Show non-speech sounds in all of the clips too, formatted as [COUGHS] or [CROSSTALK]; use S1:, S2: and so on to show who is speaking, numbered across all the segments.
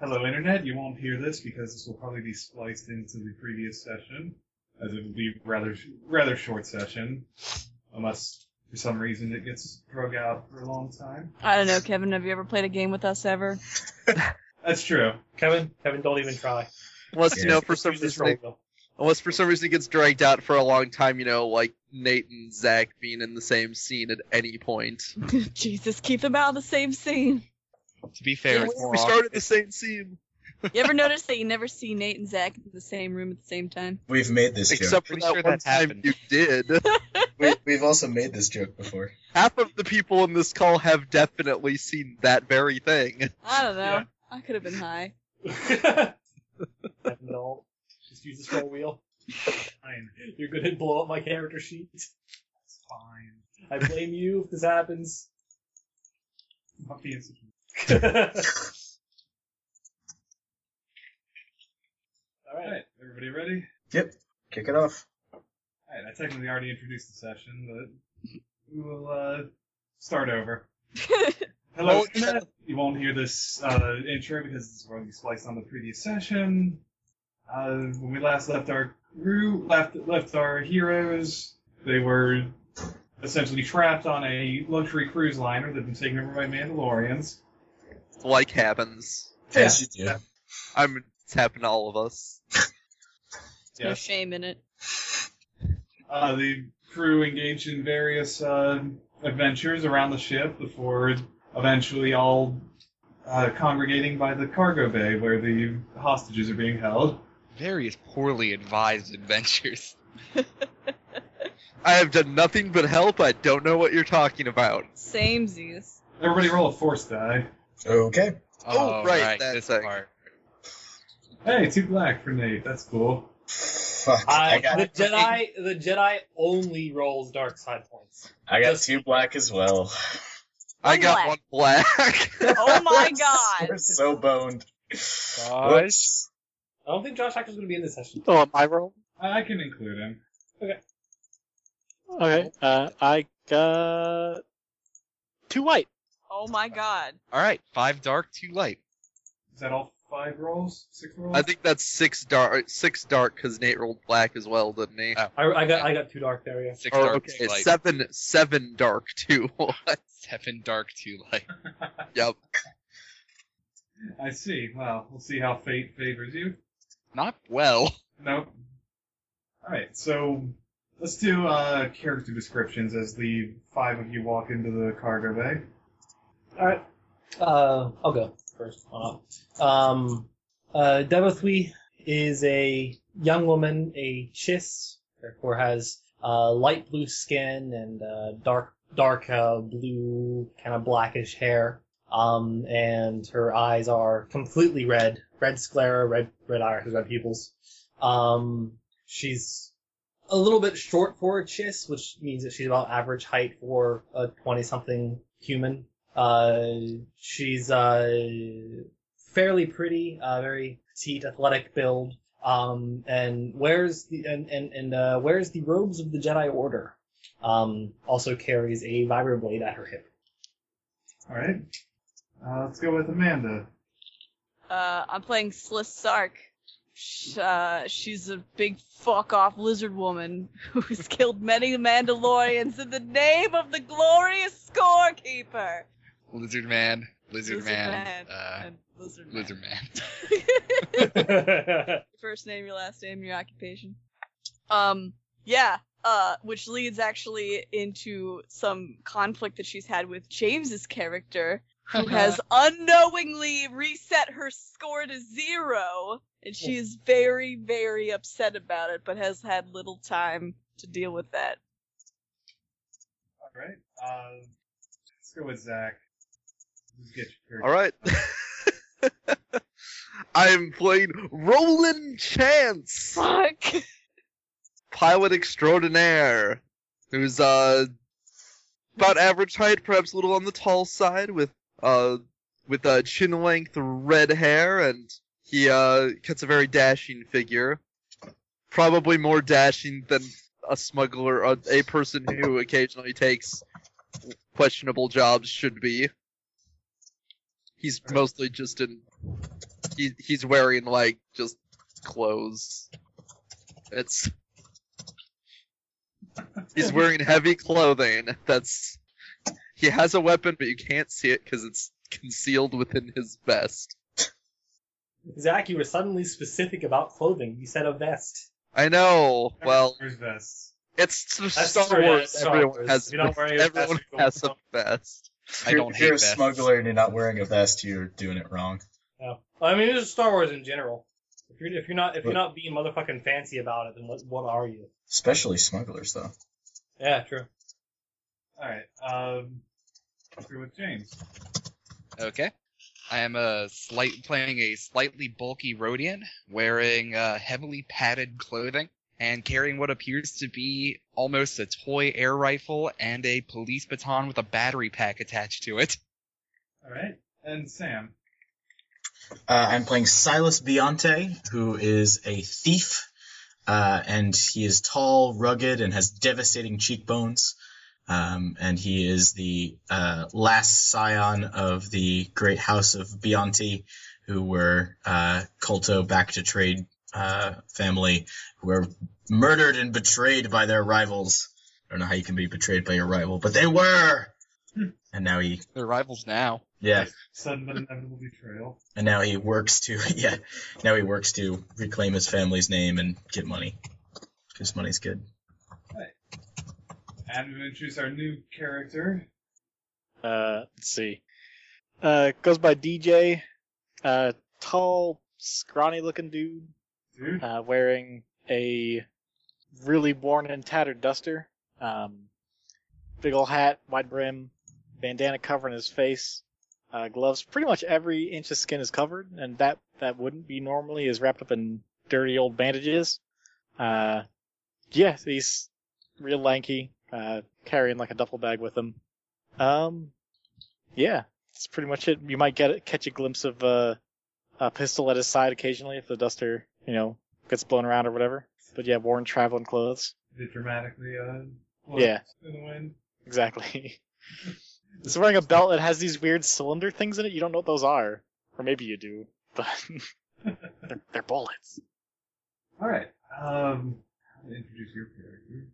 S1: Hello, Internet. You won't hear this because this will probably be spliced into the previous session, as it will be rather rather short session, unless for some reason it gets drug out for a long time.
S2: I don't know, Kevin. Have you ever played a game with us ever? [LAUGHS]
S1: That's true.
S3: Kevin, Kevin, don't even try.
S4: Unless you know for
S3: Just
S4: some
S3: use the
S4: reason,
S3: troll
S4: it,
S3: wheel.
S4: unless for some reason it gets dragged out for a long time, you know, like Nate and Zach being in the same scene at any point.
S2: Jesus, keep them out of the same scene.
S5: To be fair, it's more
S4: we
S5: awkward.
S4: started the same scene,
S2: You ever notice that you never see Nate and Zach in the same room at the same time?
S6: We've made this joke.
S4: except for
S5: Pretty
S4: that
S5: sure
S4: one
S5: that
S4: time
S5: happened.
S4: you did. [LAUGHS]
S6: We, we've also made this joke before.
S4: Half of the people in this call have definitely seen that very thing.
S2: I don't know.
S1: Yeah.
S2: I could have been high.
S3: [LAUGHS] Kevin, don't. Just use the scroll wheel.
S1: Fine.
S3: You're gonna blow up my character sheet.
S1: It's fine.
S3: I blame you if this happens.
S1: Not being such a-
S3: All
S1: All
S3: right.
S1: right, everybody ready?
S6: Yep. Kick it off.
S1: All right, I technically already introduced the session, but we will uh, start over. Hello,
S4: Well,
S1: Internet. You won't hear this uh, intro because it's already spliced on the previous session. Uh, when we last left our crew, left left our heroes, they were essentially trapped on a luxury cruise liner that'd been taken over by Mandalorians.
S4: Like happens.
S6: As you do.
S4: I'm. It's happened to all of us.
S2: No shame in it.
S1: Uh, the crew engaged in various uh, adventures around the ship before eventually all uh, congregating by the cargo bay where the hostages are being held.
S5: various poorly advised adventures.
S4: I have done nothing but help. I don't know what you're talking about.
S2: Same Zeus.
S1: Everybody roll a force die.
S6: Okay.
S4: [LAUGHS] Oh, right, that
S5: this
S4: thing.
S5: part.
S1: Hey, two black for Nate. That's cool.
S6: Fuck. I,
S3: I,
S6: got.
S3: the Jedi, the Jedi only rolls dark side points.
S6: I got two black as well.
S4: I
S2: One
S4: got
S2: black.
S4: one black.
S2: [LAUGHS] Oh
S5: [LAUGHS]
S2: my god.
S6: We're so boned.
S5: Guys.
S3: I don't think Josh Hacker's going to be in this session.
S7: Oh, am I roll?
S1: I, I can include him.
S7: Okay. Uh, I got two white.
S2: Oh my god.
S5: All right, five dark, two light.
S1: Is that all five rolls? Six rolls?
S4: I think that's six dark. Six dark because Nate rolled black as well, didn't he?
S5: Oh,
S3: I, I got I got two dark there. Yeah.
S5: Six
S4: Or,
S5: dark,
S4: Oh, okay,
S5: two light.
S4: seven, seven dark [LAUGHS] too.
S5: Seven dark, two light. [LAUGHS]
S4: yep.
S1: I see. Well, we'll see how fate favors you.
S5: Not well.
S1: Nope. Alright, so let's do uh, character descriptions as the five of you walk into the cargo bay.
S3: All right. Uh, I'll go first. Why not? Um, uh, Devothwe is a young woman, a chiss, therefore has uh, light blue skin and uh, dark dark uh, blue, kind of blackish hair. Um, and her eyes are completely red, red sclera, red red iris, red pupils. Um, she's a little bit short for a chiss, which means that she's about average height for a twenty-something human. Uh, she's uh, fairly pretty, uh, very petite, athletic build, um, and wears the and and, and uh, wears the robes of the Jedi Order. Um, also carries a vibroblade at her hip.
S1: Alright. Uh, let's go with Amanda.
S2: Uh, I'm playing Sliss Sark. Sh- uh, she's a big fuck off lizard woman [LAUGHS] who's killed many Mandalorians in the name of the glorious scorekeeper.
S5: Lizard man, lizard,
S2: Lizard
S5: man,
S2: man.
S5: uh,
S2: And lizard man.
S5: lizard man.
S2: first name, your last name, your occupation. Um, yeah, uh, which leads actually into some conflict that she's had with James's character, who has unknowingly reset her score to zero, and she is very, very upset about it, but has had little time to deal with that.
S1: Alright. Uh, let's go with Zach. Let's Get your
S4: All right. [LAUGHS] I'm playing Roland Chance,
S2: Fuck!
S4: pilot extraordinaire, who's uh about average height, perhaps a little on the tall side, with uh with uh, chin length red hair, and he uh cuts a very dashing figure, probably more dashing than a smuggler, a, a person who occasionally takes questionable jobs should be. He's mostly just in he, he's wearing like just clothes. It's he's wearing heavy clothing. That's he has a weapon, but you can't see it because it's concealed within his vest.
S3: Zach, you were suddenly specific about clothing. You said a vest.
S4: I know. Well,
S1: There's vests.
S4: it's just
S3: That's
S4: Star
S3: true, yeah,
S4: Wars.
S3: it's Star
S4: Everyone
S3: Wars.
S4: has
S3: If you don't
S4: vests.
S3: wear your vest,
S4: everyone
S3: you go
S4: has a
S3: wrong.
S4: vest.
S5: I
S6: If
S5: don't
S6: you're
S5: hate
S6: a
S5: vests.
S6: smuggler and you're not wearing a vest, you're doing it wrong.
S3: No. Well, I mean, this is Star Wars in general. If you're if you're not if you're not being motherfucking fancy about it, then what what are you?
S6: Especially smugglers, though.
S3: Yeah, true.
S1: All right. Um, through with James.
S5: Okay. I am a slight playing a slightly bulky Rhodian, wearing uh, heavily padded clothing and carrying what appears to be almost a toy air rifle and a police baton with a battery pack attached to it.
S1: All right. And Sam.
S6: Uh, I'm playing Silas Bionte, who is a thief, uh, and he is tall, rugged, and has devastating cheekbones. Um, and he is the uh, last scion of the great house of Bionte, who were uh, Colto back to trade uh, family, who were murdered and betrayed by their rivals. I don't know how you can be betrayed by your rival, but they were.
S1: Hmm.
S6: And now he,
S5: They're rivals now.
S6: yeah,
S1: Sudden but inevitable betrayal.
S6: and now he works to [LAUGHS] yeah, now he works to reclaim his family's name and get money. Because money's good.
S1: And we introduce our new character.
S7: Uh, let's see. Uh, goes by DJ. Uh, tall, scrawny-looking dude,
S1: Dude.
S7: uh, wearing a really worn and tattered duster. Um, big ol' hat, wide brim, bandana covering his face, uh, gloves. Pretty much every inch of skin is covered, and that that wouldn't be normally is wrapped up in dirty old bandages. Uh, yeah, he's real lanky, uh, carrying like a duffel bag with him. Um, yeah, that's pretty much it. You might get a, catch a glimpse of uh, a pistol at his side occasionally if the duster, you know, gets blown around or whatever. But yeah, worn traveling clothes.
S1: Did dramatically uh. float
S7: Yeah.
S1: In the wind.
S7: Exactly. [LAUGHS] He's wearing a belt that has these weird cylinder things in it. You don't know what those are, or maybe you do, but [LAUGHS] they're, they're bullets.
S1: All right. Um, I'll introduce your character.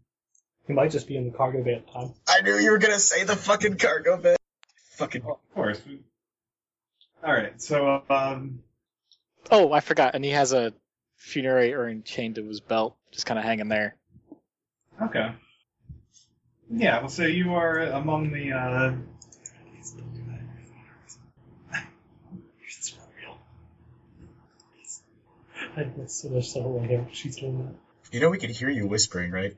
S3: He might just be in the cargo bay at the time.
S6: I knew you were gonna say the fucking cargo bit. Fucking
S1: Well, of course. we- All right. So um,
S7: Oh, I forgot. And he has a funerary urn chained to his belt, just kind of hanging there.
S1: okay. Yeah. Well, so you are among the. Uh,
S3: It's real. I miss so much stuff right here. She's doing that.
S6: You know we could hear you whispering, right?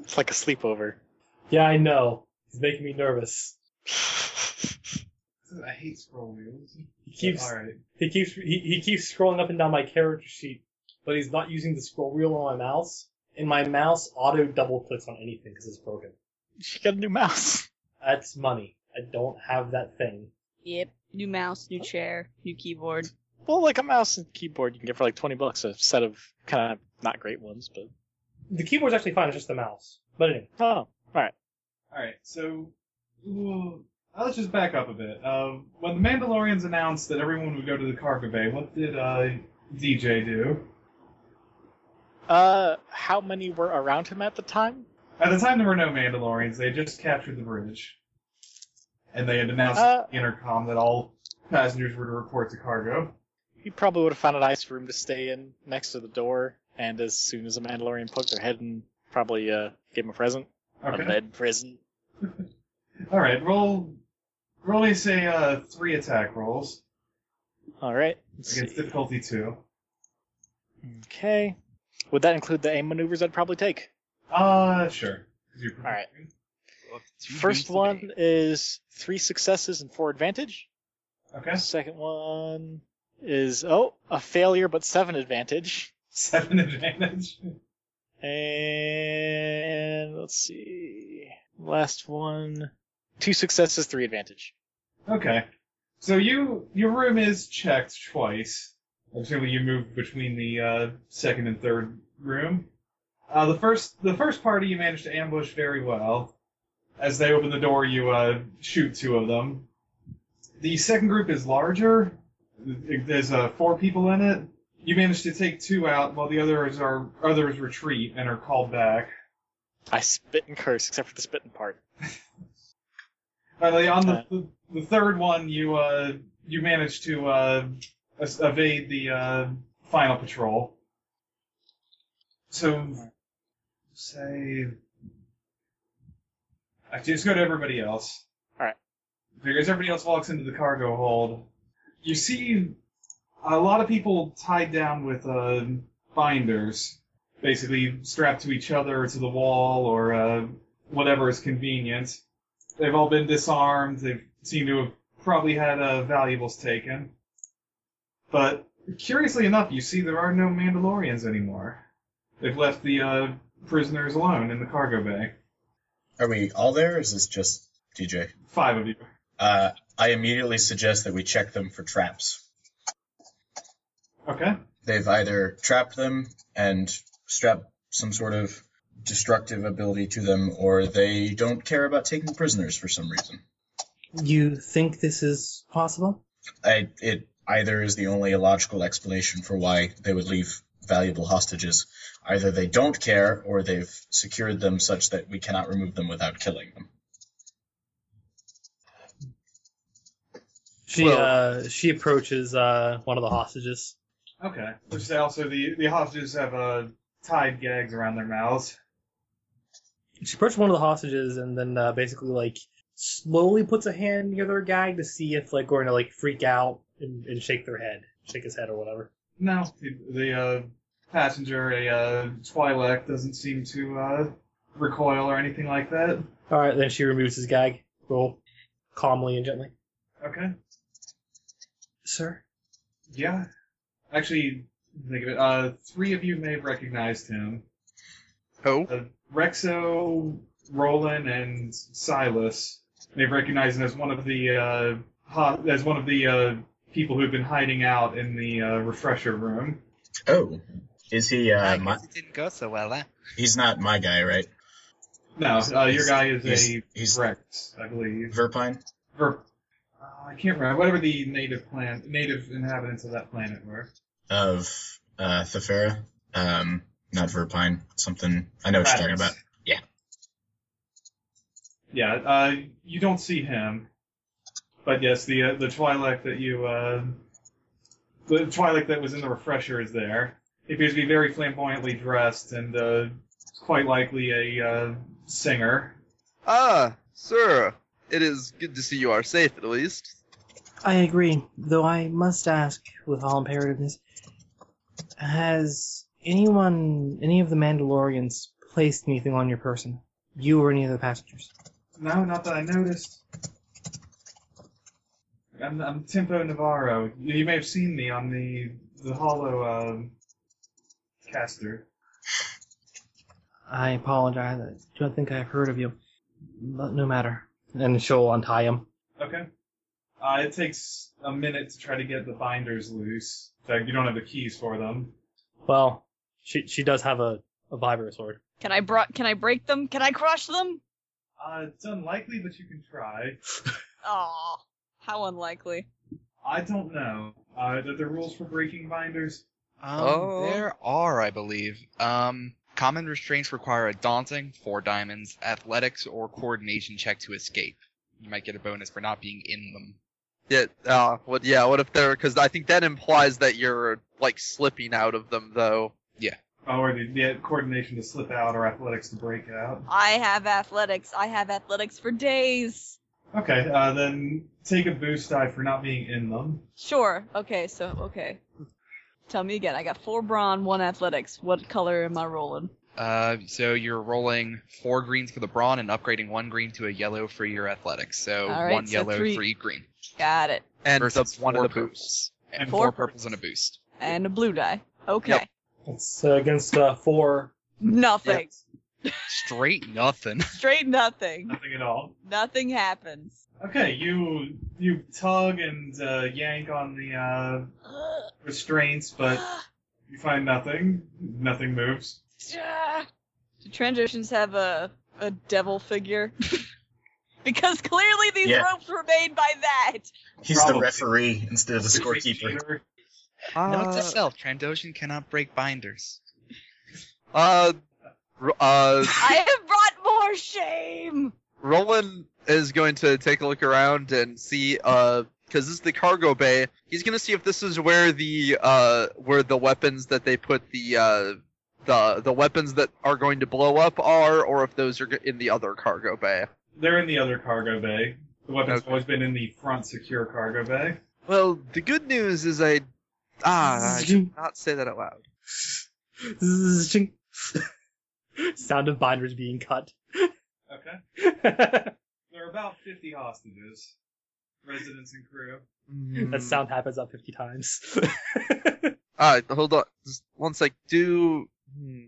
S7: It's like a sleepover. [LAUGHS]
S3: Yeah, I know. He's making me nervous.
S1: I hate scroll wheels.
S3: He keeps
S1: All right.
S3: he keeps he, he keeps scrolling up and down my character sheet, but he's not using the scroll wheel on my mouse. And my mouse auto double clicks on anything because it's broken.
S7: She got a new mouse. [LAUGHS]
S3: That's money. I don't have that thing.
S2: Yep. New mouse, new chair, new keyboard.
S7: Well, like a mouse and keyboard you can get for like 20 bucks, a set of kind of not great ones, but.
S3: The keyboard's actually fine. It's just the mouse. But anyway,
S7: Oh,
S1: All right. So ooh, let's just back up a bit. Uh, when the Mandalorians announced that everyone would go to the cargo bay, what did uh, DJ do?
S7: Uh, how many were around him at the time?
S1: At the time, there were no Mandalorians. They had just captured the bridge, and they had announced
S7: Uh,
S1: on the intercom that all passengers were to report to cargo.
S7: He probably would have found a nice room to stay in next to the door, and as soon as a Mandalorian poked their head in, probably uh gave him a present.
S1: Okay.
S7: A lead present.
S1: All right. Roll. Roll. You say uh, three attack rolls
S7: All right. let's
S1: against
S7: see.
S1: difficulty two.
S7: Okay. Would that include the aim maneuvers I'd probably take?
S1: Uh, sure. 'Cause you're-
S7: All right.
S5: Look, two beats
S7: First
S5: a day.
S7: one is three successes and four advantage.
S1: Okay. [LAUGHS]
S7: Second one is oh a failure but seven advantage.
S1: Seven advantage.
S7: And let's see. Last one. Two successes, three advantage.
S1: Okay. So you your room is checked twice. Assuming you move between the uh, second and third room. Uh, the first the first party you managed to ambush very well. As they open the door, you uh, shoot two of them. The second group is larger, There's uh, four people in it. You manage to take two out, while the others are others retreat and are called back.
S7: I spit and curse, except for the spitting part.
S1: Uh, on the, the, the third one, you uh, you manage to uh, es- evade the uh, final patrol. So, say, actually, let's go to everybody else.
S7: Alright.
S1: Because everybody else walks into the cargo hold. You see a lot of people tied down with uh, binders, basically strapped to each other, to the wall, or uh, whatever is convenient. They've all been disarmed. They seem to have probably had uh, valuables taken. But curiously enough, you see there are no Mandalorians anymore. They've left the uh, prisoners alone in the cargo bay.
S6: Are we all there? Or is this just DJ?
S1: Five of you.
S6: Uh, I immediately suggest that we check them for traps.
S1: Okay.
S6: They've either trapped them and strapped some sort of destructive ability to them, or they don't care about taking prisoners for some reason.
S3: You think this is possible?
S6: I, it either is the only logical explanation for why they would leave valuable hostages. Either they don't care, or they've secured them such that we cannot remove them without killing them.
S3: She
S4: Well-
S3: uh, she approaches uh, one of the hostages.
S1: Okay. Which they also the the hostages have uh, tied gags around their mouths.
S3: She approaches one of the hostages and then uh, basically like slowly puts a hand near their gag to see if like going to like freak out and, and shake their head, shake his head or whatever.
S1: No, the, the uh, passenger, a uh, Twi'lek, doesn't seem to uh, recoil or anything like that.
S3: All right, then she removes his gag, roll calmly and gently.
S1: Okay.
S3: Sir,
S1: Yeah. Actually, think of it. Uh, three of you may have recognized him.
S4: Who?
S1: Uh, Rexo, Roland, and Silas. They've recognized him as one of the uh, ho- as one of the uh, people who've been hiding out in the uh, refresher room.
S6: Oh, is he?
S5: I
S6: Uh, my,
S5: guess it didn't go so well, huh?
S6: he's not my guy, right?
S1: No, uh, your guy is
S6: He's-
S1: a
S6: he's-
S1: Rex, I believe.
S6: Verpine.
S1: Ver- uh, I can't remember whatever the native plant, native inhabitants of that planet were.
S6: of uh, Thefera. Um, not Verpine. Something I know what you're talking about.
S1: Raditz.
S6: Yeah.
S1: Yeah, uh, you don't see him, but yes, the uh, the Twi'lek that you uh, the Twi'lek that was in the refresher is there. He appears to be very flamboyantly dressed and uh, quite likely a uh, singer.
S4: Ah, sir. It is good to see you are safe, at least.
S3: I agree, though I must ask with all imperativeness Has anyone, any of the Mandalorians, placed anything on your person? You or any of the passengers?
S1: No, not that I noticed. I'm, I'm Tempo Navarro. You, you may have seen me on the the hollow um, caster.
S3: I apologize. I don't think I've heard of you. But no matter. And she'll untie him.
S1: Okay. Uh, it takes a minute to try to get the binders loose. In fact, you don't have the keys for them.
S3: Well, she she does have a, a vibro sword.
S2: Can I bro- Can I break them? Can I crush them?
S1: Uh, it's unlikely, but you can try.
S2: Aw, how unlikely.
S1: I don't know. Uh, are there rules for breaking binders?
S5: Um,
S4: Oh.
S5: There are, I believe. Um, common restraints require a daunting, four diamonds, athletics, or coordination check to escape. You might get a bonus for not being in them.
S4: Yeah, uh, what, yeah, what if they're, because I think that implies that you're, like, slipping out of them, though.
S1: Oh, or the, the coordination to slip out or athletics to break out?
S2: I have athletics. I have athletics for days.
S1: Okay, uh, then take a boost die for not being in them.
S2: Sure. Okay. So okay. Tell me again. I got four brawn, one athletics. What color am I rolling?
S5: Uh, so you're rolling four greens for the brawn and upgrading one green to a yellow for your athletics. So
S2: All right,
S5: one
S2: so
S5: yellow,
S2: three-
S5: green.
S2: Got it.
S4: And
S5: versus
S4: the, one
S5: four
S4: of the boosts.
S5: purples. And,
S1: And
S5: four,
S2: four
S5: purples and a boost.
S2: And a blue die. Okay.
S4: Yep.
S3: It's uh, against uh, four.
S2: Nothing.
S5: Straight nothing.
S2: Straight nothing.
S1: Nothing at all.
S2: Nothing happens.
S1: Okay, you you tug and uh, yank on the uh, restraints, but
S2: [SIGHS]
S1: you find nothing. Nothing moves.
S2: Do transitions have a a devil figure? [LAUGHS] Because clearly these
S6: Yeah.
S2: ropes were made by that.
S6: He's the
S1: Probably.
S6: referee instead of the scorekeeper.
S5: Note
S4: Uh,
S5: to self: Trandoshan cannot break binders.
S4: uh, r- uh,
S2: I have brought more shame.
S4: Roland is going to take a look around and see, uh, because this is the cargo bay. He's going to see if this is where the uh, where the weapons that they put the uh, the the weapons that are going to blow up are, or if those are g- in the other cargo bay.
S1: They're in the other cargo bay. The weapon's
S4: Okay.
S1: always been in the front secure cargo bay.
S4: Well, the good news is I
S3: [LAUGHS]
S4: ah I did not say that out loud.
S3: Zzzching. [LAUGHS] Sound of binders being cut. [LAUGHS]
S1: Okay.
S3: that
S1: There are about 50 hostages, residents and crew.
S4: Hmm. Mm.
S3: sound happens up 50
S4: [LAUGHS]
S3: times.
S4: All right, hold on. Just one sec. Do hmm.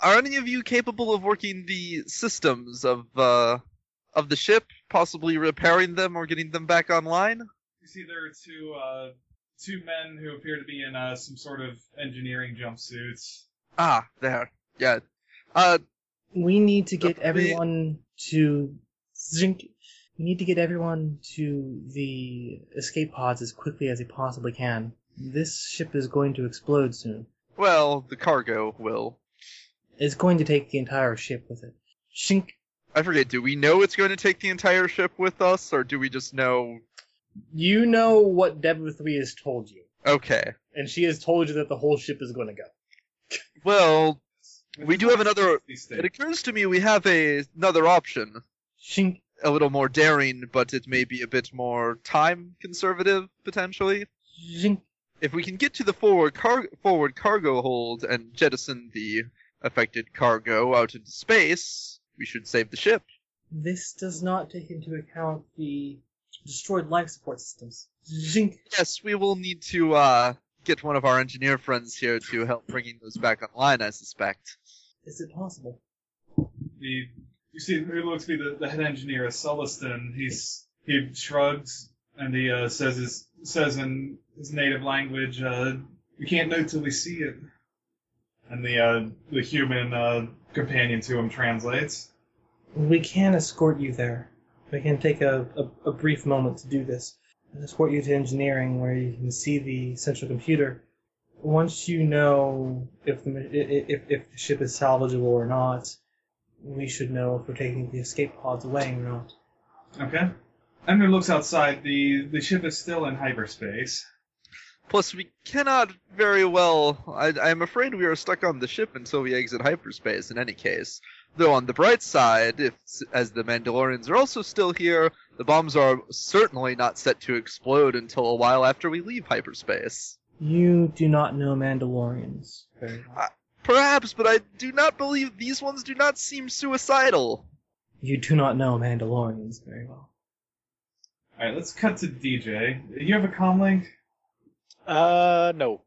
S4: are any of you capable of working the systems of uh of the ship, possibly repairing them or getting them back online?
S1: You see, there are two uh, two men who appear to be in uh, some sort of engineering jumpsuits.
S4: Ah, there. Yeah. Uh,
S3: we need to get
S4: Definitely.
S3: everyone to. Zink. We need to get everyone to the escape pods as quickly as we possibly can. This ship is going to explode soon.
S4: well, the cargo will.
S3: It's going to take the entire ship with it. Shink.
S4: I forget. Do we know it's going to take the entire ship with us, or do we just know?
S3: You know what Deborah 3 has told you,
S4: Okay.
S3: and she has told you that the whole ship is going to go.
S4: Well, We do have another-
S1: These
S4: it
S1: things.
S4: occurs to me we have a, another option.
S3: Shink.
S4: A little more daring, but it may be a bit more time conservative potentially.
S3: Zink.
S4: if we can get to the forward car- forward cargo hold and jettison the affected cargo out into space, we should save the ship.
S3: This does not take into account the destroyed life support systems. Zink.
S4: Yes, we will need to uh, get one of our engineer friends here to help bringing those back online. I suspect.
S3: Is it possible?
S1: The you see, who looks to be the, the head engineer is Celestin. He's he shrugs and he uh, says his says in his native language, uh, "We can't know till we see it." And the uh, the human uh, companion to him translates.
S3: We can escort you there. We can take a, a, a brief moment to do this. And escort you to engineering where you can see the central computer. Once you know if the ma- i- i- if, if the ship is salvageable or not, we should know if we're taking the escape pods away or not.
S1: Okay. Emir looks outside. The the ship is still in hyperspace.
S4: Plus, we cannot very well. I, I'm afraid we are stuck on the ship until we exit hyperspace. In any case, though, on the bright side, if as the Mandalorians are also still here, the bombs are certainly not set to explode until a while after we leave hyperspace.
S3: You do not know Mandalorians very well.
S4: Perhaps, but I do not believe these ones do not seem suicidal.
S3: You do not know Mandalorians very well.
S1: All right, let's cut to DJ. You have a comlink?
S7: Uh, no.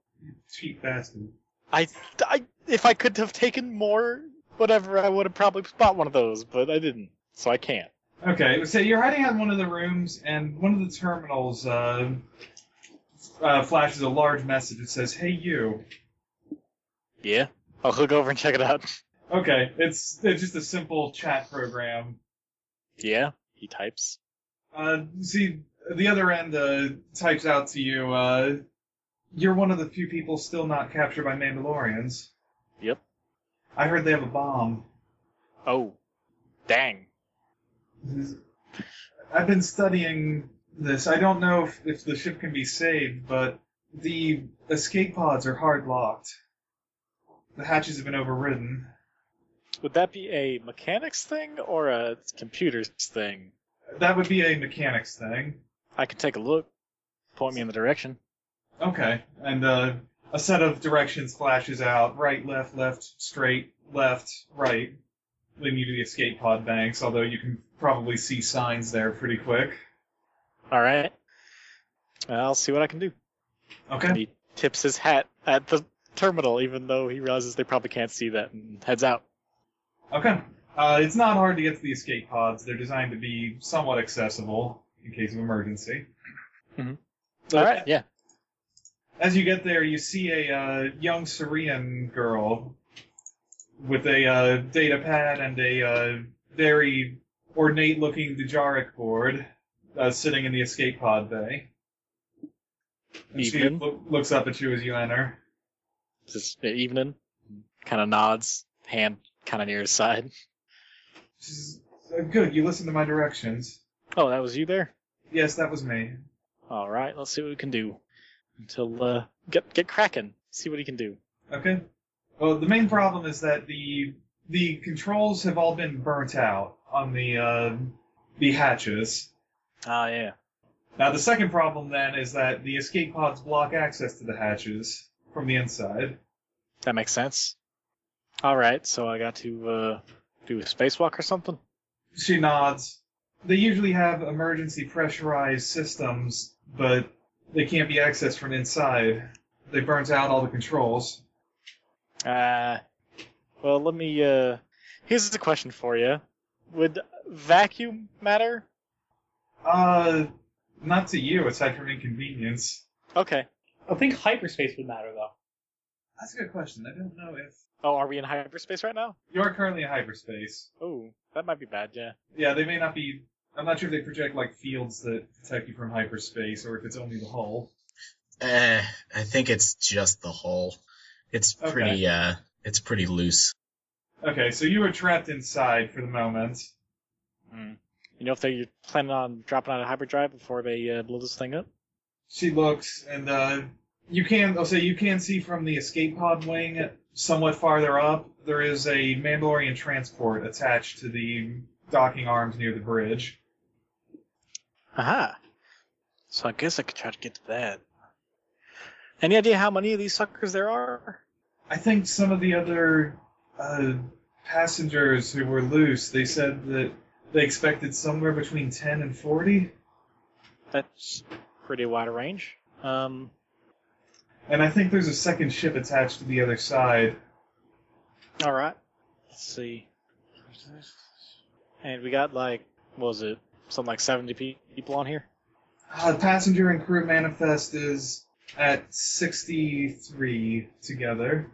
S1: Cheap bastard.
S7: I, I, if I could have taken more, whatever, I would have probably bought one of those, but I didn't, so I can't.
S1: Okay, so you're hiding out in one of the rooms, and one of the terminals uh, uh, flashes a large message that says, "Hey, you."
S7: Yeah. I'll hook over and check it out.
S1: Okay, it's it's just a simple chat program.
S7: Yeah. He types.
S1: Uh, see, the other end uh, types out to you. Uh, you're one of the few people still not captured by Mandalorians.
S7: Yep.
S1: I heard they have a bomb.
S7: Oh. Dang.
S1: I've been studying this. I don't know if, if the ship can be saved, but the escape pods are hard locked. The hatches have been overridden.
S7: Would that be a mechanics thing or a computers thing?
S1: That would be a mechanics thing.
S7: I can take a look. Point me in the direction.
S1: Okay. And uh, a set of directions flashes out right, left, left, straight, left, right, leading you to the escape pod banks, although you can probably see signs there pretty quick.
S7: All right. I'll see what I can do. And
S1: Okay.
S7: he tips his hat at the terminal, even though he realizes they probably can't see that, and heads out.
S1: Okay. Uh, it's not hard to get to the escape pods. They're designed to be somewhat accessible in case of emergency.
S7: Mm-hmm. All right. Yeah.
S1: As you get there, you see a uh, young Syrian girl with a uh, data pad and a uh, very ornate looking Dejaric board uh, sitting in the escape pod bay. And she
S7: Evening.
S1: loo- looks up at you as you enter.
S7: This evening, kind of nods, hand kind of near his side.
S1: She says, "Uh, Good, you listen to my directions.
S7: Oh, that was you there.
S1: Yes, that was me.
S7: All right, let's see what we can do. Until uh, get get cracking. See what he can do.
S1: Okay. Well, the main problem is that the the controls have all been burnt out on the uh, the hatches.
S7: Ah, yeah.
S1: Now, the second problem then is that the escape pods block access to the hatches from the inside.
S7: That makes sense. All right, so I got to uh, do a spacewalk or something.
S1: She nods. They usually have emergency pressurized systems, but they can't be accessed from inside. They burnt out all the controls.
S7: Uh, well, let me. Uh, here's a question for you: Would vacuum matter?
S1: Uh, not to you, aside from inconvenience.
S7: Okay.
S3: I think hyperspace would matter though.
S1: That's a good question. I don't know if.
S7: Oh, are we in hyperspace right now?
S1: You are currently in hyperspace.
S7: Oh, that might be bad. Yeah.
S1: Yeah, they may not be. I'm not sure if they project like fields that protect you from hyperspace, or if it's only the hull.
S6: Eh, I think it's just the hull. It's
S1: Okay.
S6: pretty uh it's pretty loose.
S1: Okay, so you are trapped inside for the moment.
S7: Mm. You know, if they're planning on dropping out of hyperdrive before they uh, blow this thing up.
S1: She looks, and uh, you can. I'll say you can see from the escape pod wing, somewhat farther up, there is a Mandalorian transport attached to the docking arms near the bridge.
S7: Aha. So I guess I could try to get to that. Any idea how many of these suckers there are?
S1: I think some of the other uh, passengers who were loose, they said that they expected somewhere between ten and forty.
S7: That's pretty wide a range. Um,
S1: And I think there's a second ship attached to the other side.
S7: all right. Let's see. And we got like, what was it? Something like 70 pe- people on here.
S1: Uh, passenger and crew manifest is at 63 together.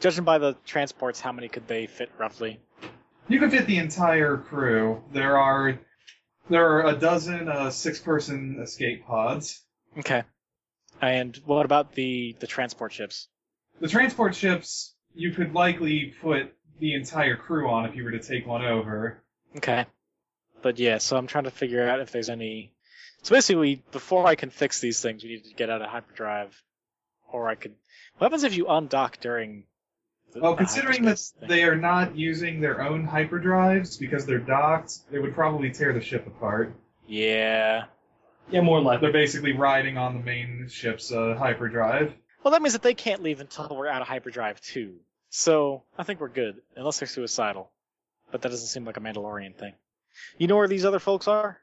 S7: Judging by the transports, how many could they fit roughly?
S1: You can fit the entire crew. There are there are a dozen uh, six-person escape pods.
S7: Okay. And what about the the transport ships?
S1: The transport ships you could likely put the entire crew on if you were to take one over.
S7: Okay. But yeah, so I'm trying to figure out if there's any. So basically, before I can fix these things, we need to get out of hyperdrive, or I could. What happens if you undock during? The,
S1: Well,
S7: the
S1: considering that
S7: hyperspace thing?
S1: they are not using their own hyperdrives because they're docked, they would probably tear the ship apart.
S7: Yeah.
S3: Yeah, more like
S1: They're basically riding on the main ship's uh, hyperdrive.
S7: Well, that means that they can't leave until we're out of hyperdrive too. So I think we're good, unless they're suicidal. But that doesn't seem like a Mandalorian thing. You know where these other folks are?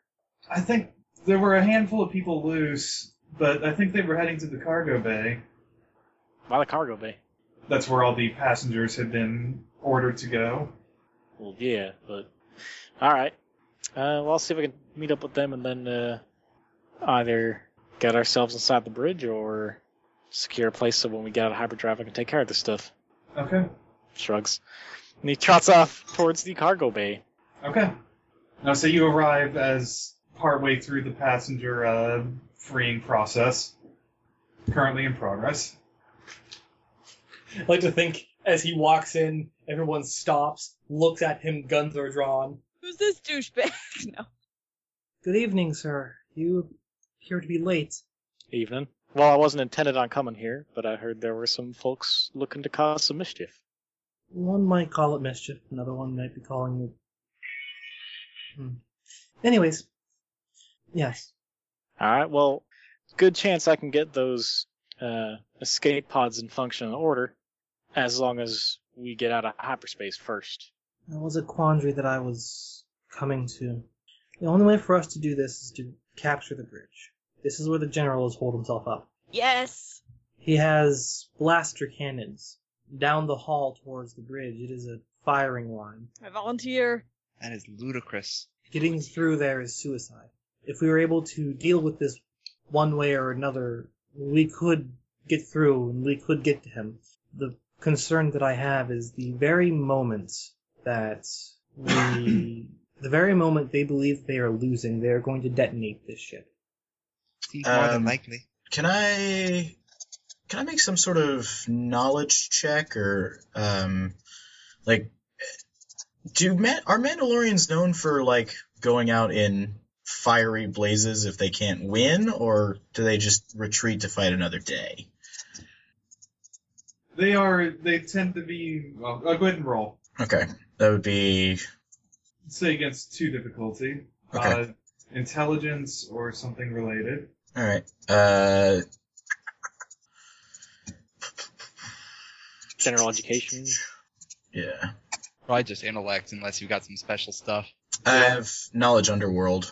S1: I think there were a handful of people loose, but I think they were heading to the cargo bay.
S7: By the cargo bay.
S1: That's where all the passengers had been ordered to go.
S7: Well, yeah, but all right. Uh, well, I'll see if I can meet up with them and then uh, either get ourselves inside the bridge or secure a place so when we get out of hyperdrive, I can take care of this stuff.
S1: Okay.
S7: Shrugs. And he trots off towards the cargo bay.
S1: Okay. Now, so you arrive as partway through the passenger uh, freeing process, currently in progress.
S3: I like to think as he walks in, everyone stops, looks at him, guns are drawn.
S2: Who's this douchebag? [LAUGHS] no.
S3: Good evening, sir. You appear to be late.
S7: Evening. Well, I wasn't intended on coming here, but I heard there were some folks looking to cause some mischief.
S3: One might call it mischief, another one might be calling it. Hmm. Anyways, yes.
S7: All right. Well, good chance I can get those uh, escape pods in functional order, as long as we get out of hyperspace first.
S3: That was a quandary that I was coming to. The only way for us to do this is to capture the bridge. This is where the general has holed himself up.
S2: Yes.
S3: He has blaster cannons down the hall towards the bridge. It is a firing line.
S2: I volunteer.
S5: That is ludicrous.
S3: Getting through there is suicide. If we were able to deal with this one way or another, we could get through and we could get to him. The concern that I have is the very moment that we the very moment they believe they are losing, they are going to detonate this ship.
S5: Seems more than
S6: Um,
S5: likely.
S6: Can I can I make some sort of knowledge check or um like do Ma- are Mandalorians known for like going out in fiery blazes if they can't win or do they just retreat to fight another day?
S1: They are. They tend to be. Well, I'll go ahead and roll.
S6: Okay. That would be
S1: Say against two difficulty.
S6: Okay.
S1: Uh, intelligence or something related.
S6: all right. Uh
S7: General education.
S6: yeah.
S5: Probably just intellect, unless you've got some special stuff.
S6: I have knowledge underworld.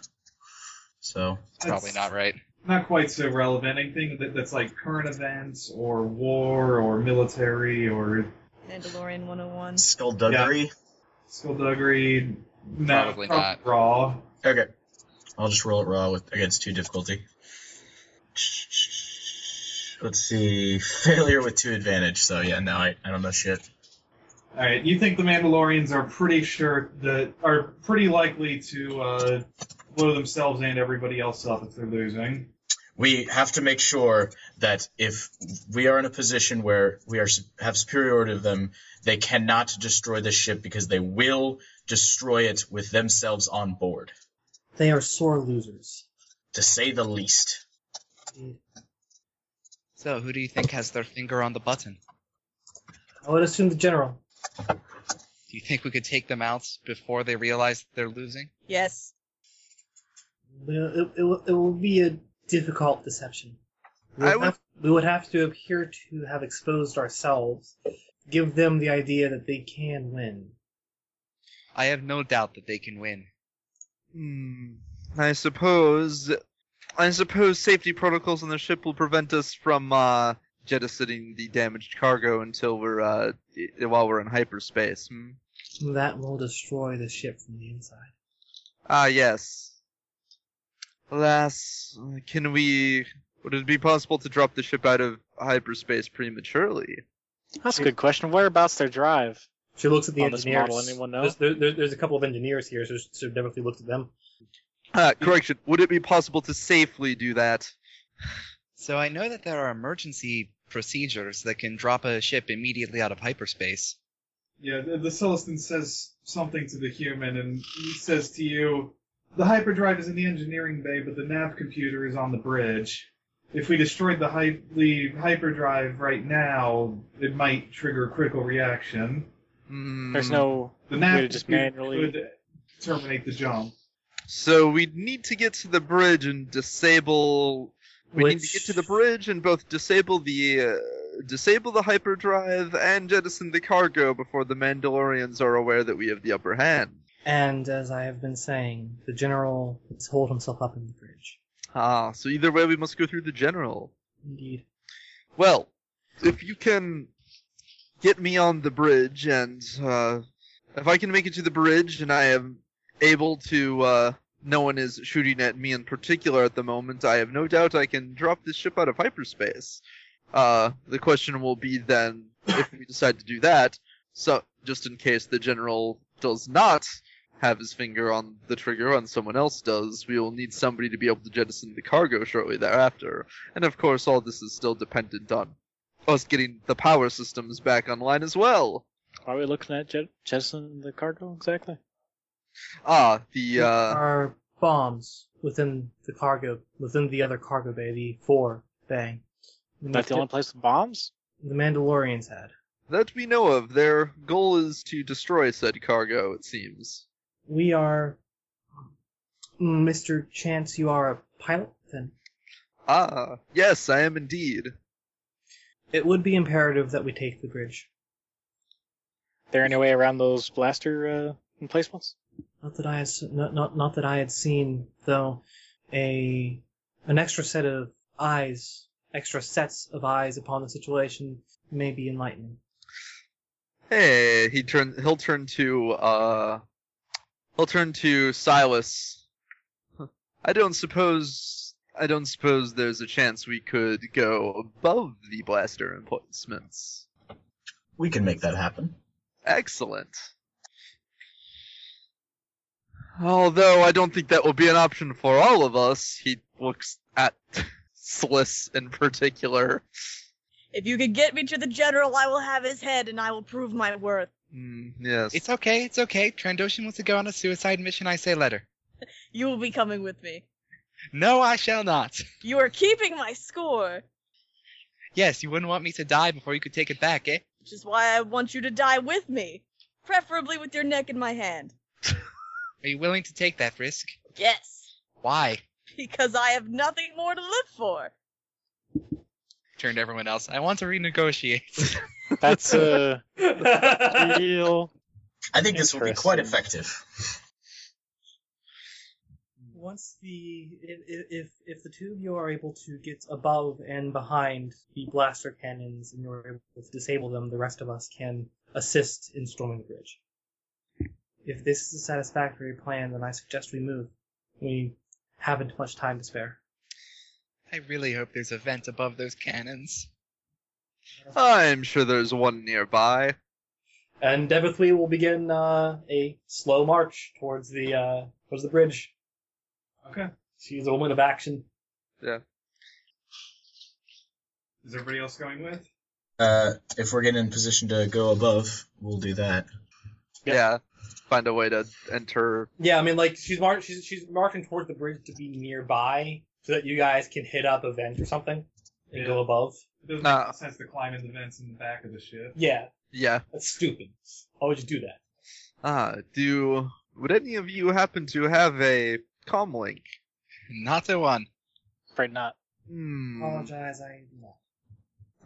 S6: So,
S5: It's probably
S1: That's
S5: not right.
S1: Not quite so relevant. Anything that, that's like current events or war or military or
S2: Mandalorian 101.
S6: skullduggery.
S1: skullduggery. No,
S5: Probably not.
S1: Raw.
S6: Okay. I'll just roll it raw with against two difficulty. Let's see. Failure with two advantage, so yeah, no, I, I don't know shit.
S1: All right, you think the Mandalorians are pretty sure that are pretty likely to uh, blow themselves and everybody else up if they're losing.
S6: We have to make sure that if we are in a position where we are su- have superiority of them, they cannot destroy this ship because they will destroy it with themselves on board,
S3: They are sore losers.
S6: to say the least.
S5: So, who do you think has their finger on the button?
S3: I would assume the general.
S5: Do you think we could take them out before they realize they're losing?
S2: Yes.
S3: It, it, it, will, it will be a difficult deception. We
S4: I
S3: would,
S4: would-
S3: have, we would have to appear to have exposed ourselves, give them the idea that they can win.
S5: I have no doubt that they can win.
S4: Hmm. I suppose, I suppose safety protocols on the ship will prevent us from uh, jettisoning the damaged cargo until we're uh, i- while we're in hyperspace. Hmm?
S3: That will destroy the ship from the inside.
S4: Ah, yes. Alas, can we? Would it be possible to drop the ship out of hyperspace prematurely?
S7: That's a good question. Whereabouts their drive?
S3: She looks at the
S7: On this
S3: engineers.
S7: model, anyone know?
S3: There's, there, there- there's a couple of engineers here, so so definitely looked at them.
S4: Ah, correction. Would it be possible to safely do that?
S5: So I know that there are emergency procedures that can drop a ship immediately out of hyperspace.
S1: Yeah, the, the Celestin says something to the human, and he says to you, "The hyperdrive is in the engineering bay, but the nav computer is on the bridge. If we destroyed the, hy- the hyperdrive right now, it might trigger a critical reaction.
S7: There's
S4: Hmm.
S7: no.
S1: The
S7: We
S1: nav
S7: would just
S1: computer
S7: manually-
S1: could terminate the jump.
S4: So we'd need to get to the bridge and disable We need to
S3: which-
S4: get to the bridge and both disable the uh, disable the hyperdrive and jettison the cargo before the Mandalorians are aware that we have the upper hand.
S3: And as I have been saying, the general has holed himself up in the bridge.
S4: Ah, so either way, we must go through the general.
S3: Indeed.
S4: Well, if you can get me on the bridge and uh, if I can make it to the bridge and I am able to, uh, no one is shooting at me in particular at the moment. I have no doubt I can drop this ship out of hyperspace. Uh, the question will be then if we decide to do that. So just in case the general does not have his finger on the trigger and someone else does, we will need somebody to be able to jettison the cargo shortly thereafter. And of course, all this is still dependent on us getting the power systems back online as well.
S7: Why are we looking at Jet- Jettison the cargo exactly?
S4: Ah, the
S3: There
S4: uh,
S3: are bombs within the cargo, within the other cargo bay, the four bay. And
S7: Not the only place with bombs.
S3: the Mandalorians had.
S4: that we know of, their goal is to destroy said cargo. It seems.
S3: We are, Mr. Chance, you are a pilot. Then
S4: Ah, yes, I am indeed.
S3: it would be imperative that we take the bridge.
S7: There any way around those blaster uh, emplacements?
S3: Not that I had, not, not not that I had seen though, a an extra set of eyes, extra sets of eyes upon the situation may be enlightening.
S4: Hey, he turn. He'll turn to uh, he'll turn to Silas. I don't suppose. I don't suppose there's a chance we could go above the blaster emplacements.
S6: We can make that happen.
S4: Excellent. Although I don't think that will be an option for all of us. He looks at [LAUGHS] Sliss in particular.
S2: If you can get me to the general, I will have his head and I will prove my worth.
S4: Mm, yes.
S5: It's okay, it's okay. Trandoshan wants to go on a suicide mission, I say let her.
S2: You will be coming with me.
S5: No, I shall not.
S2: You are keeping my score,
S5: Yes, you wouldn't want me to die before you could take it back, eh?
S2: which is why I want you to die with me, preferably with your neck in my hand.
S5: Are you willing to take that risk?
S2: Yes,
S5: Why?
S2: because I have nothing more to live for.
S5: Turned to everyone else. I want to renegotiate.
S7: That's a
S3: All
S7: real.
S6: I think this will be quite
S7: Interesting.
S6: effective.
S3: once the if, if if the two of you are able to get above and behind the blaster cannons and you're able to disable them, the rest of us can assist in storming the bridge. If this is a satisfactory plan, then I suggest we move. We haven't much time to spare.
S5: I really hope there's a vent above those cannons.
S4: I'm sure there's one nearby.
S3: And Devithwy will begin uh, a slow march towards the uh, towards the bridge.
S1: Okay.
S3: She's a woman of action.
S1: Is everybody else going with?
S6: Uh, if we're getting in position to go above, we'll do that.
S3: Yeah.
S4: Yeah. Find a way to enter.
S3: Yeah, I mean, like she's mar- she's she's marching towards the bridge to be nearby so that you guys can hit up a vent or something and go
S1: Yeah.
S3: above.
S1: It doesn't
S4: Nah.
S1: make sense to climb in the vents in the back of the ship.
S3: Yeah,
S4: Yeah.
S3: that's stupid. Why would you do that?
S4: Ah, do. Would any of you happen to have a comm link?
S5: Not a one.
S7: Afraid not.
S4: Hmm.
S3: Apologize, I no.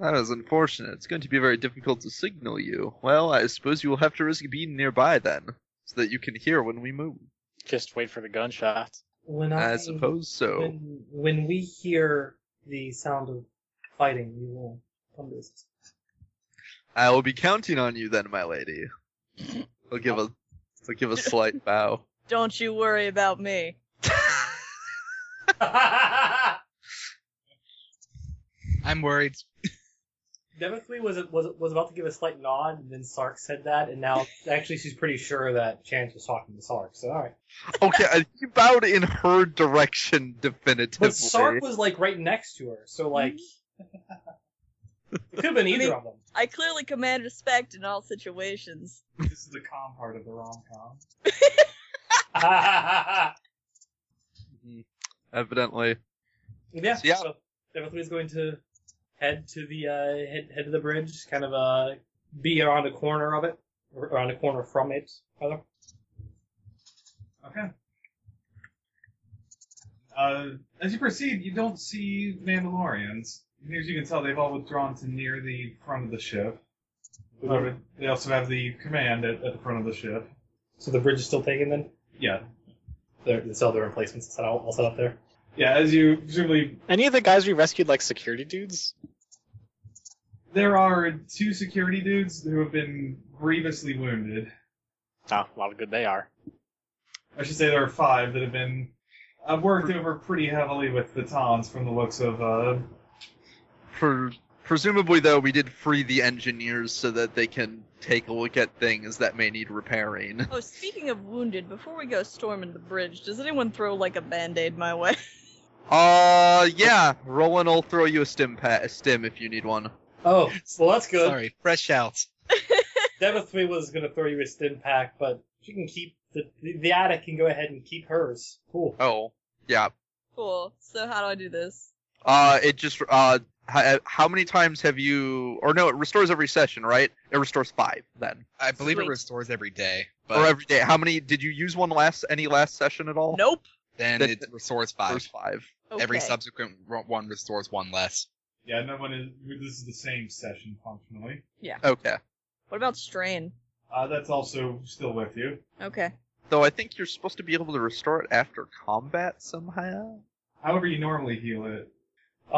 S4: That is unfortunate. It's going to be very difficult to signal you. Well, I suppose you will have to risk being nearby then, so that you can hear when we move.
S7: Just wait for the gunshot.
S3: When I,
S4: I suppose so.
S3: When, when we hear the sound of fighting, we will come to [LAUGHS] this.
S4: I will be counting on you then, my lady. I'll give a, I'll give a slight bow.
S2: Don't you worry about me.
S5: I'm worried.
S3: Devithwy was was was about to give a slight nod, and then Sark said that, and now actually she's pretty sure that Chance was talking to Sark. So all right.
S4: Okay, I- he bowed in her direction
S3: [LAUGHS]
S4: definitively.
S3: But Sark was like right next to her, so like [LAUGHS] it could have been either of them.
S2: I clearly command respect in all situations.
S1: This is the calm part of the rom
S3: [LAUGHS]
S1: com.
S4: Evidently.
S3: yeah.
S4: Yeah.
S3: So everybody's going to head to the uh, head head to the bridge, kind of uh, be around a corner of it, or around a corner from it, rather.
S1: Okay. Uh, as you proceed, you don't see Mandalorians. Near as you can tell, they've all withdrawn to near the front of the ship. However, They also have the command at, at the front of the ship.
S3: So the bridge is still taken. Then
S1: Yeah.
S3: They're- they sell their replacements set all, all set up there.
S1: Yeah, as you presumably
S7: Any of the guys we rescued like security dudes?
S1: There are two security dudes who have been grievously wounded.
S7: Oh, a lot of good they are.
S1: I should say there are five that have been uh, worked over pretty heavily with batons from the looks of. Uh,
S4: Pre- presumably, though, we did free the engineers so that they can take a look at things that may need repairing.
S2: Oh, speaking of wounded, before we go storming the bridge, does anyone throw like a band aid my way? [LAUGHS]
S4: Uh, yeah, Roland will throw you a stim pa- a stim if you need one.
S3: Oh, well that's good.
S5: Sorry, fresh out.
S3: Devithwy was going to throw you a stim pack, but she can keep the the attic can go ahead and keep hers. Cool.
S4: Oh, yeah.
S2: Cool. So how do I do this?
S4: Uh, it just uh, how, how many times have you? Or no, it restores every session, right? It restores five then,
S5: I believe it
S2: Sweet.
S5: restores every day,
S4: or
S5: but
S4: every day. How many did you use one last? Any last session at all?
S2: Nope.
S5: then
S4: That-
S5: it restores
S4: Restores
S5: five.
S4: five.
S5: Every
S2: Okay.
S5: subsequent ro- one restores one less.
S1: yeah, no one is. This is the same session functionally.
S4: Okay.
S2: What about strain?
S1: Uh, that's also still with you.
S2: Okay.
S4: Though I think you're supposed to be able to restore it after combat somehow.
S1: However, you normally heal it.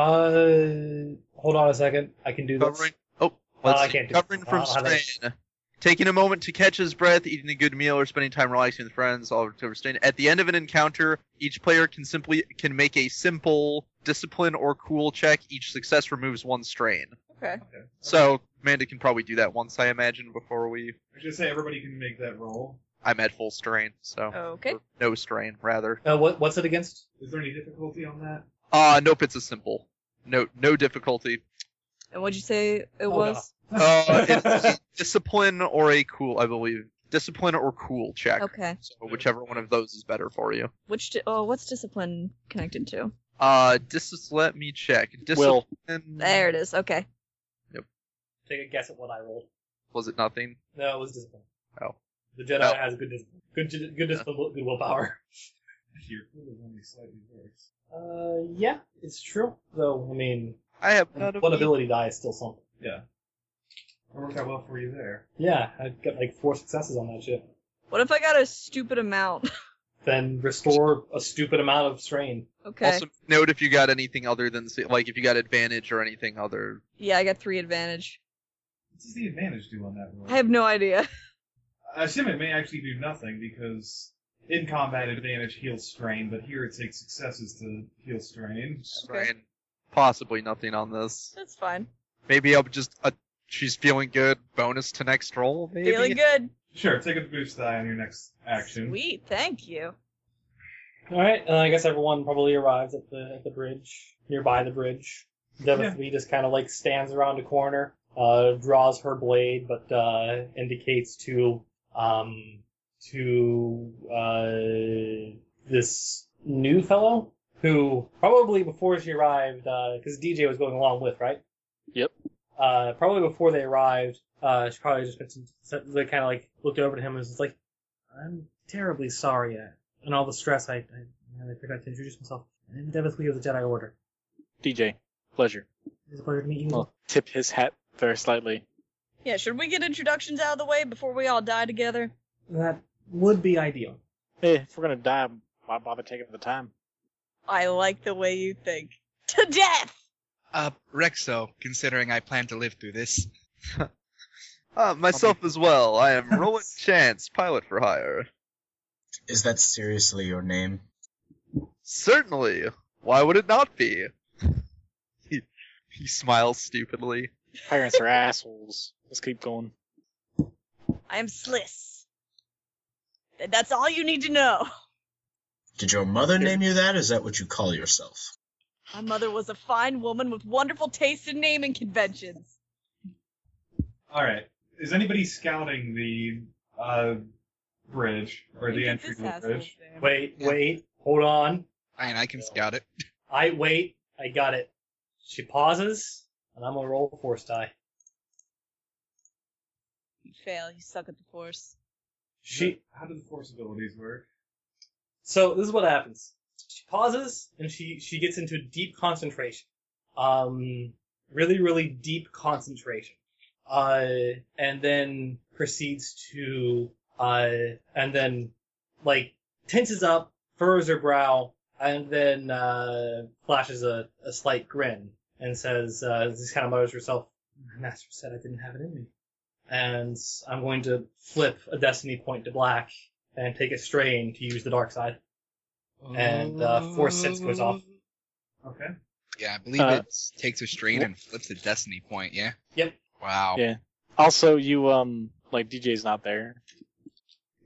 S3: Uh, hold on a second. I can do this.
S4: Covering. Oh,
S3: Well,
S4: let's
S3: I
S4: see.
S3: can't do-
S4: Covering
S3: I
S4: from
S3: don't have any-
S4: strain. Taking a moment to catch his breath, eating a good meal, or spending time relaxing with friends, all to restrain. At the end of an encounter, each player can simply can make a simple discipline or cool check. Each success removes one strain.
S2: Okay.
S4: So Amanda can probably do that once, I imagine, before we.
S1: I should say everybody can make that roll.
S4: I'm at full strain, so
S2: Okay.
S4: or no strain rather.
S3: Uh, what what's it against?
S1: Is there any difficulty on that?
S4: Uh nope, it's a simple. No, no difficulty.
S2: And what'd you say it
S3: no.
S2: was?
S4: Uh, it's discipline or a cool, I believe. Discipline or cool check.
S2: Okay.
S4: So whichever one of those is better for you.
S2: Which di- oh, what's discipline connected to?
S4: Uh, dis- let me check. Discipline
S7: Will.
S2: There it is. Okay.
S3: Take a guess at what I rolled.
S4: was it nothing?
S3: No, it was discipline.
S4: Oh.
S3: The Jedi
S4: Oh.
S3: has good discipline. Good, ju- good discipline, good willpower.
S1: Your pool is only slightly worse.
S3: Uh, yeah, it's true. Though, I mean,
S4: I have none of
S3: one
S4: the-
S3: ability die is still something.
S1: It worked out well for you there.
S3: Yeah, I got like four successes on that ship.
S2: What if I got a stupid amount? [LAUGHS]
S3: Then restore a stupid amount of strain.
S2: okay.
S4: Also, note if you got anything other than sa- like if you got advantage or anything other.
S2: Yeah, I got three advantage.
S1: What does the advantage do on that roll?
S2: I have no idea. [LAUGHS]
S1: I assume it may actually do nothing because in combat advantage heals strain, but here it takes successes to heal strain.
S2: Okay.
S4: and Possibly nothing on this.
S2: That's fine.
S4: Maybe I'm just a. She's feeling good. Bonus to next roll. Maybe.
S2: Feeling good.
S1: Sure, take a boost die on your next action.
S2: Sweet. Thank you.
S3: All right, and I guess everyone probably arrives at the at the bridge nearby the bridge. Devith just kind of like stands around a corner, uh, draws her blade, but uh, indicates to um, to uh, this new fellow who probably before she arrived, uh, because DJ was going along with right.
S7: Yep.
S3: Uh, probably before they arrived, uh, she probably just they kind of like looked over to him and was like, "I'm terribly sorry I- and all the stress, I, I, I forgot to introduce myself. I'm Devith Lee of the Jedi Order.
S7: DJ, pleasure.
S3: It's a pleasure to meet you.
S7: I'll tip his hat very slightly.
S2: Yeah, should we get introductions out of the way before we all die together?
S3: That would be ideal.
S7: Eh, if we're gonna die, why bother taking the time?
S2: I like the way you think. To death!
S5: Uh, Rexo, considering I plan to live through this.
S4: Uh, myself as well. I
S2: [LAUGHS]
S4: am Roland Chance, pilot for hire.
S6: Is that seriously your name?
S4: Certainly. Why would it not be? [LAUGHS] He, he smiles stupidly.
S7: Parents are [LAUGHS] assholes. Let's keep going.
S2: I am Sliss. Th- That's all you need to know. [LAUGHS]
S6: Did your mother name you that? Is that what you call yourself?
S2: My mother was a fine woman with wonderful taste in naming conventions.
S1: All right. Is anybody scouting the uh, bridge or the entry to the bridge?
S3: Wait,
S5: Yeah.
S3: wait, hold on.
S5: And I can
S3: Yeah.
S5: scout it.
S3: I wait. I got it. She pauses, and I'm gonna roll a force die.
S2: You fail, you suck at the force.
S3: She.
S1: How do the force abilities work?
S3: So this is what happens. She pauses, and she she gets into deep concentration. Um, really, really deep concentration. Uh, and then proceeds to uh, and then like tenses up, furrows her brow, and then uh, flashes a, a slight grin and says, uh, "This kind of mutters to herself." My master said I didn't have it in me, and I'm going to flip a destiny point to black and take a strain to use the dark side. And, uh, force sense goes off.
S1: Okay.
S5: Yeah, I believe
S7: Uh,
S5: it takes a strain and flips a destiny point. Yeah.
S3: Yep.
S5: Wow.
S7: Yeah. Also, you um, like DJ's not there.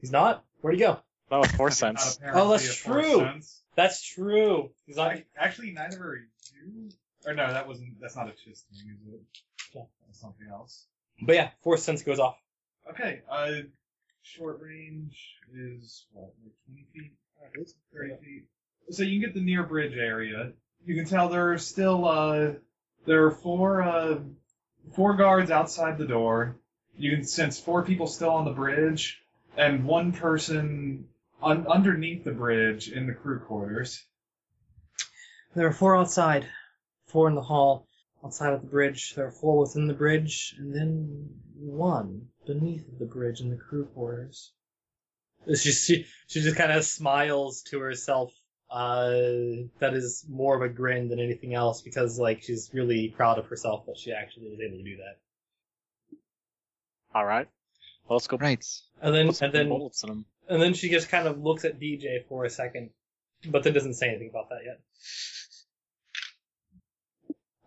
S3: He's not. Where'd he go?
S7: That was four
S1: [LAUGHS] Not
S7: cents.
S1: apparently
S3: Oh, that's
S1: a force
S3: true.
S1: sense.
S3: That's true. He's not.
S1: Ac- Actually, neither are you. Or no, that wasn't. That's not a chist thing, is it?
S3: No.
S1: That's something else.
S3: But yeah, force sense goes off.
S1: Okay. Uh, short range is what, like twenty feet, thirty feet. So you can get the near bridge area. You can tell there are still uh, there are four uh, four guards outside the door. You can sense four people still on the bridge and one person un- underneath the bridge in the crew quarters.
S3: There are four outside, four in the hall, outside of the bridge. There are four within the bridge, and then one beneath the bridge in the crew quarters. She she, she just kind of smiles to herself. Uh, that is more of a grin than anything else because like she's really proud of herself that she actually was able to do that.
S7: All right. Well, let's go.
S5: Right.
S3: And then
S7: Let's
S3: and
S7: put
S3: then
S7: bullets in 'em.
S3: And then she just kind of looks at DJ for a second, but then doesn't say anything about that yet.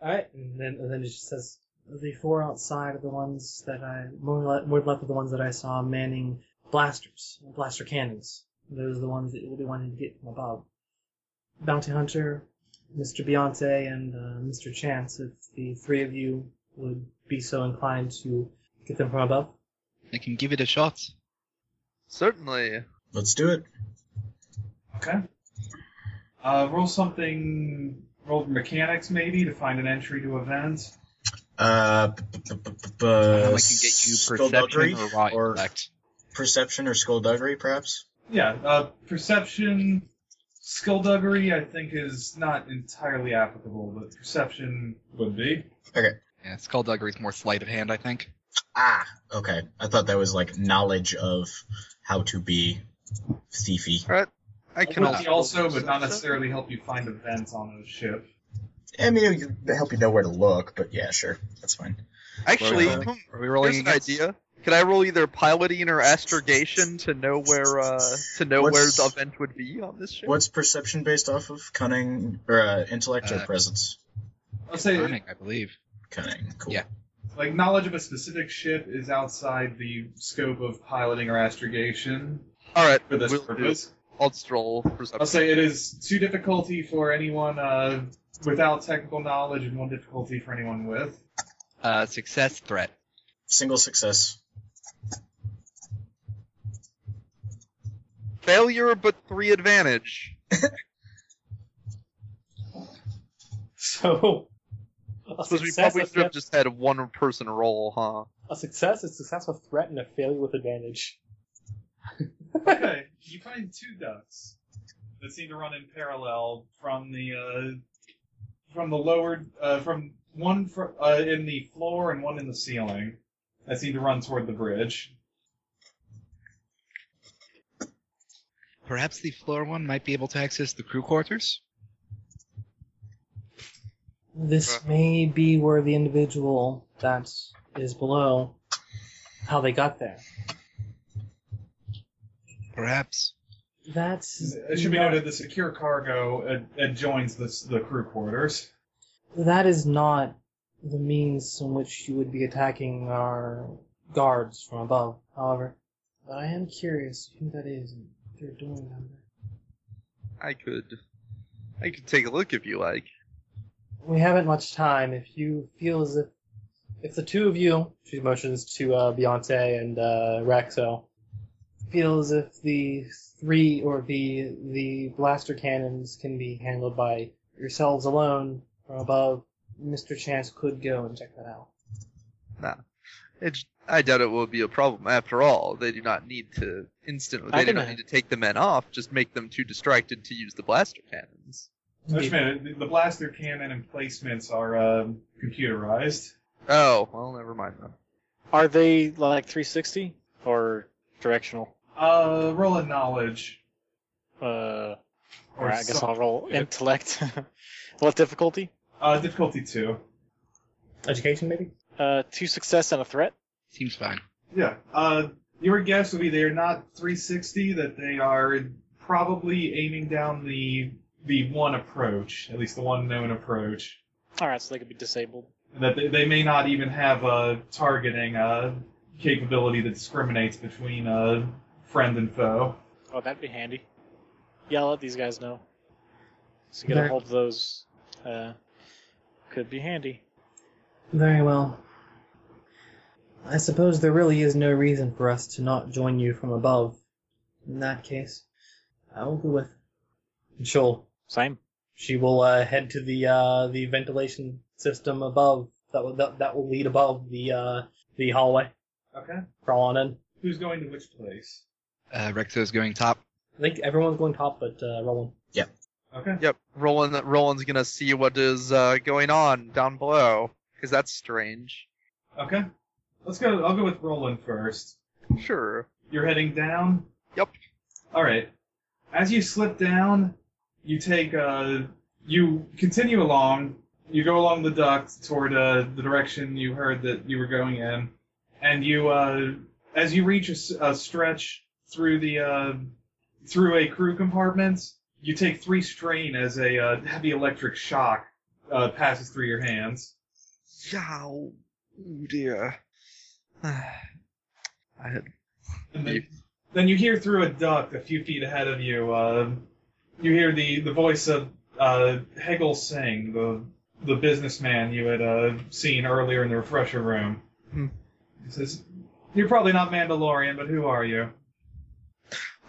S3: Alright, and then and then she says, The four outside are the ones that I, more, le- more left of the ones that I saw manning blasters, and blaster cannons. Those are the ones that you'll be wanting to get from above. Bounty Hunter, Mr. Beyonce, and uh, Mr. Chance, if the three of you would be so inclined to get them from above.
S5: I can give it a shot.
S4: Certainly.
S6: Let's do it.
S1: Okay. Uh, roll something. Roll mechanics maybe to find an entry to event.
S6: Uh, b- b- b- b- b-
S5: I can get you perception
S6: skullduggery
S5: or raw
S6: Uh, or
S5: intellect.
S6: perception or skullduggery, perhaps.
S1: Yeah. Uh, perception. Skullduggery, I think, is not entirely applicable, but perception would be.
S5: Yeah, skullduggery is more sleight of hand, I think.
S6: Ah, okay. I thought that was like knowledge of how to be thiefy.
S4: I
S1: It
S4: can
S1: would be
S4: also.
S1: also, but not necessarily help you find events on a ship.
S6: I mean, it would help you know where to look, but yeah, sure, that's fine.
S4: Actually,
S5: Rolling.
S4: hmm,
S5: Are we rolling
S4: here's an
S5: against-
S4: idea. Can I roll either piloting or astrogation to know where uh to know where
S6: What's-
S4: the event would be on this ship?
S6: What's perception based off of? Cunning or uh, intellect or
S5: Uh,
S6: presence?
S1: Let's say,
S5: Cunning, I believe.
S6: Cunning. Cool.
S5: yeah.
S1: like, knowledge of a specific ship is outside the scope of piloting or astrogation
S4: All right,
S1: for this
S4: we'll do-
S1: purpose.
S4: I'll just roll perception.
S1: I'll say it is two difficulty for anyone uh, without technical knowledge and one difficulty for anyone with.
S5: Uh, success threat.
S6: Single success.
S4: Failure, but three advantage.
S3: So, a
S4: Because we
S3: success,
S4: probably
S3: a,
S4: should have
S3: threat,
S4: just had one person roll, huh?
S3: a success, a successful threat, and a failure with advantage.
S1: okay, you find two ducts that seem to run in parallel from the uh, from the lower uh, from one fr- uh, in the floor and one in the ceiling that seem to run toward the bridge.
S5: Perhaps the floor one might be able to access the crew quarters.
S3: This may be where the individual that is below, how they got there.
S5: Perhaps.
S3: That's
S1: It should be
S3: not-
S1: noted the secure cargo ad- adjoins the s- the crew quarters.
S3: That is not the means in which you would be attacking our guards from above, however. But I am curious who that is and what they're doing down there.
S4: I could, I could take a look if you like.
S3: We haven't much time. If you feel as if if the two of you she motions to uh, Beyonce and uh, Raxo feel as if the three or the the blaster cannons can be handled by yourselves alone from above, Mr. Chance could go and check that out.
S4: It, I doubt it will be a problem. After all, they do not need to instantly.
S3: I
S4: They do
S3: dunno.
S4: not need to take the men off. Just make them too distracted to use the blaster cannons.
S1: Which meant the- the blaster cannon and placements are um computerized.
S4: Oh well, never mind then.
S7: Are they like 360 or directional?
S1: Uh, roll a knowledge.
S7: Uh,
S1: Or
S7: or I guess
S1: some-
S7: I'll roll
S1: yeah.
S7: intellect. [LAUGHS] what difficulty?
S1: uh, difficulty two.
S3: Education, maybe?
S7: Uh, two success and a threat.
S5: Seems fine.
S1: Yeah. Uh, your guess would be they are not 360. That they are probably aiming down the the one approach, at least the one known approach,
S7: All right, so they could be disabled.
S1: and that they, they may not even have a targeting uh, capability that discriminates between uh, friend and foe.
S7: Oh, that'd be handy. Yeah, I'll let these guys know. So get
S3: They're-
S7: a hold of those. Uh, could be handy.
S3: Very well. I suppose there really is no reason for us to not join you from above. In that case, I will go with. And she'll
S7: Same.
S3: she will uh, head to the uh, the ventilation system above that will that, that will lead above the uh, the hallway.
S1: Okay.
S3: Crawl on in.
S1: Who's going to which place?
S5: Uh, Rexo's going top.
S3: I think everyone's going top, but uh, Roland.
S1: Okay.
S4: Yep, Roland. Roland's gonna see what is uh, going on down below because that's strange.
S1: Okay. Let's go. I'll go with Roland first.
S4: Sure.
S1: You're heading down?
S4: Yep.
S1: Alright. As you slip down, you take, uh, you continue along, you go along the duct toward, uh, the direction you heard that you were going in, and you, uh, as you reach a, s- a stretch through the, uh, through a crew compartment, you take three strain as a, uh, heavy electric shock, uh, passes through your hands.
S4: Yow. Oh dear. I had
S1: And then, Then you hear through a duct a few feet ahead of you. Uh, you hear the, the voice of uh, Hegel Singh, the the businessman you had uh, seen earlier in the refresher room.
S4: Hmm.
S1: He says, "You're probably not Mandalorian, but who are you?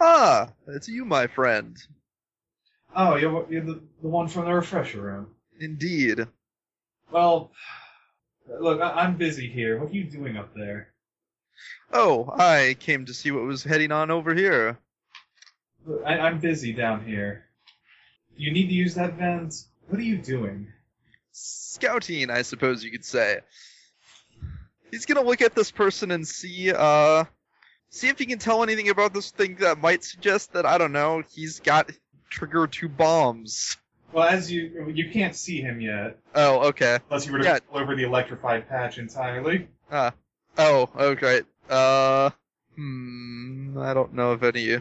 S4: Ah, it's you, my friend.
S1: Oh, you're, you're the, the one from the refresher room.
S4: Indeed.
S1: Well, look, I, I'm busy here. What are you doing up there?
S4: Oh, I came to see what was heading on over here.
S1: Look, I, I'm busy down here. Do you need to use that vent? What are you doing?"
S4: Scouting, I suppose you could say. He's gonna look at this person and see, uh, see if he can tell anything about this thing that might suggest that I don't know. He's got trigger two bombs.
S1: Well, as you you can't see him yet,
S4: Oh, okay.
S1: unless you were to
S4: Yeah.
S1: pull over the electrified patch entirely.
S4: Oh, oh, great. Uh, hmm, I don't know of any.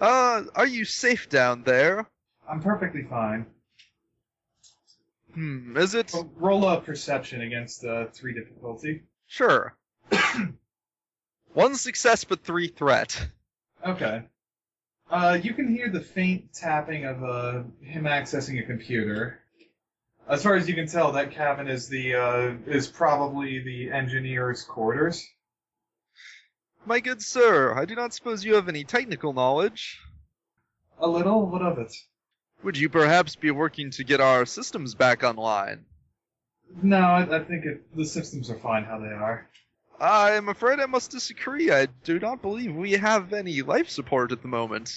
S4: Uh, are you safe down there?
S1: I'm perfectly fine.
S4: Hmm, is it?
S1: Well, roll a perception against uh, three difficulty.
S4: Sure. [COUGHS] One success but three threat.
S1: Okay. Uh, you can hear the faint tapping of uh, him accessing a computer. As far as you can tell, that cabin is the uh, is probably the engineer's quarters.
S4: My good sir, I do not suppose you have any technical knowledge.
S1: A little, what of it?
S4: Would you perhaps be working to get our systems back online?
S1: No, I, I think it, the systems are fine how they are.
S4: I am afraid I must disagree. I do not believe we have any life support at the moment.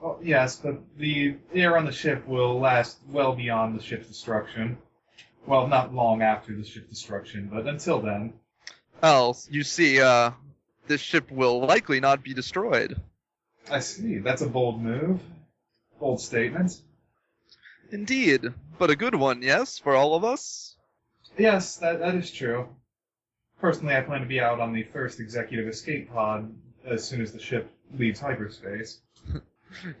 S1: Well, Oh, yes, but the air on the ship will last well beyond the ship's destruction. Well, not long after the ship destruction, but until then.
S4: Else, you see, uh, this ship will likely not be destroyed.
S1: I see. That's a bold move. Bold statement.
S4: Indeed, but a good one, yes, for all of us.
S1: Yes, that, that is true. Personally, I plan to be out on the first executive escape pod as soon as the ship leaves hyperspace.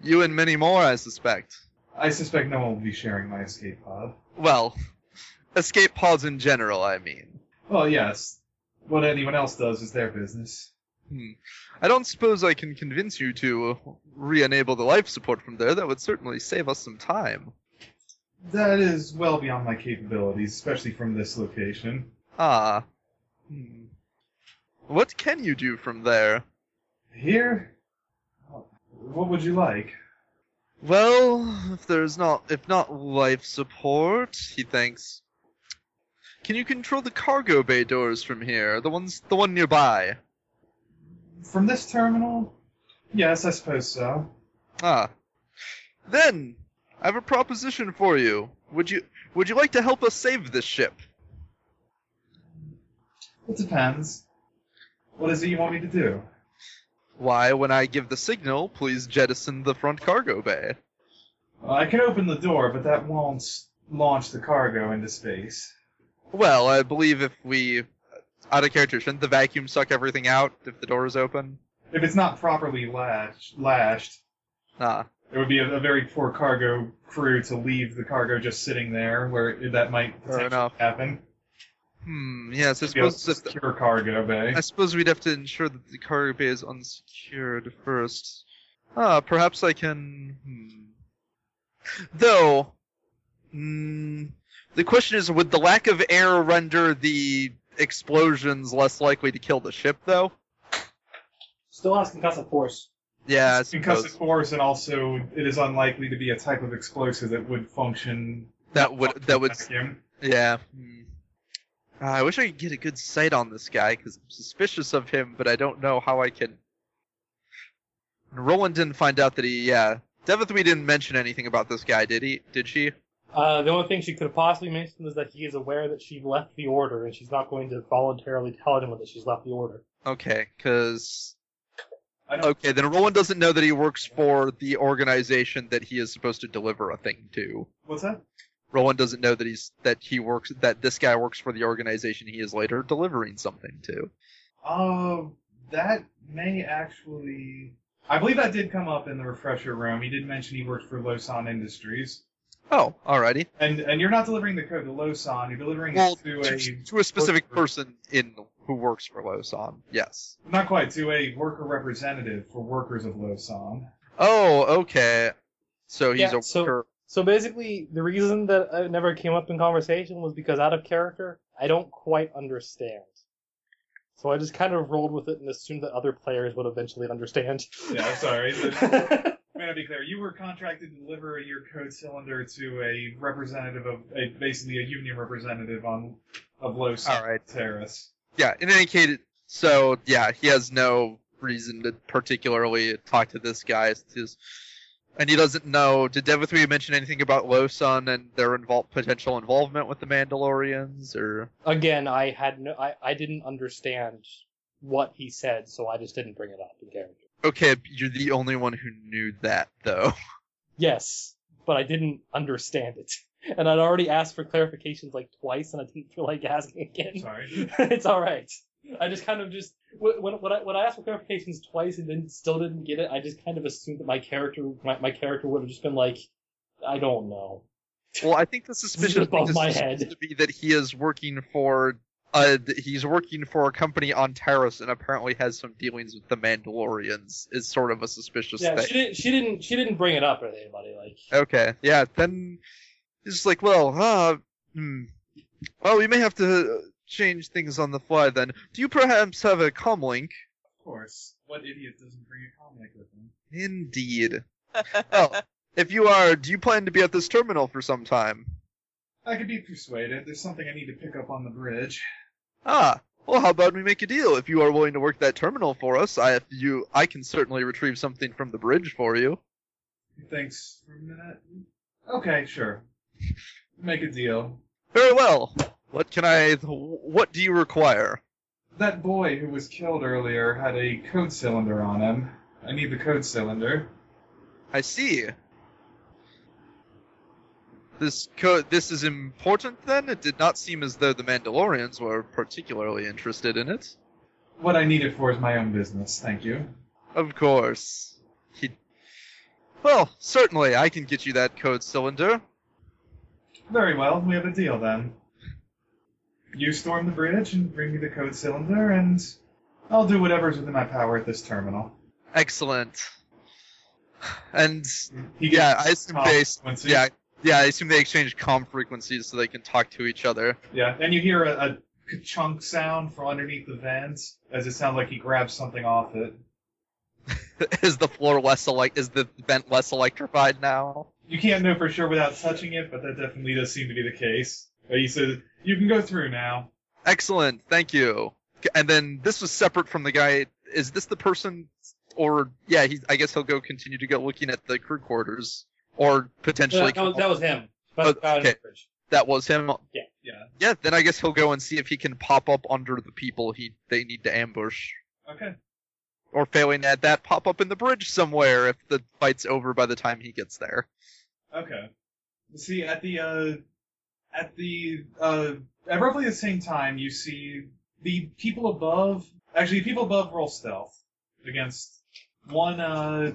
S4: You and many more, I suspect.
S1: I suspect no one will be sharing my escape pod.
S4: Well, [LAUGHS] escape pods in general, I mean.
S1: Well, yes. What anyone else does is their business.
S4: Hmm. I don't suppose I can convince you to re enable the life support from there. That would certainly save us some time.
S1: That is well beyond my capabilities, especially from this location.
S4: Ah. Hmm. What can you do from there?
S1: Here? What would you like?
S4: Well, if there's not if not life support, he thinks. Can you control the cargo bay doors from here? The ones the one nearby.
S1: From this terminal? Yes, I suppose so.
S4: Ah. Then I have a proposition for you. Would you would you like to help us save this ship?
S1: It depends. What is it you want me to do?
S4: Why, when I give the signal, please jettison the front cargo bay.
S1: Well, I can open the door, but that won't launch the cargo into space.
S4: Well, I believe if we out of character, shouldn't the vacuum suck everything out if the door is open?
S1: If it's not properly lashed, lashed
S4: Ah.
S1: it would be a, a very poor cargo crew to leave the cargo just sitting there, where it, that might
S4: Fair
S1: potentially
S4: enough.
S1: happen.
S4: Hmm, yes, I
S1: Be able to
S4: suppose if the-
S1: secure cargo bay.
S4: I suppose we'd have to ensure that the cargo bay is unsecured first. Ah, perhaps I can. Hmm. Though, mm, the question is, would the lack of air render the explosions less likely to kill the ship, though?
S3: Still has concussive force.
S4: Yeah, I
S1: Concussive
S4: suppose
S1: force, and also it is unlikely to be a type of explosive that would function.
S4: that would
S1: [LAUGHS]
S4: that would
S1: Vacuum.
S4: yeah. Hmm. Ah, I wish I could get a good sight on this guy because I'm suspicious of him, but I don't know how I can. Roland didn't find out that he. Yeah, Devithwe didn't mention anything about this guy, did he? Did she?
S3: Uh, the only thing she could have possibly mentioned is that he is aware that she left the order, and she's not going to voluntarily tell anyone that she's left the order.
S4: Okay, because
S1: I don't
S4: okay, then Roland doesn't know that he works for the organization that he is supposed to deliver a thing to.
S1: What's that?
S4: Roland doesn't know that he's that he works that this guy works for the organization he is later delivering something to.
S1: Uh, that may actually. I believe that did come up in the refresher room. He did mention he worked for Losan Industries,
S4: Oh, alrighty.
S1: and and you're not delivering the code to Losan. You're delivering
S4: Well,
S1: it to
S4: To,
S1: a
S4: to a specific
S1: worker.
S4: person in who works for Losan. Yes.
S1: Not quite, to a worker representative for workers of Losan.
S4: Oh, okay. So he's
S3: Yeah,
S4: a
S3: so-
S4: worker.
S3: So basically, the reason that I never came up in conversation was because out of character, I don't quite understand. So I just kind of rolled with it and assumed that other players would eventually understand.
S1: Yeah, I'm
S4: [LAUGHS]
S1: sorry. May I be clear? You were contracted to deliver your code cylinder to a representative of, a, basically a union representative on of Losan
S4: All right.
S1: Terrace.
S4: Yeah. In any case, so yeah, he has no reason to particularly talk to this guy. It's his- and he doesn't know. Did Devathri mention anything about Losan and their invol- potential involvement with the Mandalorians, or?
S3: Again, I had no, I, I didn't understand what he said, so I just didn't bring it up in character.
S4: Okay, you're the only one who knew that, though.
S3: Yes, but I didn't understand it. [LAUGHS] And I'd already asked for clarifications like twice, and I didn't feel like asking again. [LAUGHS]
S1: Sorry.
S3: it's all right. I just kind of just when when when I, when I asked for clarifications twice and then still didn't get it, I just kind of assumed that my character my, my character would have just been like, I don't know.
S4: Well, I think the suspicion
S3: above
S4: thing is
S3: my
S4: supposed
S3: head.
S4: to be that he is working for uh th- he's working for a company on Terrace and apparently has some dealings with the Mandalorians is sort of a suspicious
S3: Yeah,
S4: thing.
S3: she didn't she didn't she didn't bring it up with anybody. Like,
S4: Okay, yeah, then it's just like, well, huh, hmm. Well, we may have to uh, change things on the fly then. Do you perhaps have a comlink?
S1: Of course. What idiot doesn't bring a comic with them?
S4: Indeed. oh, if you are, do you plan to be at this terminal for some time?
S1: I could be persuaded. There's something I need to pick up on the bridge.
S4: Ah, well, how about we make a deal? If you are willing to work that terminal for us, I if you, I can certainly retrieve something from the bridge for you.
S1: Thanks for a minute. Okay, sure. Make a deal.
S4: Very well. What can I? What do you require?
S1: That boy who was killed earlier had a code cylinder on him. I need the code cylinder.
S4: I see. This co- this is important then. It did not seem as though the Mandalorians were particularly interested in it.
S1: What I need it for is my own business, thank you.
S4: Of course. He. Well, certainly, I can get you that code cylinder.
S1: Very well, we have a deal then. You storm the bridge and bring me the code cylinder, and I'll do whatever's within my power at this terminal.
S4: Excellent. And
S1: He
S4: Yeah,
S1: gets
S4: I assume
S1: calm
S4: they-
S1: frequencies.
S4: yeah, yeah, I assume they exchange comm frequencies so they can talk to each other. [LAUGHS]
S1: Yeah, and you hear a, a chunk sound from underneath the vents as it sounds like he grabs something off it.
S4: is the floor less elect? Is the vent less electrified now?
S1: You can't know for sure without touching it, but that definitely does seem to be the case. Uh, He says, You can go through now.
S4: Excellent, thank you. C- And then this was separate from the guy. Is this the person, or yeah? He, I guess he'll go continue to go looking at the crew quarters, or potentially
S3: that, that was, that was him. But uh,
S4: Oh,
S3: about
S4: okay.
S3: the bridge.
S4: that was him.
S1: Yeah.
S4: Yeah, then I guess he'll go and see if he can pop up under the people he they need to ambush,
S1: Okay.
S4: or failing at that, pop up in the bridge somewhere if the fight's over by the time he gets there.
S1: Okay. See at the uh, at the uh, at roughly the same time, you see the people above. Actually, people above roll stealth against one uh,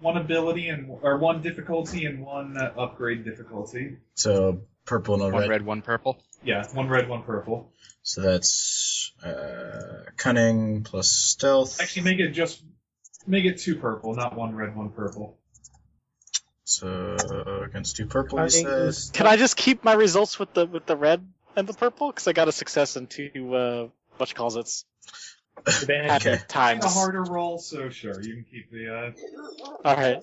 S1: one ability and or one difficulty and one uh, upgrade difficulty.
S6: So purple and a
S5: One
S6: red.
S5: red, one purple.
S1: Yeah, one red, one purple.
S6: So that's uh, cunning plus stealth.
S1: Actually, make it just make it two purple, not one red, one purple.
S6: So against two purple, you
S3: I think
S6: said.
S3: this-
S7: Can I just keep my results with the with the red and the purple? Because I got a success in two uh, what you calls it's
S3: advantage.
S7: happy
S6: Okay.
S1: And a
S7: times.
S1: harder roll, so sure you can keep the. uh,
S7: All right.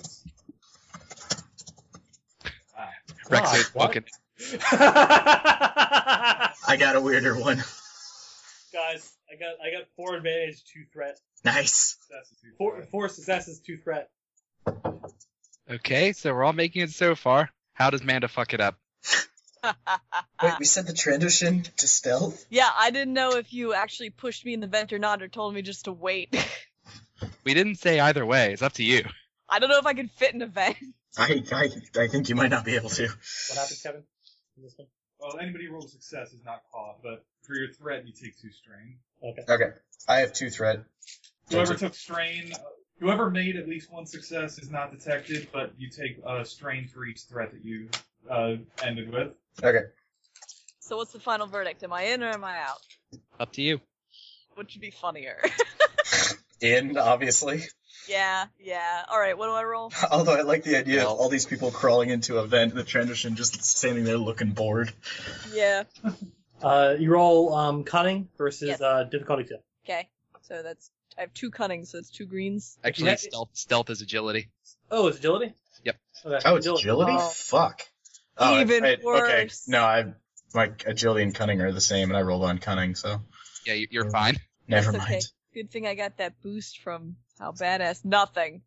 S5: Rex
S3: Ah,
S5: is
S3: what?
S1: [LAUGHS]
S5: fucking-
S3: Guys,
S6: I got a weirder one. [LAUGHS]
S3: I got I got four advantage, two threat,
S6: nice.
S1: Uh, successes you
S3: four four successes, two threat.
S5: Okay, so we're all making it so far. How does Manda fuck it up?
S6: Wait, we said the transition to stealth.
S2: yeah, I didn't know if you actually pushed me in the vent or not, or told me just to wait. [LAUGHS]
S5: We didn't say either way. It's up to you.
S2: I don't know if I could fit in a vent. [LAUGHS]
S6: I, I I think you might not be able to.
S3: What happened, Kevin? In this one?
S1: Well, anybody who rolls success is not caught, but for your threat, you take two strain.
S3: Okay.
S6: Okay, I have two threat.
S1: Whoever took strain, uh, whoever made at least one success is not detected, but you take uh, strain for each threat that you uh, ended with.
S6: Okay.
S2: So what's the final verdict? Am I in or am I out?
S5: Up to you.
S2: Which would be funnier? [LAUGHS]
S6: In, obviously. [LAUGHS]
S2: yeah, yeah. All right, what do I roll?
S6: Although I like the idea of all these people crawling into a vent, the transition just standing there looking bored.
S2: Yeah.
S3: Uh, you roll um, cunning versus
S2: Yes.
S3: uh, difficulty check.
S2: Okay. So that's I have two cunning, so it's two greens.
S5: Actually,
S3: Yeah.
S5: stealth, stealth is agility.
S3: Oh, it's agility.
S5: Yep.
S3: Okay,
S6: Oh, it's agility?
S2: Oh.
S6: Fuck.
S2: Even
S6: Oh, Okay.
S2: worse.
S6: No, I my agility and cunning are the same, and I rolled on cunning, so
S5: Yeah, you- you're fine.
S6: never
S2: That's okay.
S6: mind.
S2: Good thing I got that boost from how badass. Nothing.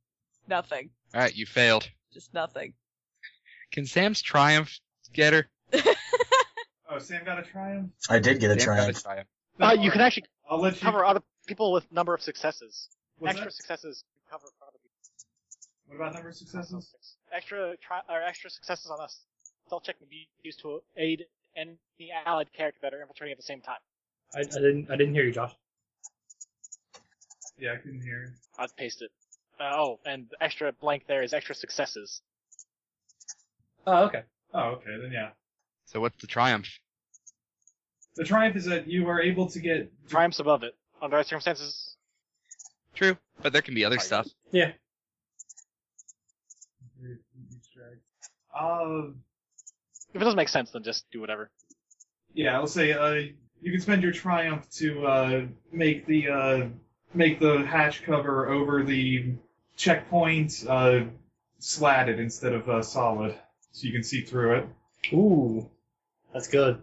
S2: Nothing.
S5: All right, you failed.
S2: Just nothing.
S5: Can Sam's triumph get her?
S1: Oh, Sam got a triumph.
S6: I did get a
S5: Sam got
S6: triumph.
S5: triumph.
S7: Uh, you can actually
S1: I'll let you.
S7: cover other people with number of successes.
S1: what's
S7: extra
S1: that?
S7: successes to cover for other people.
S1: What about number of successes?
S7: Extra tri- or extra successes on us. Stealth check can be used to aid any allied character that are infiltrating at the same time.
S3: I, I didn't. I didn't hear you, Josh.
S1: Yeah, I couldn't hear.
S7: I've pasted. Uh, oh, and the extra blank there is extra successes.
S3: Oh, okay.
S1: Oh, okay, then yeah.
S5: So what's the triumph?
S1: The triumph is that you are able to get.
S7: Triumphs above it. Under other circumstances,
S5: True, but there can be other stuff.
S1: Uh,
S7: if it doesn't make sense, then just do whatever.
S1: yeah, I'll say uh, you can spend your triumph to uh, make the uh, make the hatch cover over the checkpoint uh, slatted instead of uh, solid, so you can see through it.
S3: Ooh, that's good.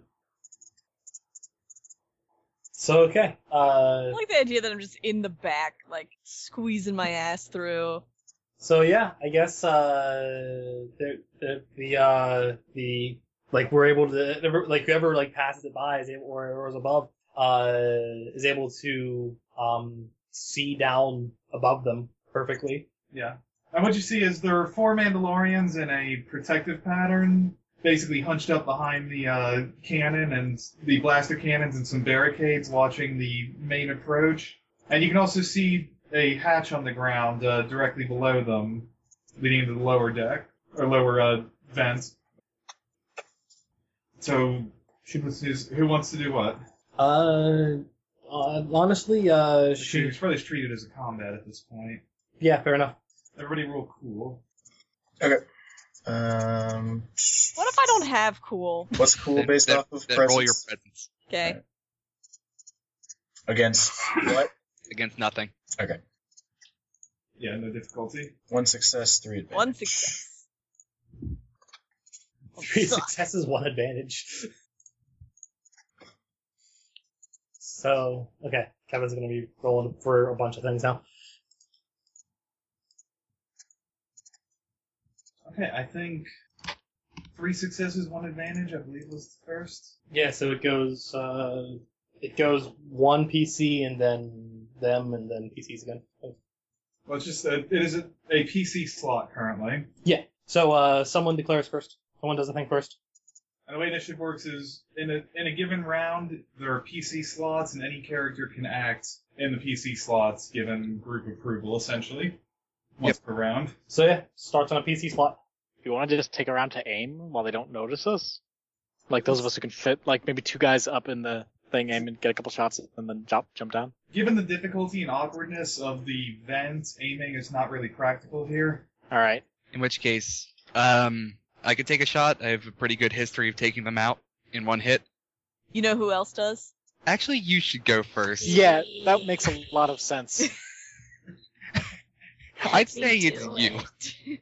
S3: So okay. Uh,
S2: I like the idea that I'm just in the back, like squeezing my ass through.
S3: so yeah, I guess uh, the the the, uh, the like we're able to like whoever like passes it by is able, or, or is above uh, is able to um, see down above them perfectly.
S1: Yeah. And what you see is there are four Mandalorians in a protective pattern, basically hunched up behind the uh, cannon and the blaster cannons and some barricades, watching the main approach. And you can also see a hatch on the ground uh, directly below them, leading to the lower deck or lower uh, vents. So, she wants to, who wants to do what?
S3: Uh, uh honestly, uh, she
S1: She's probably treated as a combat at this point.
S3: yeah, fair enough.
S1: Everybody roll cool.
S6: Um,
S2: What if I don't have cool?
S6: [LAUGHS] what's cool
S5: Then-
S6: based
S5: then-
S6: off of
S5: then
S6: presence
S5: roll your presence
S2: Okay.
S6: against what?
S5: against nothing.
S1: Yeah, no difficulty.
S6: One success, three advantage.
S2: One success.
S3: Three successes, [LAUGHS] one advantage. So, okay, Kevin's gonna be rolling for a bunch of things now.
S1: Okay, I think three successes, one advantage, I believe was the first.
S3: Yeah, so it goes, uh, it goes one PC and then them and then PCs again.
S1: Well, it's just, uh, it is a, a PC slot currently.
S3: Yeah, so, uh, someone declares first. Someone does the thing first.
S1: And the way initiative works is in a, in a given round, there are PC slots, and any character can act in the PC slots given group approval, essentially, once per round.
S3: So yeah, starts on a PC slot.
S7: If you want to just take around to aim while they don't notice us, like those of us who can fit, like maybe two guys up in the thing, aim and get a couple shots, and then jump, jump down.
S1: Given the difficulty and awkwardness of the vent, aiming is not really practical here.
S7: All right.
S5: In which case, um, I could take a shot. I have a pretty good history of taking them out in one hit.
S2: You know who else does?
S5: Actually, you should go first.
S7: Yeah, that makes a lot of sense.
S5: I'd say it's you.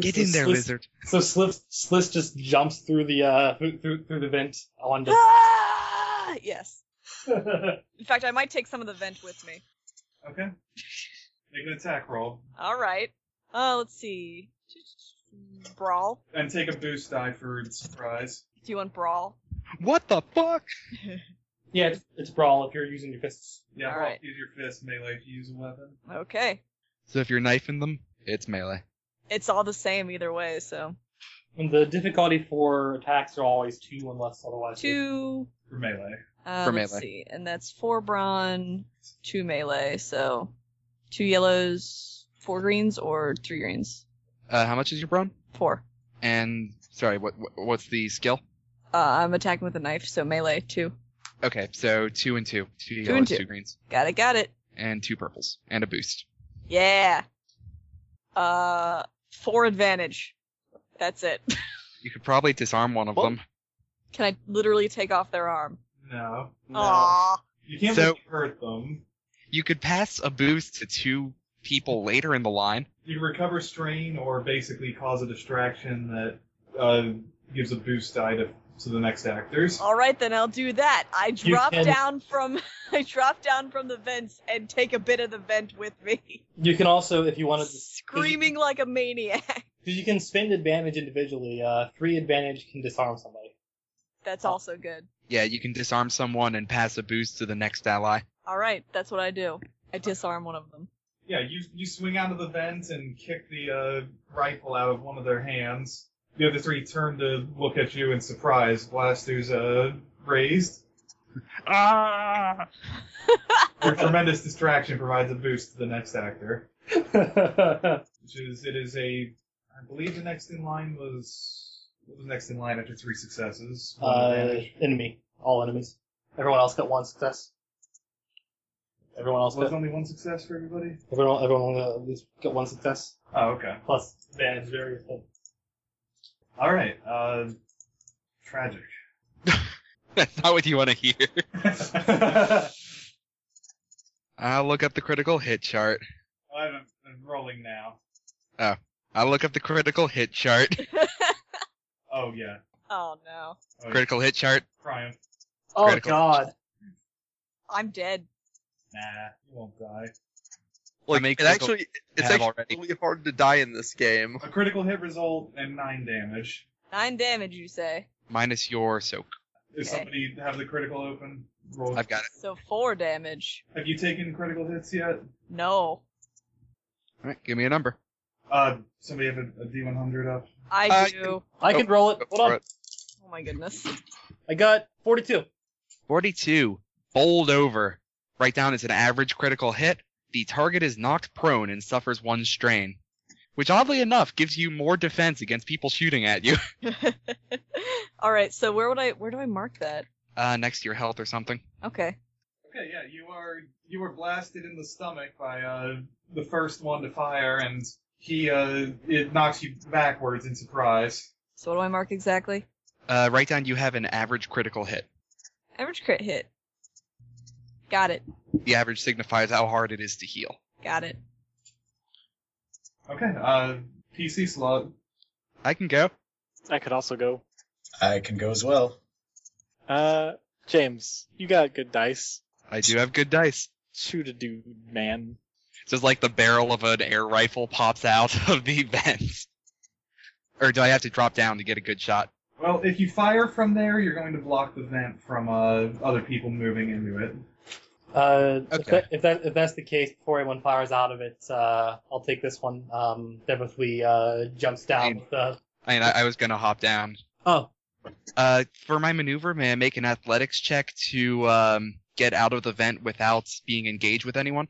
S5: Get in there,
S3: Sliss-
S5: lizard.
S3: So Sliss, Sliss just jumps through the, uh, through, through, through the vent onto.
S2: [LAUGHS]
S3: [LAUGHS]
S2: Ah! Yes. In fact, I might take some of the vent with me.
S1: Okay? Make an attack roll.
S2: All right. Uh, let's see. Brawl.
S1: And take a boost die for surprise.
S2: Do you want brawl?
S5: What the fuck?
S3: yeah, it's, it's brawl if you're using your fists.
S1: Yeah,
S2: All
S1: well,
S2: right.
S1: use your fist, melee if you use a weapon.
S2: Okay.
S5: So if you're knifing them, it's melee.
S2: It's all the same either way. So
S3: And the difficulty for attacks are always two unless otherwise.
S2: two.
S1: For melee.
S2: Uh,
S5: For
S2: let's
S5: melee.
S2: see. And that's four brawn, two melee. So two yellows, four greens, or three greens.
S5: Uh, how much is your brawn?
S2: Four.
S5: And sorry, what, what what's the skill?
S2: Uh, I'm attacking with a knife, so melee two.
S5: Okay, so two and two. Two yellows,
S2: and two.
S5: two greens,
S2: Got it, got it.
S5: and two purples, and a boost.
S2: Yeah. Uh, four advantage. That's it. [LAUGHS]
S5: You could probably disarm one of
S7: Well,
S5: them.
S2: Can I literally take off their arm?
S1: No.
S2: Aww.
S1: You can't
S5: So-
S1: really hurt them.
S5: You could pass a boost to two people later in the line.
S1: You can recover strain or basically cause a distraction that uh, gives a boost die to, to the next actors.
S2: All right, then I'll do that. I
S3: You
S2: drop
S3: can-
S2: down from [LAUGHS] I drop down from the vents and take a bit of the vent with me,
S3: You can also, if you wanted to,
S2: screaming like a maniac. [LAUGHS]
S3: because you can spend advantage individually. Uh, three advantage can disarm [LAUGHS] somebody.
S2: That's
S3: Oh.
S2: also good.
S5: Yeah, you can disarm someone and pass a boost to the next ally. [LAUGHS]
S2: All right, that's what I do. I disarm one of them.
S1: Yeah, you you swing out of the vent and kick the uh, rifle out of one of their hands. The other three turn to look at you in surprise. Blaster's uh, raised.
S5: Ah!
S1: Your tremendous distraction provides a boost to the next actor, which is it is a I believe the next in line was what was next in line after three successes. One
S3: uh,
S1: advantage.
S3: enemy, all enemies. Everyone else got one success. Everyone else
S1: Was it
S3: got
S1: only one success for everybody?
S3: everyone. Everyone got, at least got one success
S1: Oh, okay.
S3: plus advantage. Very good.
S1: All right. Uh, tragic. [LAUGHS] Oh,
S5: That's not what you want to hear.
S1: I'm,
S5: I'll look up the critical hit chart.
S1: I'm rolling now.
S5: I'll look up the critical hit chart.
S1: Oh yeah.
S2: Oh no,
S1: Oh, yeah.
S5: Critical hit chart.
S1: Triumph.
S3: Oh
S5: Critical.
S3: God!
S2: I'm dead.
S1: Nah, you won't die.
S5: Like,
S4: Like,
S5: make
S4: it
S5: critical-
S4: actually, it's
S5: have
S4: actually
S5: already.
S4: really hard to die in this game.
S1: A critical hit result and nine damage.
S2: Nine damage, you say?
S5: minus your soak.
S1: Does
S2: Okay.
S1: somebody have the critical open? Roll.
S5: I've got it.
S2: So four damage.
S1: Have you taken critical hits yet?
S2: No,
S5: All right, give me a number.
S1: Uh, somebody have a, a D100 up?
S2: I
S4: I
S2: do.
S3: I can roll it.
S4: Go
S3: Hold
S4: for
S3: on.
S4: it.
S2: Oh my goodness. [LAUGHS]
S3: I got forty-two.
S5: 42. Bowled over. Right down is an average critical hit. The target is knocked prone and suffers one strain, which oddly enough gives you more defense against people shooting at you. [LAUGHS]
S2: All right, so where would I? Where do I mark that?
S5: Uh, next to your health or something.
S2: Okay.
S1: Okay, yeah, you are you were blasted in the stomach by uh the first one to fire, and he uh it knocks you backwards in surprise.
S2: So what do I mark exactly?
S5: Uh, right down you have an average critical hit.
S2: Average crit hit. Got it.
S5: The average signifies how hard it is to heal.
S2: Got it.
S1: Okay, uh, PC slot.
S5: I can go.
S7: I could also go.
S6: I can go as well.
S7: Uh, James, you got good dice.
S5: I do have good dice.
S7: Shoot a dude, man.
S5: It's Just like the barrel of an air rifle pops out [LAUGHS] of the vents. Or do I have to drop down to get a good shot?
S1: Well, if you fire from there, you're going to block the vent from uh other people moving into it.
S3: Uh, if,
S5: Okay.
S3: that, if that if that's the case, before anyone fires out of it, uh, I'll take this one. Um, Devothui uh, jumps down.
S5: Hey.
S3: With the,
S5: I mean, I, I was gonna hop down.
S3: oh,
S5: Uh, for my maneuver, may I make an athletics check to um, get out of the vent without being engaged with anyone?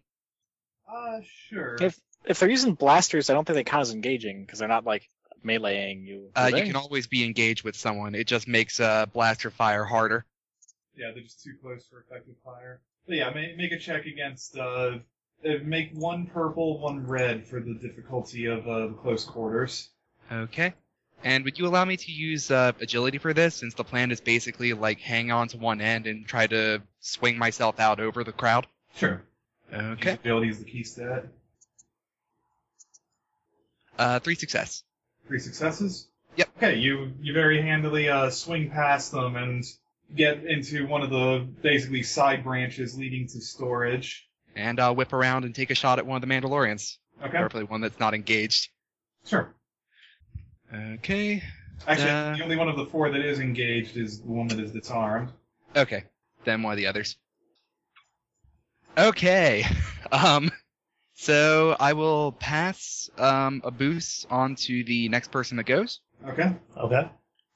S1: Uh, sure.
S7: If if they're using blasters, I don't think they count as engaging because they're not like meleeing you.
S5: Uh,
S7: are
S5: you
S7: they?
S5: can always be engaged with someone. It just makes uh, blaster fire harder.
S1: Yeah, they're just too close for effective fire. But yeah, make, make a check against. Uh, uh, make one purple, one red for the difficulty of uh, the close quarters.
S5: Okay. And would you allow me to use uh, agility for this, since the plan is basically like hang on to one end and try to swing myself out over the crowd?
S1: Sure.
S5: Okay.
S1: Agility is the key stat.
S5: Uh, three success.
S1: Three successes.
S5: Yep.
S1: Okay, you you very handily uh, swing past them and get into one of the basically side branches leading to storage.
S5: And I'll whip around and take a shot at one of the Mandalorians.
S1: Okay.
S5: Hopefully, one that's not engaged.
S1: Sure.
S5: Okay.
S1: Actually,
S5: Uh,
S1: the only one of the four that is engaged is the one that is disarmed.
S5: Okay. Then one of the others. Okay. [LAUGHS] Um so I will pass um a boost on to the next person that goes.
S1: Okay.
S3: okay.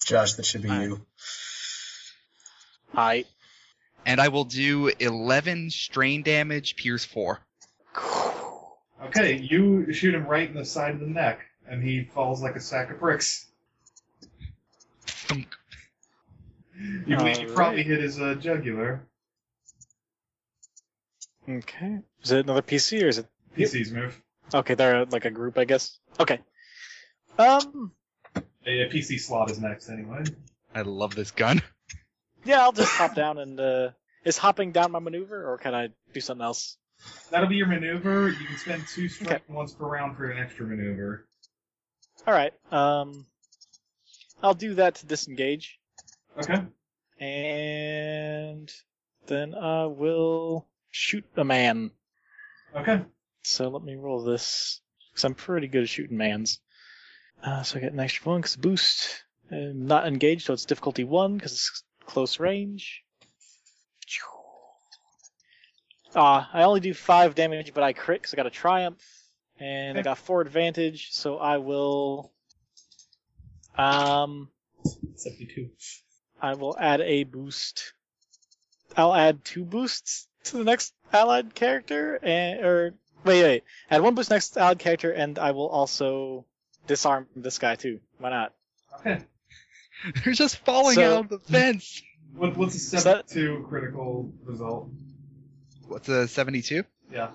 S6: Josh, that should be
S5: Alright.
S6: you.
S7: I
S5: And I will do eleven strain damage, pierce four. [LAUGHS]
S1: Okay, you shoot him right in the side of the neck, and he falls like a sack of bricks.
S5: Thunk.
S1: You believe you
S7: Alright.
S1: probably hit his uh, jugular.
S7: Okay. Is it another PC or is it?
S1: PC's move.
S7: Okay, they're like a group, I guess. Okay. Um.
S1: A, a PC slot is next anyway.
S5: I love this gun. [LAUGHS]
S7: Yeah, I'll just hop down and uh, is hopping down my maneuver, or can I do something else?
S1: That'll be your maneuver. You can spend two strike
S7: Okay.
S1: once per round for an extra maneuver.
S7: All right. Um. I'll do that to disengage,
S1: Okay.
S7: and then I will shoot a man.
S1: Okay.
S7: So let me roll this. Because I'm pretty good at shooting mans. Uh, so I get an extra one because boost. I'm not engaged, so it's difficulty one because it's close range. Ah, I only do five damage, but I crit because I got a triumph. And I
S1: Okay.
S7: got four advantage, so I will. Um,
S3: 72.
S7: I will add a boost. I'll add two boosts to the next allied character, and or wait, wait, add one boost next allied character, and I will also disarm this guy too. Why not?
S1: Okay.
S5: They're just falling
S7: So-
S5: out of the fence.
S1: What, what's a
S7: that-
S1: 72 critical result?
S5: What's a 72?
S1: Yeah.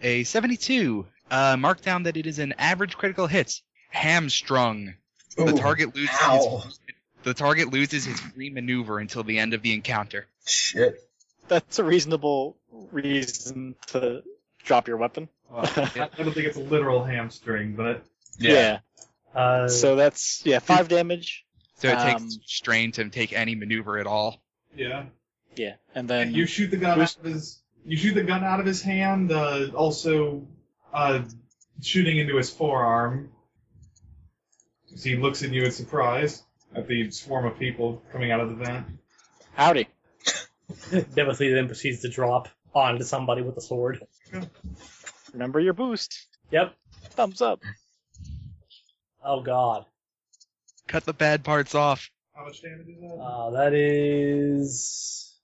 S5: A 72. Uh, mark down that it is an average critical hit. Hamstrung. the
S6: Ooh,
S5: target loses.
S6: ow.
S5: His, the target loses his free maneuver until the end of the encounter.
S6: Shit.
S7: That's a reasonable reason to drop your weapon.
S1: Well, I I don't think it's a literal hamstring, but
S3: Uh,
S7: So that's yeah, five damage.
S5: So it
S7: Um,
S5: takes strain to take any maneuver at all.
S1: yeah.
S7: Yeah, and then
S1: you shoot the gun out
S7: Who's-
S1: of his. You shoot the gun out of his hand. Uh, also, uh, shooting into his forearm. As he looks at you in surprise at the swarm of people coming out of the vent.
S7: howdy.
S3: Devotee [LAUGHS] then proceeds to drop onto somebody with a sword.
S7: Remember your boost.
S3: Yep.
S7: Thumbs up.
S3: Oh god.
S5: Cut the bad parts off.
S1: How much damage is that?
S3: Uh, that is.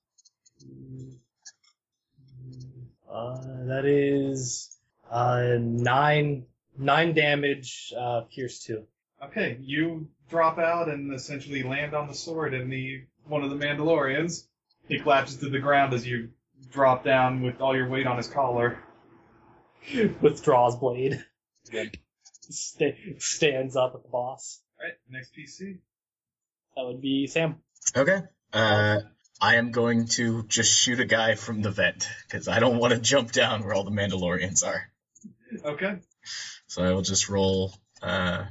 S3: Uh, that is uh, nine nine damage. Uh, pierce two. [LAUGHS]
S1: Okay, you drop out and essentially land on the sword in the one of the Mandalorians. He collapses to the ground as you drop down with all your weight on his collar.
S3: Withdraws blade. Sta stands up at the boss.
S1: All right, next PC.
S3: That would be Sam.
S6: Okay. Uh, I am going to just shoot a guy from the vent because I don't want to jump down where all the Mandalorians are.
S1: Okay,
S6: So I will just roll uh,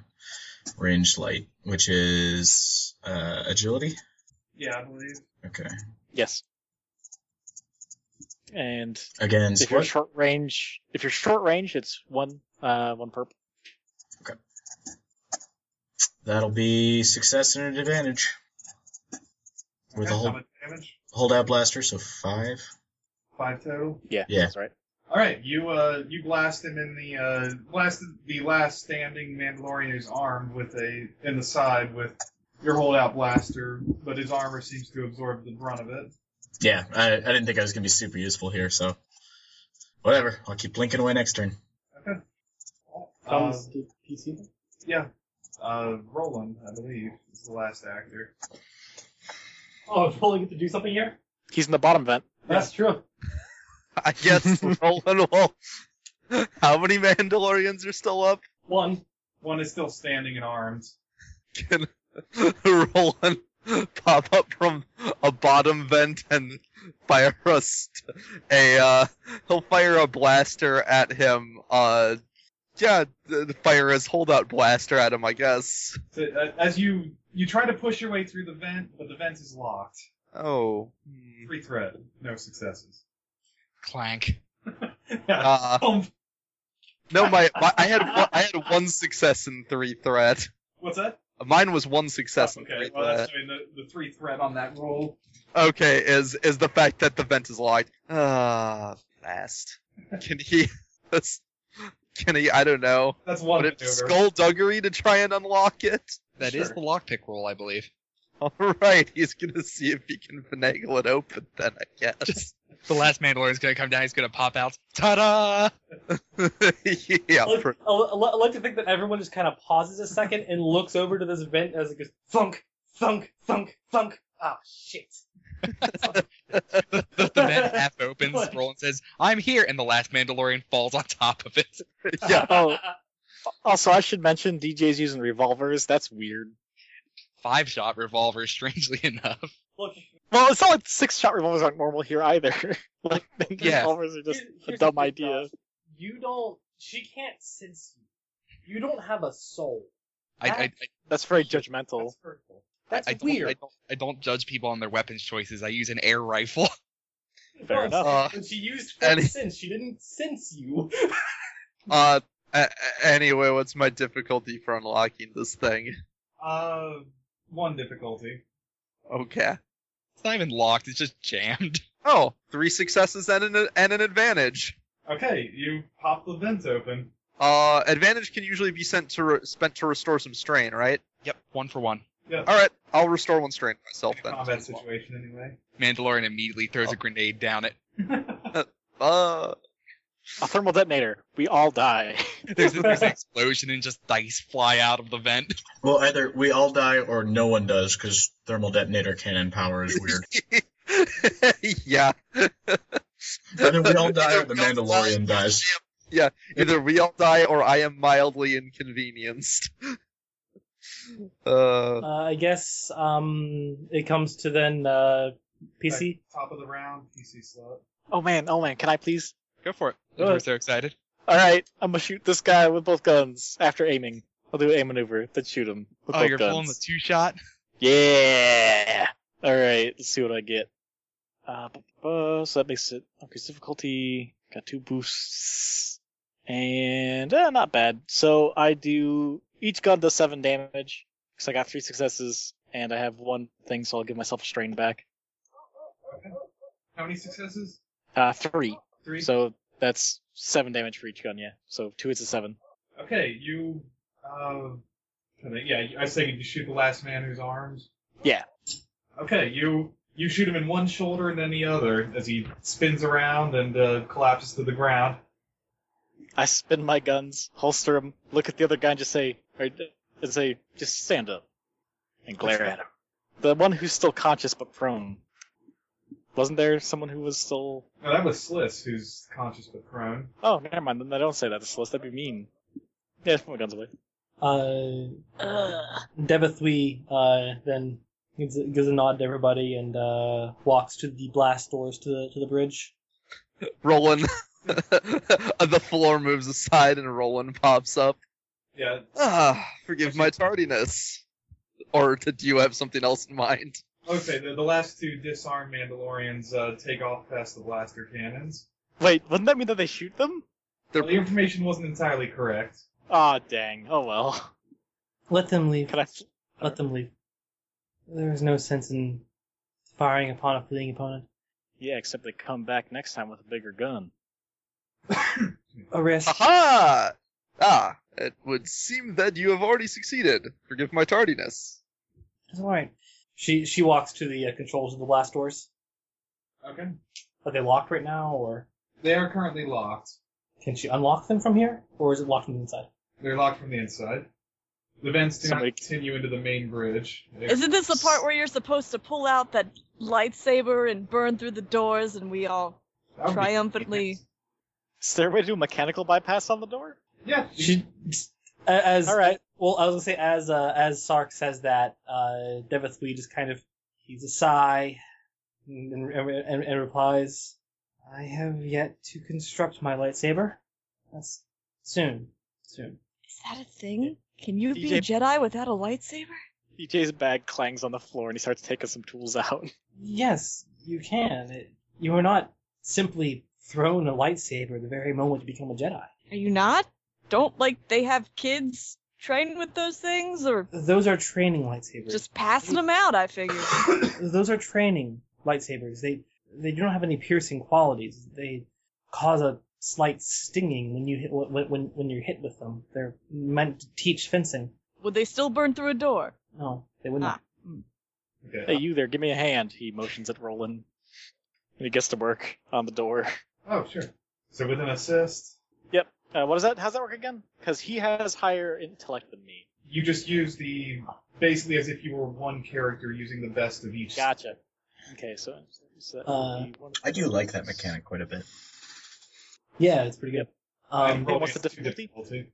S6: range light, which is uh, agility.
S1: yeah, I believe.
S6: Okay.
S7: Yes. And
S6: Again,
S7: if you're
S6: what?
S7: short range, if you're short range, it's one uh one purple.
S6: that'll be success and an advantage with
S1: Okay,
S6: a
S1: how
S6: hold,
S1: much damage?
S6: holdout blaster. So five.
S1: Five total.
S7: Yeah,
S6: Yeah.
S7: that's right.
S1: All right, you uh, you blast him in the uh, blast the last standing Mandalorian who's armed with a in the side with your holdout blaster, but his armor seems to absorb the brunt of it.
S6: Yeah, I, I didn't think I was gonna be super useful here, so whatever. I'll keep blinking away next turn.
S1: Uh,
S3: the PC.
S1: yeah, uh, Roland, I believe, is the last actor.
S3: Oh, I totally get to do something here.
S7: He's in the bottom vent.
S3: That's true.
S4: I
S5: [LAUGHS]
S4: guess Roland will. How many Mandalorians are still up? [LAUGHS]
S3: One.
S1: One is still standing and armed.
S4: Can Roland pop up from a bottom vent and fire a, st- a uh, he'll fire a blaster at him. Uh, yeah, th- fire his holdout blaster at him, I guess.
S1: So, uh, as you you try to push your way through the vent, but the vent is locked.
S4: Oh. Hmm.
S1: Free threat, no successes.
S5: Clank.
S4: Uh,
S1: [LAUGHS] Um,
S4: no, my, my I had one, I had one success in three threat.
S1: what's that?
S4: Mine was one success.
S1: Oh,
S4: in three
S1: okay, well that's
S4: threat.
S1: doing the, the three threat on that roll.
S4: Okay, is is the fact that the vent is locked. Ah, fast. Can he? [LAUGHS] That's, can he? I don't know.
S1: That's one
S4: But it's skullduggery to try and unlock it.
S5: That is
S1: Sure.
S5: the lockpick roll, I believe.
S4: [LAUGHS] All right, he's gonna see if he can finagle it open. Then I guess.
S5: The last Mandalorian's gonna come down. He's gonna pop out. Ta-da!
S4: [LAUGHS] yeah.
S3: I,
S4: pr-
S3: I, I like to think that everyone just kind of pauses a second and looks over to this vent as it goes thunk, thunk, thunk, thunk. Oh shit.
S5: the, the man
S7: [LAUGHS]
S5: half opens the scroll and says, "I'm here," and the last Mandalorian falls on top of it.
S4: Yeah.
S7: [LAUGHS] Oh, also, I should mention DJ's using revolvers. That's weird.
S5: Five shot revolver, [LAUGHS] strangely enough.
S3: Look,
S7: Well, it's not like six shot revolvers aren't normal here either. [LAUGHS] like
S5: Yeah.
S7: revolvers are just
S3: Here-
S7: a
S3: here's the
S7: dumb
S3: thing,
S7: idea.
S3: Josh. You don't. She can't sense you. You don't have a soul.
S7: Ah.
S5: I, I,
S7: That's very judgmental.
S3: That's hurtful. That's
S5: I don't-
S3: weird.
S5: I don't, I don't judge people on their weapons choices. I use an air rifle. [LAUGHS]
S7: Fair
S3: No,
S7: enough.
S4: Uh,
S3: When she used
S4: and-
S3: four sense, she didn't sense
S5: [LAUGHS]
S3: you.
S4: uh, a- a- anyway, what's my difficulty for unlocking this thing?
S1: Uh, one difficulty.
S4: Okay.
S5: It's not even locked. It's just jammed. [LAUGHS]
S4: Oh, three successes and an and an advantage.
S1: Okay, you pop the vent open.
S4: Uh, advantage can usually be sent to re- spent to restore some strain, right?
S5: Yep, one for one.
S1: Yeah.
S4: All right, I'll restore one strain myself then.
S1: Combat situation, anyway.
S5: Mandalorian immediately throws
S7: Oh.
S5: a grenade down it.
S4: Uh, [LAUGHS]
S7: A thermal detonator. We all die. [LAUGHS]
S5: There's, there's an explosion and just dice fly out of the vent. [LAUGHS]
S6: Well, either we all die or no one does because thermal detonator cannon power is
S7: [LAUGHS]
S6: weird.
S4: yeah.
S6: Either we all die or
S4: Either
S6: the
S4: we all
S6: Mandalorian dies.
S4: Yeah, either we all die or I am mildly inconvenienced. [LAUGHS] Uh, [LAUGHS]
S3: Uh, I guess um, it comes to then uh, PC.
S1: Top of the round, PC slot.
S7: Oh man, oh man, can I please?
S5: Go for it.
S7: Go
S5: We're
S7: ahead.
S5: so excited.
S7: All right, I'm gonna shoot this guy with both guns after aiming. I'll do an aim maneuver, then shoot him with
S5: Oh,
S7: both
S5: you're
S7: guns.
S5: pulling the two shot.
S7: Yeah. All right. Let's see what I get. Uh, bu- bu- bu- so that makes it increased difficulty. Got two boosts, and uh, not bad. So I do each gun does seven damage because I got three successes and I have one thing, so I'll give myself a strain back.
S1: How many successes?
S7: Uh, three.
S1: Three.
S7: So that's seven damage for each gun. Yeah. So two hits a seven.
S1: Okay, you. Uh, kinda- yeah, I was thinking you shoot the last man who's armed.
S7: Yeah.
S1: Okay, you you shoot him in one shoulder and then the other as he spins around and uh, collapses to the ground.
S7: I spin my guns, holster him, look at the other guy, and just say, or, and say, just stand up, and glare at him. The one who's still conscious but prone. Wasn't there someone who was still?
S1: No, that was Sliss, who's conscious but prone.
S7: Oh, never mind. Then I don't say that to Celeste. That'd be mean. Yeah, just put my guns away.
S3: Uh,
S2: Ugh.
S3: Devathwi uh, then gives, gives a nod to everybody and uh, walks to the blast doors to the to the bridge.
S4: Roland. the floor moves aside and Roland pops up.
S1: Yeah,
S4: Ah, [LAUGHS] forgive my tardiness. Or did you have something else in mind?
S1: [LAUGHS] Okay, the, the last two disarmed Mandalorians uh, take off past the blaster cannons.
S7: Wait, wouldn't that mean that they shoot them?
S4: They're-
S1: Well, the information wasn't entirely correct.
S7: Ah, dang. Oh well. [LAUGHS]
S3: Let them leave.
S7: Can I? fl-
S3: Let them leave. There is no sense in firing upon a fleeing opponent.
S7: Yeah, except they come back next time with a bigger gun.
S3: Arrest.
S7: Uh-huh.
S4: Aha! Ah, it would seem that you have already succeeded. Forgive my tardiness.
S3: It's all right. She she walks to the uh, controls of the blast doors.
S1: Okay.
S3: Are they locked right now, or
S1: They are currently locked.
S3: can she unlock them from here, or is it locked from the inside?
S1: They're locked from the inside. The vents do
S7: Somebody-
S1: not continue into the main bridge. They-
S2: Isn't this the part where you're supposed to pull out that lightsaber and burn through the doors and we all
S1: that would be-
S2: triumphantly
S7: Is there a way to do a mechanical bypass on the door?
S1: Yeah. you-
S3: She as
S7: All right.
S3: Well, I was gonna say as uh, as Sark says that, uh, Devith Lee just kind of heaves a sigh and, and, and, and replies, "I have yet to construct my lightsaber. That's soon, soon."
S2: Is that a thing? Can you be
S7: DJ
S2: a Jedi without a lightsaber?
S7: DJ's E bag clangs on the floor and he starts taking some tools out.
S3: Yes, you can. It, you are not simply thrown a lightsaber the very moment you become a Jedi.
S2: Are you not? Don't like they have kids trained with those things or
S3: Those are training lightsabers.
S2: just passing them out, I figure.
S3: those are training lightsabers. They they don't have any piercing qualities. They cause a slight stinging when you hit, when when when you're hit with them. They're meant to teach fencing.
S2: Would they still burn through a door?
S3: No, they would not.
S1: okay.
S7: Hey, you there, give me a hand. He motions at Roland. And he gets to work on the door.
S1: Oh, sure. So with an assist.
S7: Uh, what is that? How's that work again? Because he has higher intellect than me.
S1: you just use the basically as if you were one character using the best of each.
S7: Gotcha. Okay, so, so that would be one of
S6: Uh, I do
S7: the-
S6: like that mechanic quite a bit.
S3: Yeah, it's pretty good.
S1: And
S3: Um,
S1: rolled
S7: what's the
S1: against two
S7: difficulty?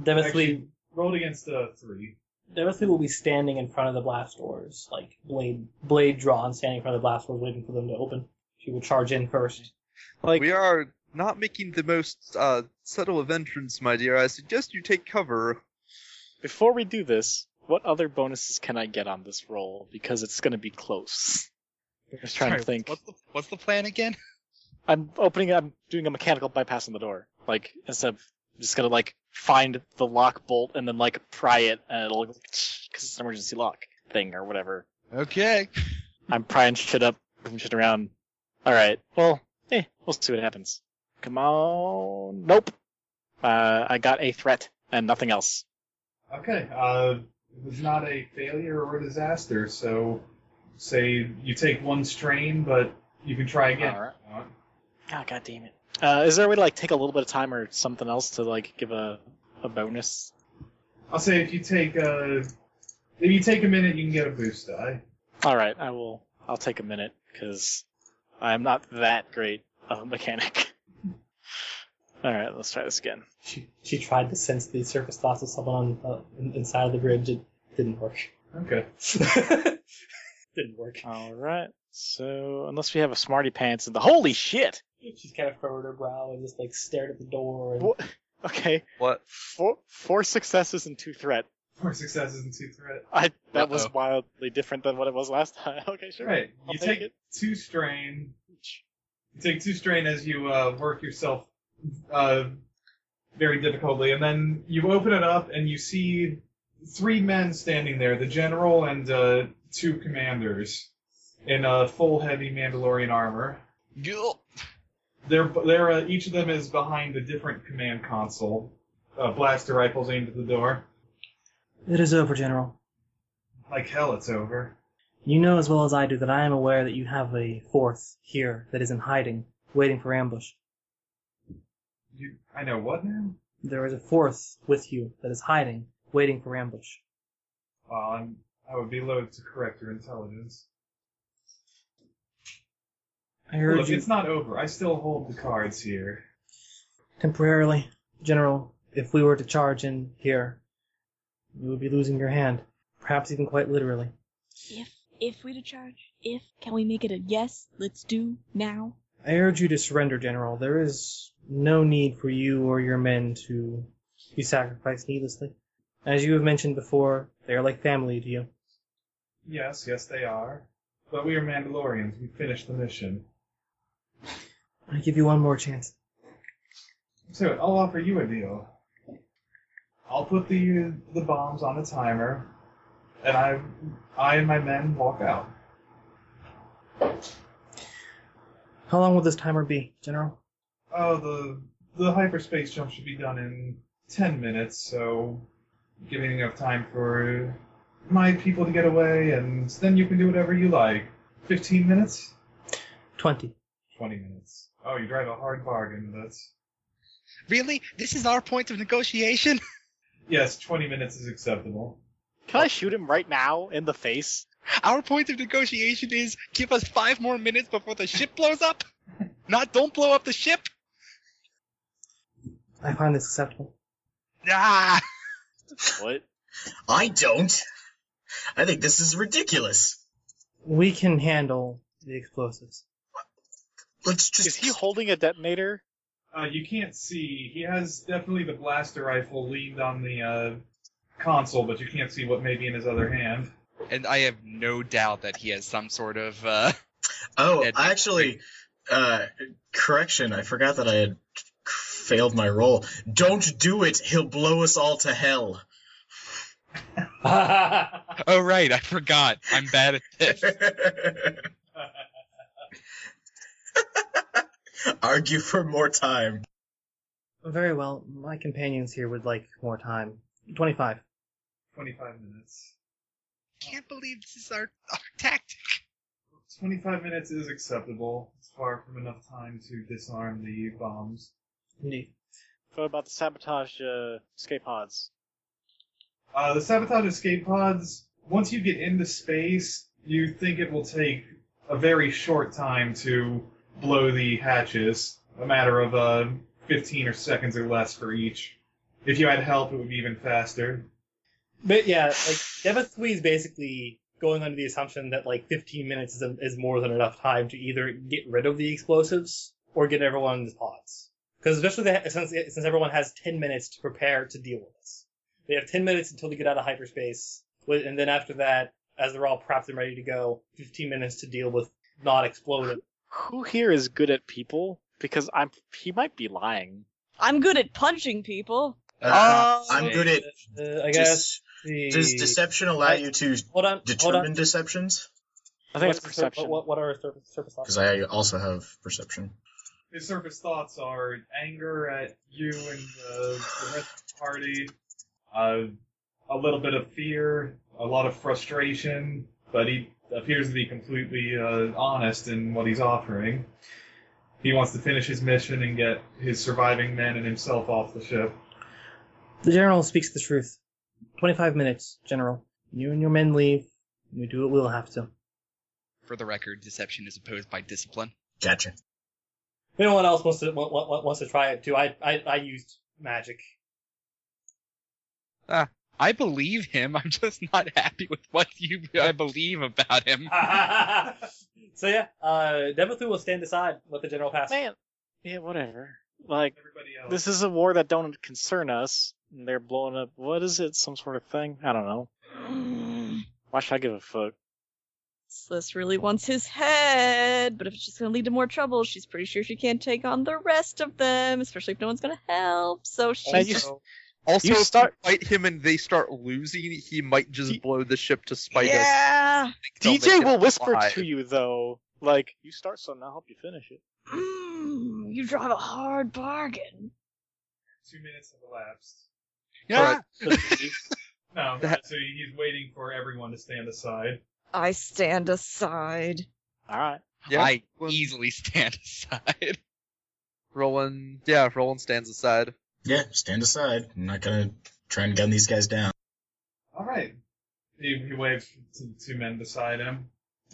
S3: Devastley
S1: Actually, rolled against a three.
S3: Devastley will be standing in front of the blast doors, like blade blade drawn, standing in front of the blast doors, waiting for them to open. She will charge in first.
S7: Like-
S4: we are not making the most uh, subtle of entrance, my dear. I suggest you take cover.
S7: Before we do this, what other bonuses can I get on this roll? Because it's going to be close. I'm just trying to
S5: Sorry,
S7: think.
S5: What's the, what's the plan again?
S7: I'm opening. I'm doing a mechanical bypass on the door. Like instead of I'm just gonna like find the lock bolt and then like [SNIFFS] pry it, and it'll because it's an emergency lock thing or whatever.
S5: Okay.
S7: I'm prying shit up, moving shit around. All right. Well, eh, we'll see what happens. Come on. Nope. Uh, I got a threat and nothing else.
S1: Okay. Uh, it was not a failure or a disaster, so say you take one strain, but you can try again.
S7: All right.
S1: Uh,
S7: Oh, god damn it. Uh, is there a way to like take a little bit of time or something else to like give a a bonus?
S1: I'll say if you take uh, if you take a minute, you can get a boost die.
S7: All right. I will. I'll take a minute because I'm not that great of a mechanic. [LAUGHS] All right. Let's try this again.
S3: She she tried to sense the surface thoughts of someone on, uh, in- inside of the bridge. It didn't work.
S1: Okay.
S3: [LAUGHS] didn't work.
S7: All right. So unless we have a smarty pants in the holy shit.
S3: She's kind of furrowed her brow and just like stared at the door. And,
S7: What? Okay.
S4: What?
S7: Four four successes and two threat.
S1: Four successes and two threat.
S7: I that was
S5: Uh-oh.
S7: wildly different than what it was last time. [LAUGHS] Okay, sure.
S1: Right.
S7: I'll
S1: You
S7: take
S1: take,
S7: it.
S1: two strain. You take two strain as you uh, work yourself uh, very difficultly, and then you open it up and you see three men standing there: the general and uh, two commanders in uh, full heavy Mandalorian armor.
S5: Gulp.
S1: They're they're uh, each of them is behind a different command console. Uh, blaster rifles aimed at the door.
S3: It is over, General.
S1: Like hell, it's over.
S3: You know as well as I do that I am aware that you have a fourth here that is in hiding, waiting for ambush.
S1: You, I know what now.
S3: There is a fourth with you that is hiding, waiting for ambush.
S1: Well, I'm, I would be loath to correct your intelligence.
S3: I heard
S1: Look,
S3: you
S1: it's not over. I still hold the cards here.
S3: temporarily, General. If we were to charge in here, you would be losing your hand, perhaps even quite literally.
S2: If if we to charge, if can we make it a yes? Let's do now.
S3: I urge you to surrender, General. There is no need for you or your men to be sacrificed needlessly. As you have mentioned before, they are like family to you.
S1: Yes, yes, they are. But we are Mandalorians. We finished the mission.
S3: I give you one more chance.
S1: So I'll offer you a deal. I'll put the the bombs on a timer, and I I and my men walk out.
S3: How long will this timer be, General?
S1: Oh, the the hyperspace jump should be done in ten minutes, so giving enough time for my people to get away, and then you can do whatever you like. Fifteen minutes.
S3: Twenty.
S1: 20 minutes. Oh, you drive a hard bargain. That's
S5: Really? This is our point of negotiation? [LAUGHS]
S1: yes, 20 minutes is acceptable.
S7: Can I shoot him right now in the face?
S5: Our point of negotiation is give us five more minutes before the ship blows up. [LAUGHS] Not don't blow up the ship.
S3: I find this acceptable.
S5: Ah,
S7: What?
S6: I don't. I think this is ridiculous.
S3: We can handle the explosives.
S6: Let's just.
S7: Is he holding a detonator?
S1: Uh, you can't see. He has definitely the blaster rifle leaned on the uh, console, but you can't see what may be in his other hand.
S5: and I have no doubt that he has some sort of. [LAUGHS] Uh,
S6: Oh,
S5: Dead.
S6: actually, uh, correction. I forgot that I had failed my roll. Don't do it. He'll blow us all to hell. [LAUGHS]
S5: oh right, I forgot. I'm bad at [LAUGHS] this.
S6: Argue for more time.
S3: Very well. My companions here would like more time. Twenty-five.
S1: 25 minutes.
S5: Can't believe this is our, our tactic.
S1: 25 minutes is acceptable. It's far from enough time to disarm the bombs.
S3: Indeed.
S7: What about the sabotage uh, escape pods?
S1: Uh, the sabotage escape pods, once you get into space, you think it will take a very short time to blow the hatches, a matter of uh, 15 or seconds or less for each. If you had help, it would be even faster.
S3: But yeah, like Devathwee is basically going under the assumption that like 15 minutes is, is more than enough time to either get rid of the explosives or get everyone in the pods. Because especially the, since since everyone has 10 minutes to prepare to deal with this, they have 10 minutes until they get out of hyperspace, with- and then after that, as they're all prepped and ready to go, 15 minutes to deal with not exploding.
S7: Who here is good at people? Because I'm he might be lying.
S2: I'm good at punching people.
S5: Ah!
S6: Uh, I'm
S4: Um,
S6: good at.
S3: Uh, I guess.
S6: Does,
S3: the-
S6: does deception allow you to
S3: Hold on. Hold
S6: determine
S3: on.
S6: deceptions?
S7: I think
S3: What's
S7: it's
S3: the sur-
S7: perception.
S3: What, what are surface, surface
S6: Because I also have perception.
S1: His surface thoughts are anger at you and uh, the rest of the party, uh, a little bit of fear, a lot of frustration, but he appears to be completely uh, honest in what he's offering. He wants to finish his mission and get his surviving men and himself off the ship.
S3: The general speaks the truth. 25 minutes, general. You and your men leave. You do what we'll have to.
S5: For the record, deception is opposed by discipline.
S6: Gotcha.
S3: If anyone else wants to wa- wa- wants to try it too, I I, I used magic. [LAUGHS]
S5: I believe him. I'm [LAUGHS] just not happy with what you I believe about him.
S3: so yeah, uh, Devathu will stand aside let the general pass.
S7: Man, yeah, whatever. Like
S1: Everybody else.
S7: this is a war that don't concern us. And they're blowing up. What is it? Some sort of thing? I don't know. Why should I give a fuck?
S2: So this really wants his head, but if it's just gonna lead to more trouble, she's pretty sure she can't take on the rest of them, especially if no one's gonna help. So she's
S7: Man, you-
S2: just-
S4: Also,
S7: You
S4: if we
S7: start-
S4: fight him and they start losing, he might just
S7: D-
S4: blow the ship to spite us.
S2: yeah.
S4: They'll
S7: DJ
S4: make it
S7: will whisper
S4: alive.
S7: to you though, like you start something, I'll help you finish it.
S2: Mm, you drive a hard bargain.
S1: Two minutes have elapsed.
S5: Yeah.
S4: Right.
S1: [LAUGHS] No,
S4: That-
S1: so he's waiting for everyone to stand aside.
S2: I stand aside.
S7: All right.
S4: Yeah.
S5: I
S4: Well-
S5: easily stand [LAUGHS] aside.
S4: Roland, yeah, Roland stands aside.
S6: Yeah, stand aside. I'm not gonna try and gun these guys down.
S1: All right. He, he waves to the two men beside him,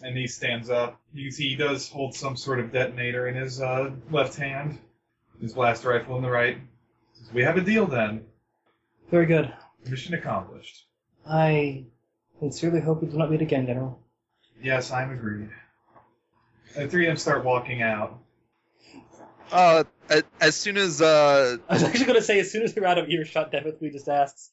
S1: and he stands up. You can see he does hold some sort of detonator in his uh, left hand, his blast rifle in the right. Says, we have a deal then.
S3: Very good.
S1: Mission accomplished.
S3: I sincerely hope we do not meet again, General.
S1: Yes, I'm agreed. The three of them start walking out.
S4: Uh, a- as soon as uh,
S3: I was actually going to say as soon as they're out of earshot, Devathu just asks,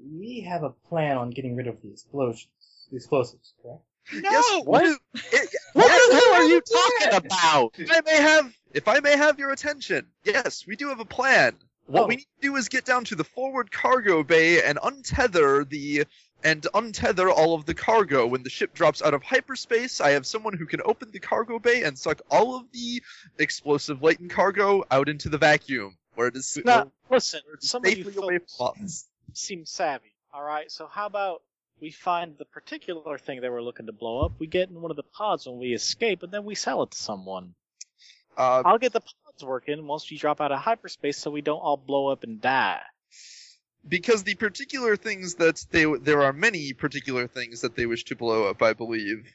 S3: "We have a plan on getting rid of the explosions, the explosives, correct?"
S5: No.
S4: yes,
S7: what?
S4: you-
S7: [LAUGHS]
S4: it-
S5: What
S4: yes,
S5: the hell are you
S4: yes.
S5: talking about?
S4: If I may have, if I may have your attention, yes, we do have a plan. What
S3: Oh.
S4: we need to do is get down to the forward cargo bay and untether the and untether all of the cargo. When the ship drops out of hyperspace, I have someone who can open the cargo bay and suck all of the explosive latent cargo out into the vacuum, where it is
S7: [LAUGHS] Now listen, some of you
S4: safely away
S7: folks
S4: from us.
S7: seem savvy. All right, so how about we find the particular thing that we're looking to blow up? We get in one of the pods when we escape, and then we sell it to someone.
S4: Uh,
S7: I'll get the pods working once we drop out of hyperspace, so we don't all blow up and die.
S4: because the particular things that they there are many particular things that they wish to blow up, I believe.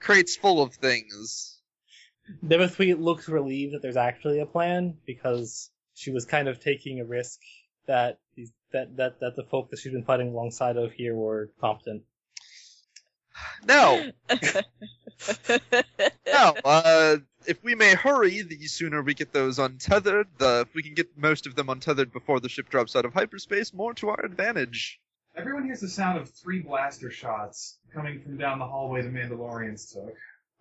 S4: Crates full of things.
S3: Devathweet looks relieved that there's actually a plan because she was kind of taking a risk that these, that that that the folk that she's been fighting alongside of here were competent.
S4: No, no. Uh, if we may hurry, the sooner we get those untethered, the if we can get most of them untethered before the ship drops out of hyperspace, more to our advantage.
S1: Everyone hears the sound of three blaster shots coming from down the hallway the Mandalorians took.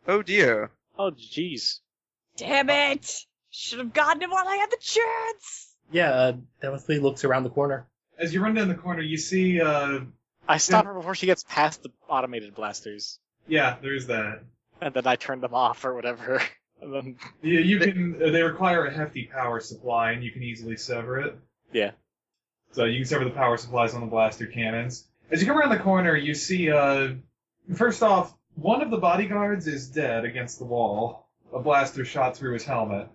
S4: Oh dear.
S7: Oh, jeez.
S2: [LAUGHS] Damn it! Should have gotten him while I had the chance.
S3: Yeah, uh, Devathweet looks around the corner.
S1: As you run down the corner, you see, uh,
S7: I stop her before she gets past the automated blasters,
S1: yeah, there's that.
S7: and then I turn them off or whatever. [LAUGHS] And then,
S1: You, you can. uh, They require a hefty power supply, and you can easily sever it.
S7: Yeah.
S1: So you can sever the power supplies on the blaster cannons. As you come around the corner, you see. Uh, first off, one of the bodyguards is dead against the wall. A blaster shot through his helmet,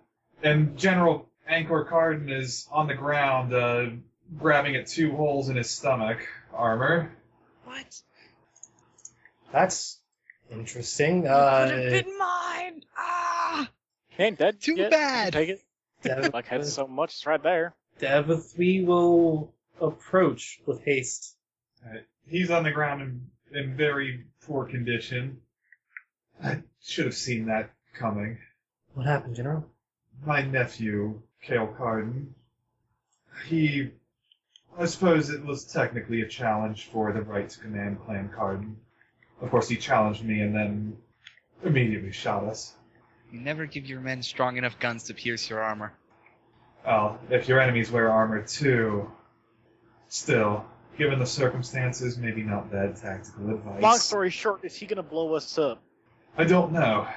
S1: and General Ankor Carden is on the ground, uh, grabbing at two holes in his stomach. armor.
S5: What?
S3: That's interesting.
S2: Could have
S3: Uh,
S2: been mine. Ah.
S7: Ain't that
S5: Too
S7: yet?
S5: bad.
S7: Take it.
S3: Dev-
S7: Like had so much. It's right there.
S3: Devathwy will approach with haste.
S1: Uh, He's on the ground in, in very poor condition. I should have seen that coming.
S3: What happened, General?
S1: My nephew, Kale Carden, he. I suppose it was technically a challenge for the right to command Clan Carden. Of course, he challenged me and then immediately shot us.
S5: You never give your men strong enough guns to pierce your armor.
S1: Well, if your enemies wear armor too. Still, given the circumstances, maybe not bad tactical advice.
S7: Long story short, is he gonna blow us up?
S1: I don't know.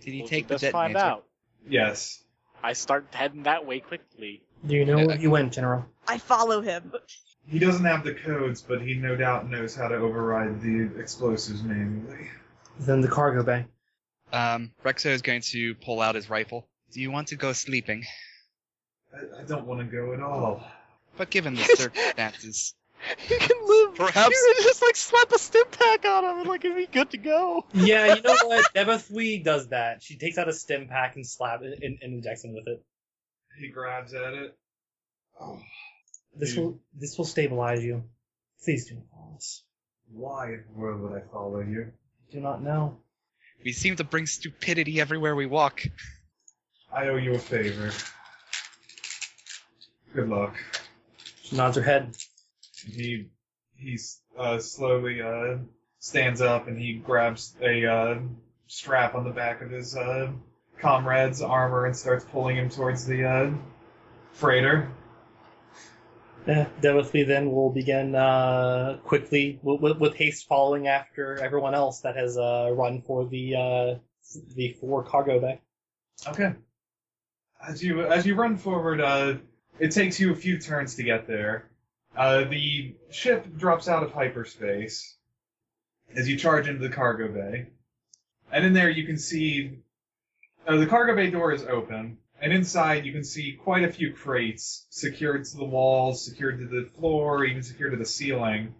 S5: Did he
S7: Well,
S5: take the
S7: let's find
S5: detonator?
S7: out.
S1: Yes.
S7: I start heading that
S5: [LAUGHS]
S7: way quickly.
S3: Do you know
S5: Uh,
S3: where you went, General?
S2: I follow him.
S1: He doesn't have the codes, but he no doubt knows how to override the explosives manually.
S3: Then the cargo bay.
S5: Um, Rexo is going to pull out his rifle. Do you want to go sleeping?
S1: I, I don't want to go at all.
S5: But given
S7: [LAUGHS]
S5: the circumstances,
S7: You can [LAUGHS] live.
S5: Perhaps-
S7: You can just like slap a stim pack on him and like it'd be good to go.
S3: Yeah, you know what? [LAUGHS] Devathwy does that. She takes out a stim pack and slap and, and injects him with it.
S1: He grabs at it. Oh,
S3: This
S1: Hmm.
S3: will this will stabilize you. Please do not follow us.
S1: why in the world would I follow you?
S3: I do not know.
S5: we seem to bring stupidity everywhere we walk.
S1: I owe you a favor. Good luck.
S3: She nods her head.
S1: He he uh, slowly uh, stands up and he grabs a uh, strap on the back of his uh, comrade's armor and starts pulling him towards the uh, freighter.
S3: Eh, Devathwy then will begin uh, quickly with, with, with haste, following after everyone else that has uh, run for the uh, the four cargo bay.
S1: Okay. As you as you run forward, uh, it takes you a few turns to get there. Uh, the ship drops out of hyperspace as you charge into the cargo bay, and in there you can see uh, the cargo bay door is open, and inside you can see quite a few crates secured to the walls, secured to the floor, even secured to the ceiling,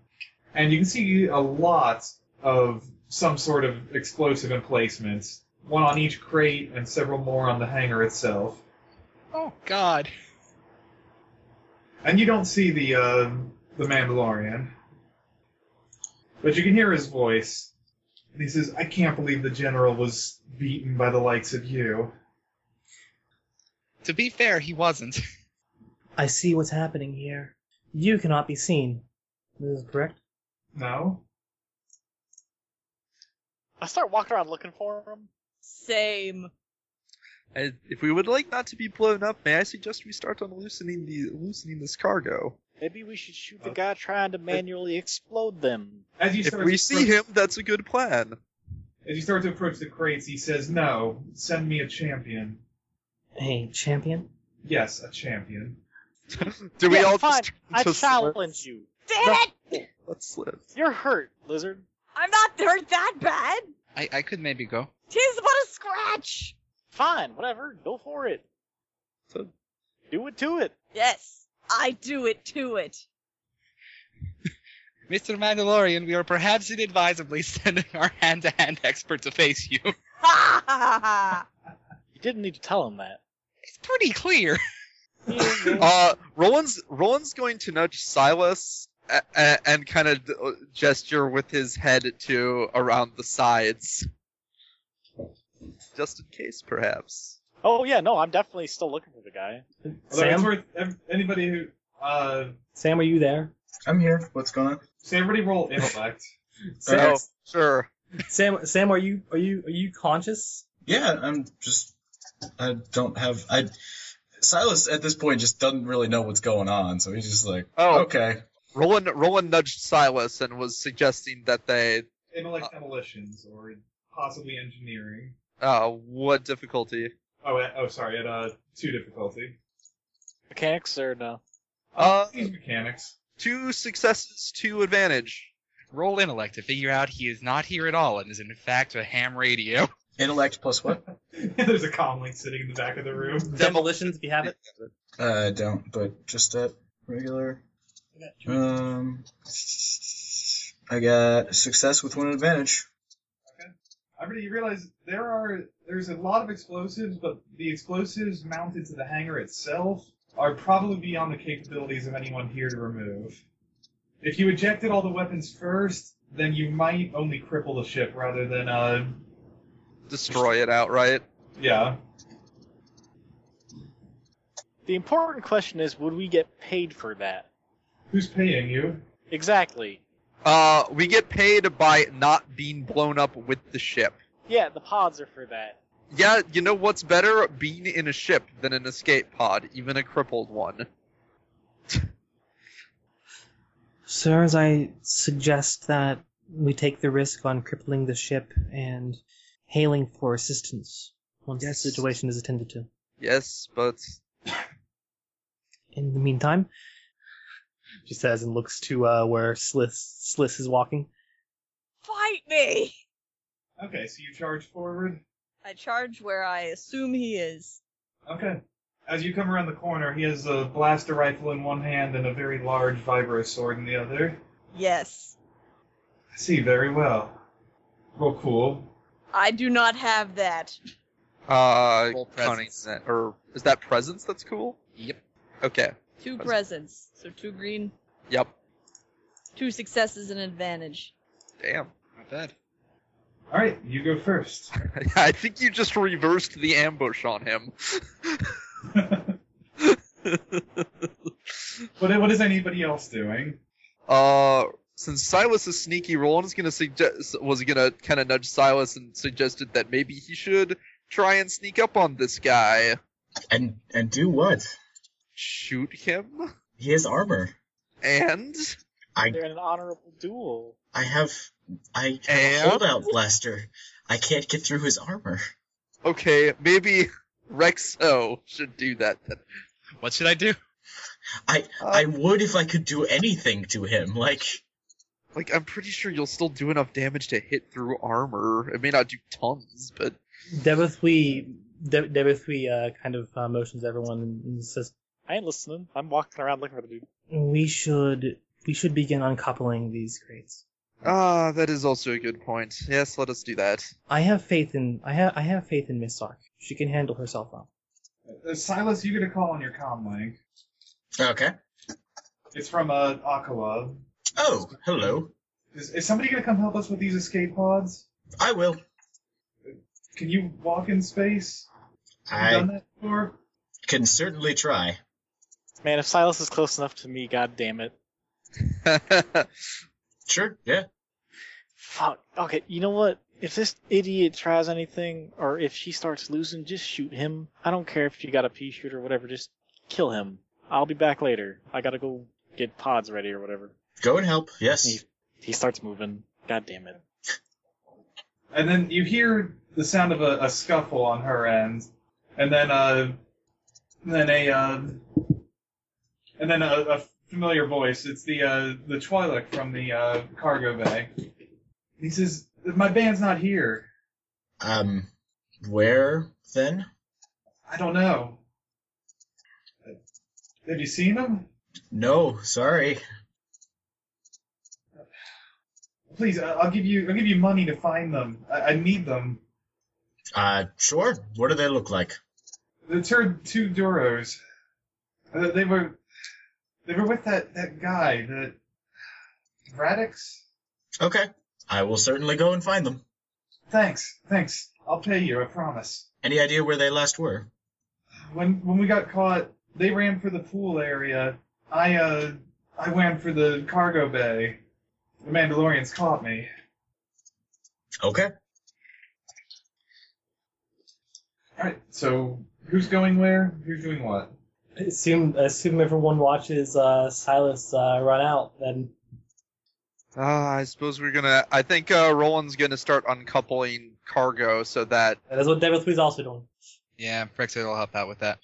S1: and you can see a lot of some sort of explosive emplacements one on each crate and several more on the hangar itself.
S5: Oh God!
S1: And you don't see the uh, the Mandalorian, but you can hear his voice. And he says, "I can't believe the general was beaten by the likes of you."
S5: To be fair, he wasn't.
S3: I see what's happening here. You cannot be seen. This is correct.
S1: No,
S7: I start walking around looking for him.
S2: Same.
S4: And uh, if we would like not to be blown up, may I suggest we start on loosening the loosening this cargo?
S7: Maybe we should shoot the
S5: Uh,
S1: Okay.
S7: guy trying to manually explode them.
S1: as you
S4: If
S1: start
S4: we
S1: to
S4: see
S1: approach-
S4: him, that's a good plan.
S1: as you start to approach the crates, he says, "No, send me a champion."
S3: Hey, champion.
S1: Yes, a champion.
S4: Do we
S7: Yeah,
S4: all
S7: fine.
S4: just,
S7: I
S4: just
S7: challenge you.
S2: Damn
S7: No.
S2: it!
S4: Let's slip.
S7: You're hurt, lizard.
S2: I'm not hurt that bad.
S5: I, I could maybe go.
S2: Tis but a scratch.
S7: Fine, whatever. Go for it.
S4: So-
S7: Do it to it.
S2: Yes, I do it to it. [LAUGHS]
S5: Mr. Mandalorian, we are perhaps inadvisably [LAUGHS] sending our hand-to-hand expert to face you. [LAUGHS]
S2: Ha ha ha ha.
S7: You didn't need to tell him that.
S5: It's pretty clear.
S4: Uh, Roland's Roland's going to nudge Silas a- a- and kind of d- uh, gesture with his head to around the sides, just in case, perhaps.
S7: oh yeah, no, I'm definitely still looking for the guy.
S1: Although it's
S3: Sam,
S1: worth ev- anybody who uh,
S3: Sam, are you there?
S6: I'm here. What's going on?
S1: so everybody roll intellect.
S4: So
S3: Sam,
S4: sure.
S3: Sam, Sam, are you are you are you conscious?
S6: Yeah, I'm just. I don't have. I Silas at this point just doesn't really know what's going on, so he's just like,
S4: Oh,
S6: okay.
S4: Roland Roland nudged Silas and was suggesting that they.
S1: Intellect demolitions or possibly engineering.
S4: Uh, what difficulty?
S1: Oh, uh, oh, sorry. At uh, two difficulty.
S7: Mechanics or no?
S4: Uh,
S1: These mechanics. [LAUGHS]
S4: two successes, two advantage.
S5: Roll intellect to figure out he is not here at all and is in fact a ham radio.
S6: Intellect plus [LAUGHS] what?
S1: There's a comlink sitting in the back of the room.
S3: Demolitions, if you have it.
S6: Uh, I don't. But just at regular. Um, I got success with one advantage.
S1: I mean, you realize there are there's a lot of explosives, but the explosives mounted to the hangar itself are probably beyond the capabilities of anyone here to remove. If you ejected all the weapons first, then you might only cripple the ship rather than uh
S4: Destroy it outright.
S1: yeah.
S7: The important question is, would we get paid for that?
S1: Who's paying you?
S7: Exactly.
S4: Uh, we get paid by not being blown up with the ship.
S7: Yeah, the pods are for that.
S4: Yeah, you know what's better? Being in a ship than an escape pod, even a crippled one.
S3: Sirs, I suggest that we take the risk on crippling the ship and hailing for assistance once
S4: Yes.
S3: the situation is attended to.
S4: Yes, but
S3: In the meantime, she says and looks to uh, where Sliss, Sliss is walking.
S2: Fight me!
S1: Okay, so you charge forward.
S2: I charge where I assume he is.
S1: Okay. As you come around the corner, he has a blaster rifle in one hand and a very large vibro sword in the other.
S2: Yes.
S1: I see very well. Real cool.
S2: I do not have that.
S4: uh,
S5: Roll
S4: counting
S5: presence.
S4: that, or is that presence? That's cool.
S5: Yep.
S4: Okay.
S2: Two
S4: That's-
S2: presents. So two green,
S4: Yep.
S2: two successes and advantage.
S4: Damn. [LAUGHS]
S5: Not bad.
S1: All right, you go first.
S4: I think you just reversed the ambush on him.
S1: What, what is anybody else doing?
S4: Uh, since Silas is sneaky, Roland's gonna suggest was gonna kind of nudge Silas and suggested that maybe he should try and sneak up on this guy,
S6: And and do what?
S4: shoot him,
S6: He has armor.
S4: and
S6: I
S7: They're in an honorable duel.
S6: I have I have a
S4: And?
S6: holdout blaster. I can't get through his armor.
S4: okay, maybe [LAUGHS] Rexo should do that. Then.
S5: What should I do?
S6: I would if I could do anything to him. Like
S4: Like, I'm pretty sure you'll still do enough damage to hit through armor. It may not do tons, but
S3: Devathwi, De- Devathwi uh, kind of uh, motions everyone and says,
S7: I ain't listening. I'm walking around looking for the dude.
S3: "We should, we should begin uncoupling these crates.
S4: ah, that is also a good point. Yes, let us do that. [LAUGHS]
S3: I have faith in, I have, I have faith in Miss Sark. She can handle herself up."
S1: Uh, Silas, you get a call on your comm link.
S6: okay.
S1: It's from uh, Akawa.
S6: Oh, hello.
S1: Is, is somebody going to come help us with these escape pods?
S6: I will.
S1: Can you walk in space? Have you
S6: I
S1: done that before?
S6: can certainly try.
S7: Man, if Silas is close enough to me, god damn it.
S6: Sure. Yeah.
S7: Fuck. Okay, you know what? If this idiot tries anything, or if she starts losing, just shoot him. I don't care if you got a pea shooter or whatever, just kill him. I'll be back later. I gotta go get pods ready or whatever.
S6: Go and help. Yes.
S7: He starts moving. God damn it.
S1: And then you hear the sound of a, a scuffle on her end, and then uh, and then a uh, and then a, a familiar voice. It's the uh, the Twi'lek from the uh, cargo bay. He says, "My band's not here.
S6: Um, where then?
S1: I don't know. Have you seen him?
S6: No, sorry.
S1: Please, I- I'll give you I'll give you money to find them. I, I need them.
S6: Uh, sure. What do they look like?
S1: The tur- two Duros. Uh, they were they were with that that guy that Radix."
S6: Okay. I will certainly go and find them.
S1: Thanks, thanks. I'll pay you, I promise.
S6: Any idea where they last were?
S1: When when we got caught, they ran for the pool area. I uh I ran for the cargo bay. The Mandalorians caught me.
S6: Okay.
S1: Alright, so who's going where? Who's doing what?
S3: Assume, assume everyone watches uh, Silas uh, run out. Then
S4: Ah, I suppose we're gonna. I think uh, Roland's gonna start uncoupling cargo so that
S3: that's what Devathwi's also doing.
S5: Yeah, Brexit will help out with that.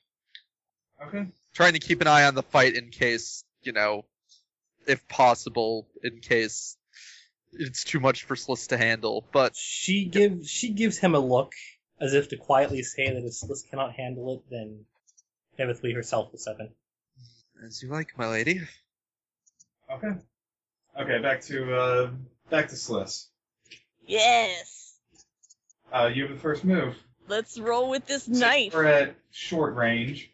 S1: Okay.
S4: trying to keep an eye on the fight in case you know, if possible, in case it's too much for Sliss to handle. But
S3: She gives, she gives him a look as if to quietly say that if Sliss cannot handle it, then Devathwi herself will step in.
S4: as you like, my lady.
S1: Okay. Okay, back to uh, back to Sliss.
S2: Yes.
S1: Uh, you have the first move.
S2: Let's roll with this knife.
S1: We're at short
S2: [COUGHS]
S1: range.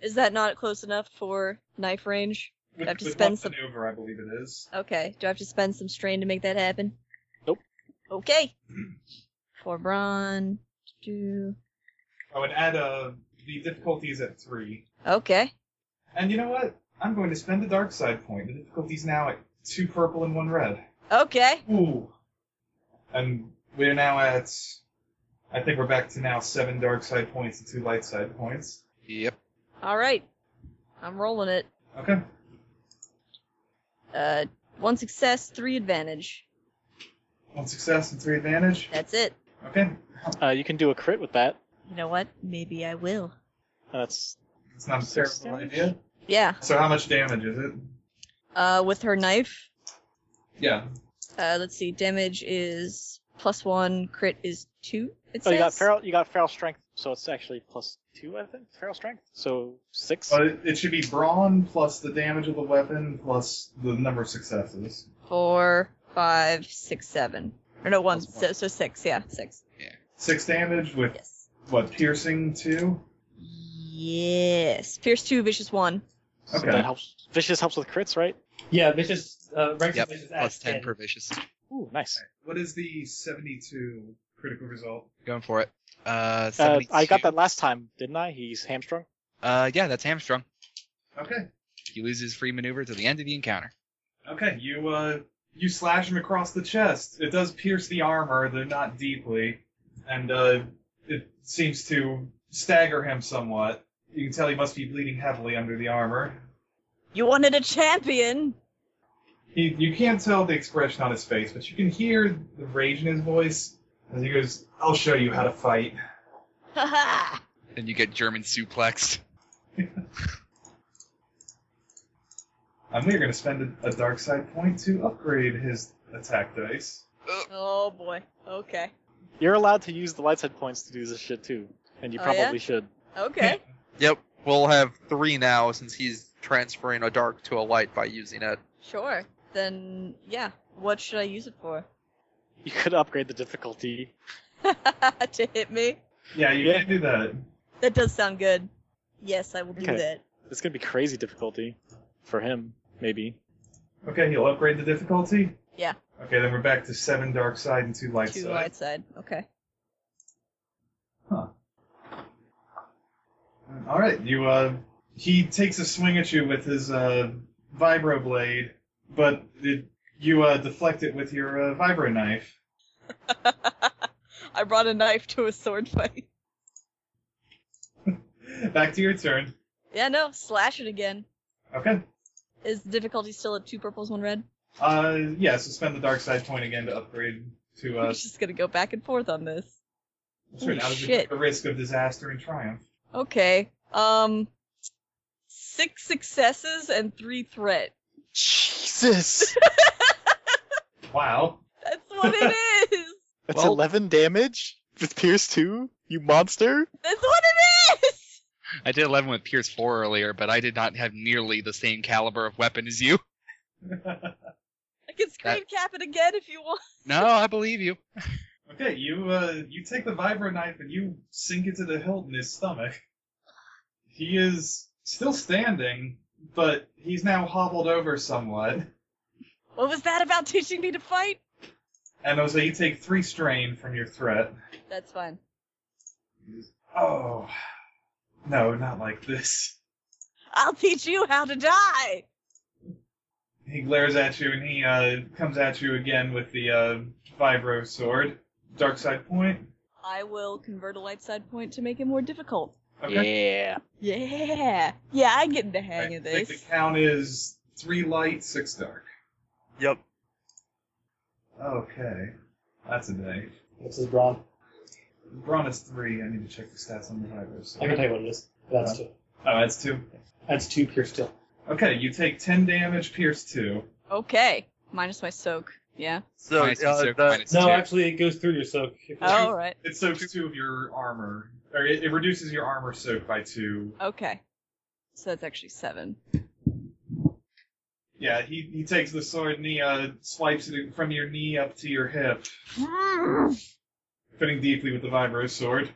S2: Is that not close enough for knife range?
S1: With,
S2: have to
S1: with
S2: spend
S1: one
S2: some-
S1: maneuver, I believe it is.
S2: Okay. Do I have to spend some strain to make that happen?
S7: Nope. [CLEARS THROAT]
S2: Okay. For Braun. do-
S1: I would add uh, the difficulties at three.
S2: Okay.
S1: And you know what? I'm going to spend the dark side point. The difficulty's now at two purple and one red.
S2: Okay.
S1: Ooh. And we're now at. I think we're back to now seven dark side points and two light side points.
S5: Yep.
S2: All right. I'm rolling it.
S1: Okay.
S2: Uh, one success, three advantage.
S1: One success and three advantage.
S2: That's it.
S1: Okay.
S7: Uh, you can do a crit with that.
S2: You know what? Maybe I will.
S7: And that's
S1: It's not a
S7: Six
S1: terrible
S7: damage?
S1: idea.
S2: Yeah.
S1: So how much damage is it?
S2: Uh, with her knife.
S1: Yeah.
S2: Uh, let's see. Damage is plus one. Crit is two. It
S7: oh, you got
S2: says.
S7: feral. You got feral strength, so it's actually plus two, I think. Feral strength, so six.
S1: But it, it should be brawn plus the damage of the weapon plus the number of successes.
S2: Four, five, six, seven. Or no, one.
S5: Plus
S2: So, so six. Yeah, six.
S1: Six damage with
S2: Yes.
S1: what piercing two.
S2: Yes. Pierce two, vicious one.
S7: So
S1: okay.
S7: that helps. Vicious helps with crits, right?
S3: Yeah, vicious. Uh, ranks
S5: Yep.
S3: vicious
S5: Plus
S3: at
S5: ten per vicious.
S7: Ooh, nice.
S1: What is the seventy-two critical result?
S5: Going for it. Uh,
S7: Uh,
S5: 72.
S7: I got that last time, didn't I? He's hamstrung.
S5: Uh, yeah, that's hamstrung.
S1: Okay.
S5: He loses free maneuver to the end of the encounter.
S1: Okay. You uh you slash him across the chest. It does pierce the armor, though not deeply, and uh it seems to stagger him somewhat. You can tell he must be bleeding heavily under the armor.
S2: You wanted a champion.
S1: He, you can't tell the expression on his face, but you can hear the rage in his voice as he goes, "I'll show you how to fight."
S2: Ha ha.
S5: Then you get German suplexed. [LAUGHS]
S1: And we're going to spend a, a dark side point to upgrade his attack dice.
S2: Oh boy. Okay.
S7: You're allowed to use the light side points to do this shit too, and you
S2: Oh,
S7: probably
S2: yeah?
S7: should.
S2: Okay.
S4: Yep, we'll have three now since he's transferring a dark to a light by using it.
S2: sure. Then yeah. What should I use it for? [LAUGHS]
S7: You could upgrade the difficulty.
S2: to hit me.
S1: Yeah, you
S7: Yeah.
S1: can do that.
S2: That does sound good. Yes, I will do
S7: Okay.
S2: that.
S7: It's gonna be crazy difficulty for him, maybe.
S1: Okay, he'll upgrade the difficulty.
S2: Yeah.
S1: Okay, then we're back to seven dark side and two light
S2: Two
S1: side.
S2: right side. Okay. [LAUGHS]
S1: All right, you. Uh, he takes a swing at you with his uh, vibro blade, but it, you uh, deflect it with your uh, vibro knife.
S2: I brought a knife to a sword fight. [LAUGHS]
S1: back to your turn.
S2: Yeah, no, slash it again.
S1: Okay.
S2: Is the difficulty still at two purples, one red?
S1: Uh, yeah. So spend the dark side point again to upgrade to.
S2: We're
S1: Uh,
S2: just gonna go back and forth on this.
S1: sure, now there's a-
S2: shit.
S1: the risk of disaster and triumph.
S2: Okay. Um, six successes and three threat.
S7: Jesus,
S1: Wow.
S2: That's what it is.
S7: that's
S5: Well-
S7: eleven damage with Pierce two. You monster.
S2: That's what it is.
S5: I did 11 with Pierce 4 earlier, but I did not have nearly the same caliber of weapon as you. [LAUGHS]
S2: I can screen cap it again if you want.
S5: No, I believe you.
S1: Okay, you uh, you take the vibro knife and you sink it to the hilt in his stomach. He is still standing, but he's now hobbled over somewhat.
S2: What was that about teaching me to fight?
S1: And Jose, you take three strain from your threat.
S2: That's fine.
S1: Oh, no, not like this.
S2: I'll teach you how to die.
S1: He glares at you and he uh, comes at you again with the uh, vibro sword. Dark side point.
S2: I will convert a light side point to make it more difficult.
S1: Okay.
S7: Yeah.
S2: Yeah. Yeah, I get the hang
S1: I
S2: of
S1: think
S2: this.
S1: the count is three light, six dark.
S4: Yep.
S1: Okay, that's a day.
S3: This is Braun.
S1: Braun is three. I need to check the stats on the vibro
S3: I can
S1: sword.
S3: tell you what it is. That's two.
S1: Oh, that's two.
S3: That's two pure still.
S1: Okay, you take ten damage, pierce two.
S2: Okay. Minus my soak. Yeah.
S4: So
S5: Minus two,
S4: uh,
S5: so
S4: the-
S5: minus
S3: No,
S5: two.
S3: actually, it goes through your soak.
S2: All right.
S1: It soaks two of your armor, or it, it reduces your armor soak by two.
S2: Okay. So that's actually seven.
S1: Yeah, he, he takes the sword and he uh, swipes it from your knee up to your hip,
S2: Can
S1: fitting deeply with the vibro sword.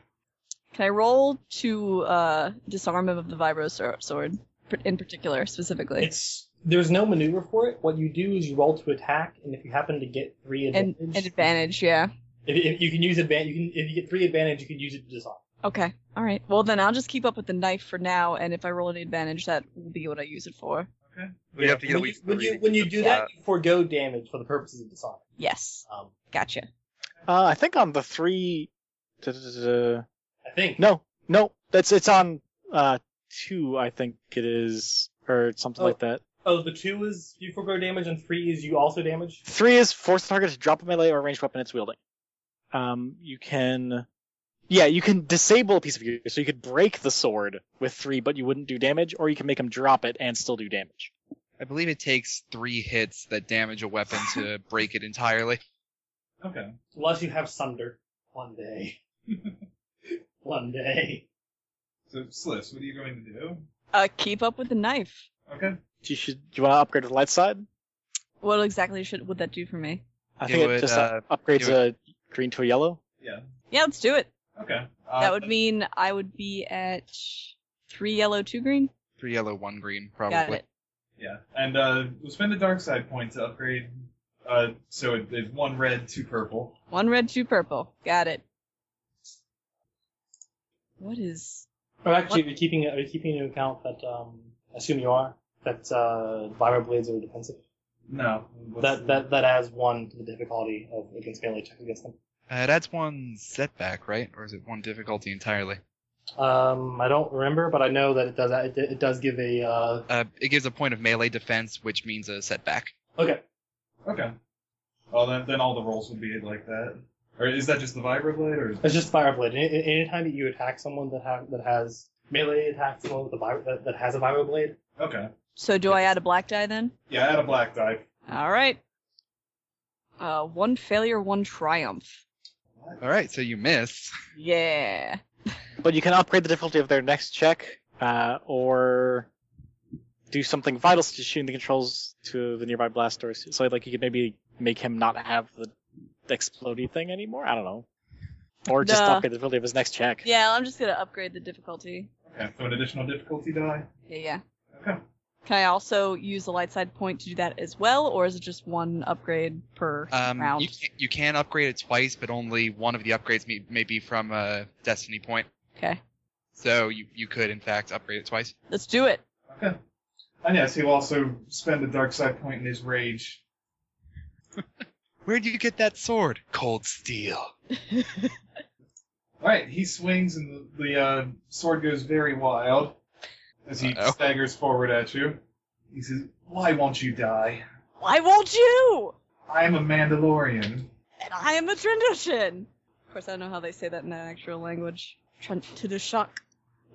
S2: I roll to uh, disarm him of the vibro sor- sword pr- in particular, specifically?
S3: It's there's no maneuver for it. What you do is you roll to attack, and if you happen to get three
S2: and
S3: advantage,
S2: an advantage, yeah.
S3: if, if you can use advantage, you can if you get three advantage, you can use it to disarm.
S2: Okay, all right. Well, then I'll just keep up with the knife for now, and if I roll an advantage, that will be what I use it for.
S4: We have to get
S3: when you,
S4: at least
S3: when you
S4: three.
S3: when you do
S4: Uh,
S3: that, you forego damage for the purposes of disarm.
S2: Yes,
S3: Um,
S2: gotcha.
S7: Uh, I think on the three. duh, duh, duh, duh.
S3: I think
S7: No, no, that's it's on uh two. I think it is or something
S3: Oh.
S7: like that.
S3: Oh, the two is you forego damage, and three is you also damage.
S7: Three is force the target to drop a melee or ranged weapon it's wielding. Um, you can, yeah, you can disable a piece of gear, so you could break the sword with three, but you wouldn't do damage, or you can make him drop it and still do damage.
S5: I believe it takes three hits that damage a weapon
S3: [LAUGHS]
S5: to break it entirely.
S1: Okay.
S3: Unless you have Sunder. One day. [LAUGHS] One day.
S1: So, Sliss, what are you going to do?
S2: Uh, keep up with the knife.
S1: Okay.
S7: You should, you want to upgrade with light side?
S2: What exactly should would that do for me?
S7: I
S5: It
S7: think it,
S5: would,
S7: just
S5: uh,
S7: upgrades
S5: it
S7: a green to a yellow.
S2: Yeah, let's do it.
S1: Okay. Uh,
S2: That would mean I would be at three yellow, two green.
S5: Three yellow, one green, probably.
S2: Got it.
S1: Yeah, and uh, we'll spend a dark side point to upgrade. Uh, so it, it's one red, two purple.
S2: One red, two purple. Got it. What is?
S3: Or actually, are you keeping are you keeping into account that um, I assume you are that uh, vibro blades are defensive.
S1: No. what's
S3: That
S1: the-
S3: that that adds one to the difficulty of against melee checks against them.
S5: Uh, that's one setback, right? Or is it one difficulty entirely?
S3: Um, I don't remember, but I know that it does it, it does give a uh,
S5: Uh, it gives a point of melee defense, which means a setback.
S3: okay.
S1: Okay. Well, then, then all the rolls would be like that. Or is that just the vibroblade? Or is...
S3: It's just fire blade. Any, anytime that you attack someone that have that has melee attack someone with a vibro, that, that has a vibro blade,
S1: okay.
S2: So do I add a black die then?
S1: Yeah, add a black die.
S2: All right. Uh, one failure, one triumph.
S5: All right, so you miss.
S2: Yeah.
S7: But you can upgrade the difficulty of their next check, uh, or do something vital such as shooting the controls to the nearby blast doors. So like you could maybe make him not have the explodey thing anymore. I don't know. Or just
S2: Nah.
S7: upgrade the difficulty of his next check.
S2: Yeah, I'm just gonna upgrade the difficulty.
S1: Okay, so an additional difficulty die.
S2: Yeah, yeah.
S1: Okay.
S2: Can I also use the light side point to do that as well, or is it just one upgrade per
S5: Um,
S2: round?
S5: you can, you can upgrade it twice, but only one of the upgrades may, may be from a destiny point.
S2: Okay.
S5: So you you could in fact upgrade it twice.
S2: Let's do it.
S1: Okay. And yes, he'll also spend a dark side point in his rage.
S5: Where do you get that sword? Cold steel.
S1: All right, he swings and the, the uh, sword goes very wild as he
S5: Uh-oh.
S1: staggers forward at you. He says, "Why won't you die?
S2: Why won't you?
S1: I am a Mandalorian."
S2: And I am a Trandoshan. Of course, I don't know how they say that in that actual language. Trandoshan.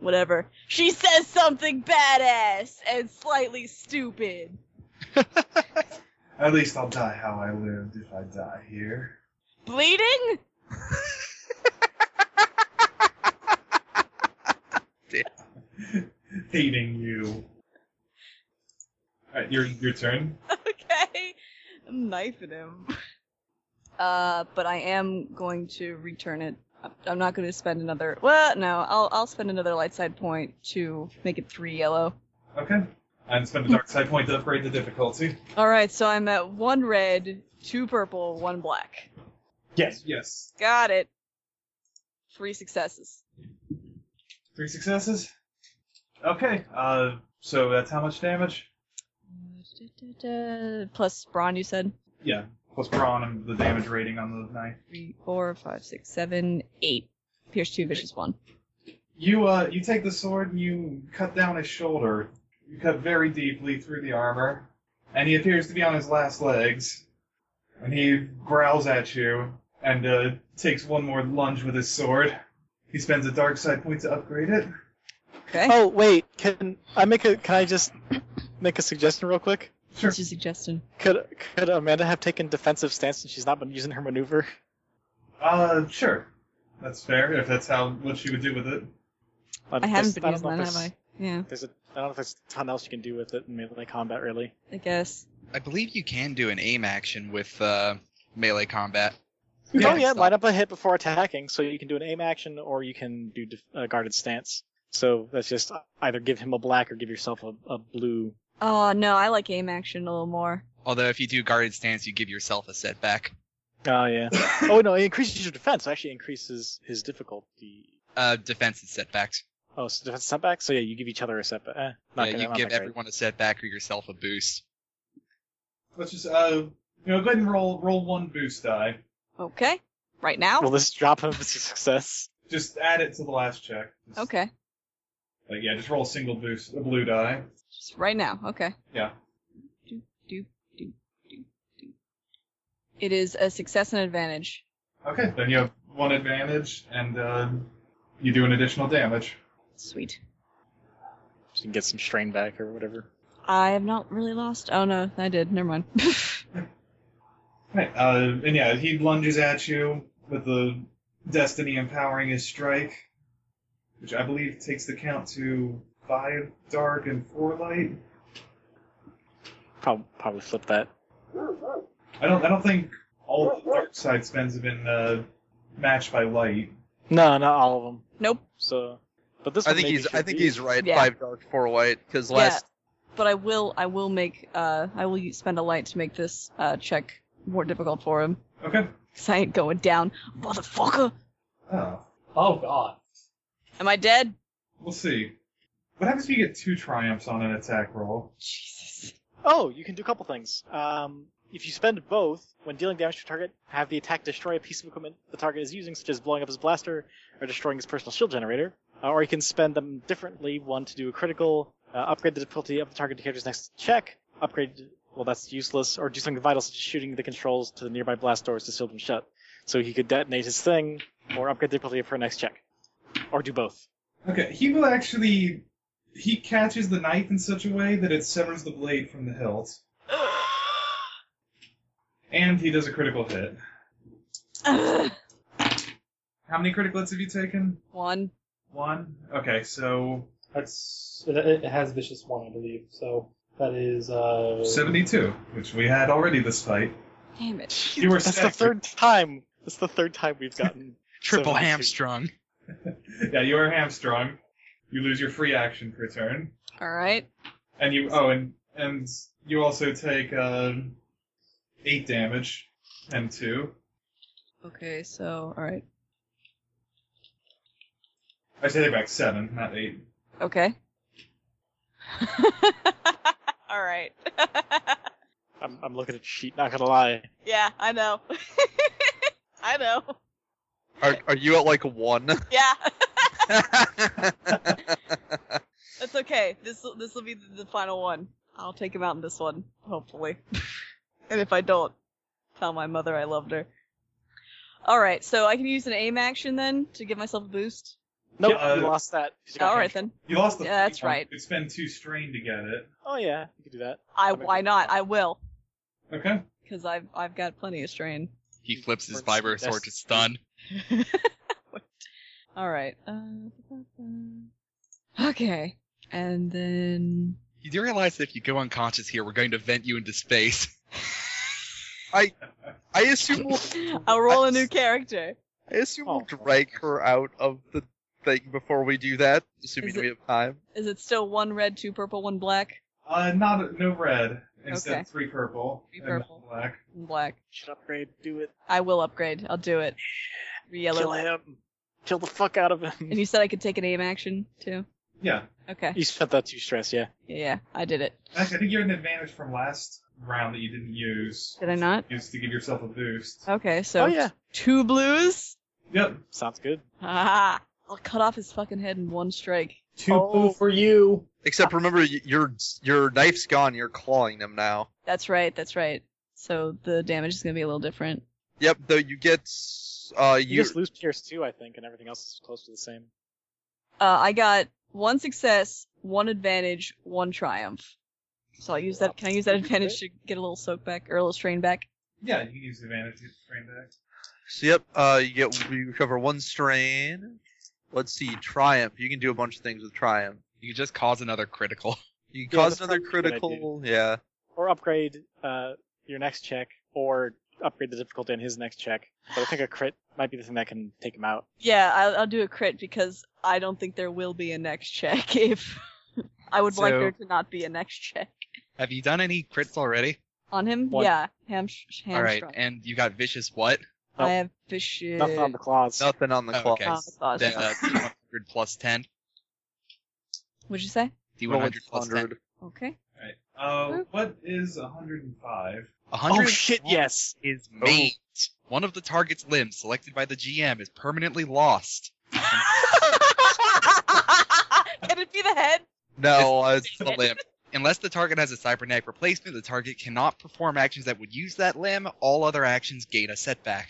S2: Whatever. She says something badass and slightly stupid.
S1: At least I'll die how I lived if I die here. [LAUGHS]
S2: Bleeding?
S1: Hating you. Alright, your your turn.
S2: [LAUGHS] okay. I'm knifing him. Uh, but I am going to return it. I'm- I'm not going to spend another. Well, no, I'll I'll spend another light side point to make it three yellow.
S1: Okay. And spend a dark side point to upgrade the difficulty.
S2: All right, so I'm at one red, two purple, one black.
S3: yes,
S1: Yes.
S2: Got it. Three successes.
S1: Three successes. Okay. Uh so that's how much damage?
S2: Uh, Plus brawn, you said
S1: Yeah. Plus brawn and the damage rating on the knife.
S2: three, four, five, six, seven, eight. Pierce two, vicious one.
S1: You uh you take the sword and you cut down his shoulder. You cut very deeply through the armor, and he appears to be on his last legs. And he growls at you and uh, takes one more lunge with his sword. He spends a dark side point to upgrade it.
S2: Okay.
S7: Oh wait, can I make a? Can I just [COUGHS] make a suggestion real quick?
S1: Sure.
S2: What's your suggestion?
S7: Could could Amanda have taken defensive stance since she's not been using her maneuver?
S1: Uh, sure. That's fair if that's how what she would do with it.
S2: I
S7: don't-
S2: haven't
S7: there's-
S2: been using
S7: don't know
S2: that,
S7: if
S2: have I?
S7: there's-
S2: Yeah,
S7: There's a, I don't know if there's a ton else you can do with it in melee combat, really.
S2: I guess.
S5: I believe you can do an aim action with uh, melee combat.
S7: oh yeah, line up a hit before attacking, so you can do an aim action or you can do def- uh, guarded stance. So that's just either give him a black or give yourself a, a blue.
S2: Oh no, I like aim action a little more.
S5: Although if you do guarded stance, you give yourself a setback.
S7: Oh yeah. [LAUGHS] oh no, it increases your defense. Actually, increases his difficulty.
S5: Uh, defense and setbacks.
S7: Oh, so defense setback. So yeah, you give each other a setback. Eh, not
S5: yeah,
S7: gonna,
S5: you
S7: not
S5: give
S7: that great.
S5: everyone a setback or yourself a boost.
S1: Let's just uh, you know, go ahead and roll roll one boost die.
S2: Okay, right now.
S7: Will this drop him if it's a success?
S1: Just add it to the last check. Just-
S2: Okay,
S1: Like, yeah, just roll a single boost, a blue die.
S2: just right now. Okay.
S1: Yeah.
S2: Do, do, do, do, do. It is a success and advantage.
S1: Okay, then you have one advantage, and uh, you do an additional damage.
S2: Sweet.
S7: So you can get some strain back or whatever.
S2: I have not really lost. Oh no, I did. Never mind. [LAUGHS]
S1: Right, uh, and yeah, he lunges at you with the destiny empowering his strike, which I believe takes the count to five dark and four light.
S7: Probably, probably flip that.
S1: I don't, I don't think all the dark side spends have been uh, matched by light.
S7: No, not all of them.
S2: nope.
S7: So, but this.
S4: I
S7: one
S4: think
S7: maybe
S4: he's I
S7: should
S4: think
S7: be-
S4: he's right.
S2: Yeah.
S4: Five dark, four white. Because last
S2: But I will. I will make. Uh, I will u- spend a light to make this uh check more difficult for him.
S1: Okay.
S2: Cause I ain't going down, motherfucker.
S1: Oh,
S3: Oh god.
S2: Am I dead?
S1: we'll see. What happens if you get two triumphs on an attack roll?
S2: Jesus. [LAUGHS]
S7: Oh, you can do a couple things. Um, if you spend both, when dealing damage to a target, have the attack destroy a piece of equipment the target is using, such as blowing up his blaster or destroying his personal shield generator. Uh, or you can spend them differently. One to do a critical, uh, upgrade the difficulty of the target character's next check, upgrade. Well, that's useless. Or do something vital, such as shooting the controls to the nearby blast doors to seal them shut. So he could detonate his thing, or upgrade the difficulty of her next check, or do both.
S1: Okay, he will actually. He catches the knife in such a way that it severs the blade from the hilt, and he does a critical hit.
S2: Ugh.
S1: How many critical hits have you taken?
S2: One.
S1: One. Okay, so
S3: That's it, it has vicious one, I believe. So that is uh
S1: 72, which we had already this fight.
S2: Damn it.
S1: You were
S7: That's the
S1: stacked.
S7: third time. That's the third time we've gotten [LAUGHS]
S5: Triple
S7: So-
S5: hamstrung.
S1: Yeah, you are hamstrung. You lose your free action per turn,
S2: All right.
S1: and you oh, and and you also take uh, eight damage, and two.
S2: Okay. So all right.
S1: I take it back seven, not eight.
S2: Okay. [LAUGHS] all right.
S7: I'm, I'm looking at the sheet, not gonna lie.
S2: yeah, I know. [LAUGHS] I know.
S4: are are you at like one? [LAUGHS]
S2: Yeah. That's okay. This this will be the, the final one. I'll take him out in this one, hopefully. [LAUGHS] and if I don't, tell my mother I loved her. All right, so I can use an aim action then to give myself a boost.
S7: Nope,
S1: Yeah,
S7: you
S1: uh,
S7: lost that. 'cause you got
S2: All right
S7: hamstrung.
S2: then.
S1: You lost the.
S2: Yeah, that's
S1: free one.
S2: right.
S1: You could spend two strain to get it.
S7: Oh yeah, you can do that.
S2: I why not? I will,
S1: Okay.
S2: cause I've I've got plenty of strain.
S5: he flips his
S7: Works
S5: vibro sword
S7: best.
S5: to stun.
S2: All right. Uh, okay, and then
S5: You do realize that if you go unconscious here, we're going to vent you into space. [LAUGHS]
S4: I assume we'll
S2: [LAUGHS] I'll roll a new character.
S4: I assume we'll
S7: Oh.
S4: drag her out of the thing before we do that, assuming
S2: Is it-
S4: we have time.
S2: Is it still one red, two purple, one black?
S1: Uh, not no red. Instead,
S2: Okay.
S1: three purple.
S2: Three
S1: and one
S2: purple.
S1: black.
S2: One black.
S7: Should upgrade. Do it.
S2: I will upgrade. I'll do it. Yellow.
S7: Kill him. Kill the fuck out of
S2: And
S7: him. [LAUGHS]
S2: you said I could take an aim action too.
S1: Yeah,
S2: Okay.
S7: You spent that too stress, yeah.
S2: Yeah, yeah, I did it.
S1: actually, I think you had an advantage from last round that you didn't use.
S2: Did I not?
S1: Used to give yourself a boost.
S2: Okay, so
S7: oh yeah,
S2: two blues. [LAUGHS]
S1: Yep.
S7: sounds good.
S2: Ah, I'll cut off his fucking head in one strike.
S3: two
S7: Oh.
S3: blue for you.
S2: Uh.
S4: Except remember, y- your your knife's gone. You're clawing them now.
S2: That's right. That's right. So the damage is gonna be a little different.
S4: Yep. Though you get uh
S7: You,
S4: you
S7: just lose Pierce too, I think, and everything else is close to the same.
S2: Uh, I got one success, one advantage, one triumph. So I'll use that. Can I use that advantage to get a little soak back or a little strain back?
S1: Yeah, you can use the advantage to train back.
S4: so yep. Uh, you get you recover one strain. Let's see, triumph. You can do a bunch of things with triumph.
S5: You could just cause another critical.
S4: You
S7: Yeah,
S4: cause
S7: that's
S4: another
S7: probably a good idea.
S4: critical. Yeah.
S7: or upgrade uh, your next check, or upgrade the difficulty on his next check. But I think a crit might be the thing that can take him out.
S2: Yeah, I'll, I'll do a crit because I don't think there will be a next check [LAUGHS] if I would like
S5: So-
S2: there to not be a next check
S5: Have you done any crits already?
S2: on him.
S7: One.
S2: Yeah, ham, sh-
S5: All right,
S2: hamstrung.
S5: and oh. you got vicious what?
S2: I have Uh, vicious.
S7: Nothing on the claws.
S4: Nothing on the
S5: Oh,
S4: clock.
S5: okay.
S2: Oh, gosh.
S5: Then uh, D100 plus 10.
S2: What'd you say?
S4: Roll
S5: D100
S4: it
S5: plus 10.
S4: 100.
S5: [LAUGHS]
S2: Okay.
S1: Alright. Uh, what is 105?
S5: 100
S7: Oh shit! Yes.
S5: is maimed. One of the target's limbs selected by the GM is permanently lost.
S2: Can it be the head?
S4: No, uh, it's,
S5: [LAUGHS] It's the limb. Unless the target has a cybernetic replacement, the target cannot perform actions that would use that limb. All other actions gain a setback.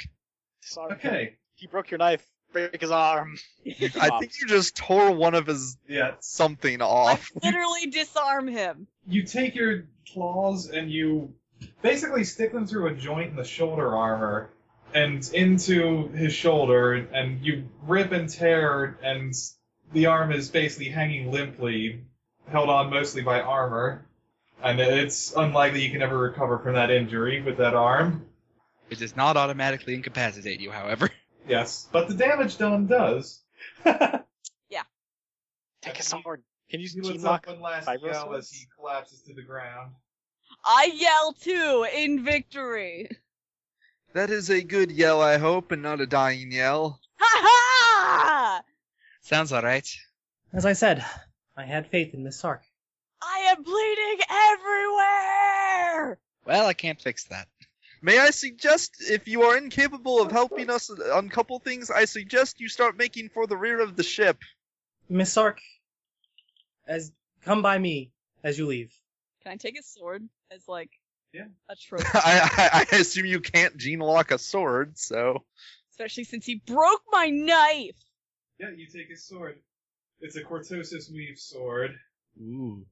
S7: Sorry.
S1: Okay.
S7: He broke your knife. Break
S2: [LAUGHS]
S7: his arm.
S4: I think you just tore one of his
S1: Yeah.
S4: something
S2: I
S4: off.
S2: literally disarm him.
S1: You take your claws and you basically stick them through a joint in the shoulder armor and into his shoulder, and you rip and tear, and the arm is basically hanging limply, held on mostly by armor. And it's unlikely you can ever recover from that injury with that arm.
S5: It does not automatically incapacitate you, however. [LAUGHS]
S1: Yes, but the damage done does.
S7: Take his sword. Can you
S1: He
S7: key
S1: lets
S7: lock?
S1: up one last
S7: fiber
S1: yell
S7: swords?
S1: as he collapses to the ground.
S2: I yell too in victory.
S4: That is a good yell, I hope, and not a dying yell.
S2: Ha ha!
S5: Sounds alright.
S3: As I said, I had faith in Miss Sark.
S2: I am bleeding everywhere.
S5: Well, I can't fix that. [LAUGHS]
S4: May I suggest, if you are incapable of helping us uncouple things, I suggest you start making for the rear of the ship. [LAUGHS]
S3: Miss Sark, as come by me as you leave.
S2: Can I take his sword as like
S1: Yeah.
S2: a trophy?
S4: [LAUGHS] I, I, I assume you can't gene lock a sword, so.
S2: Especially since he broke my knife.
S1: Yeah, you take his sword. It's a Cortosis Weave sword,
S3: Ooh.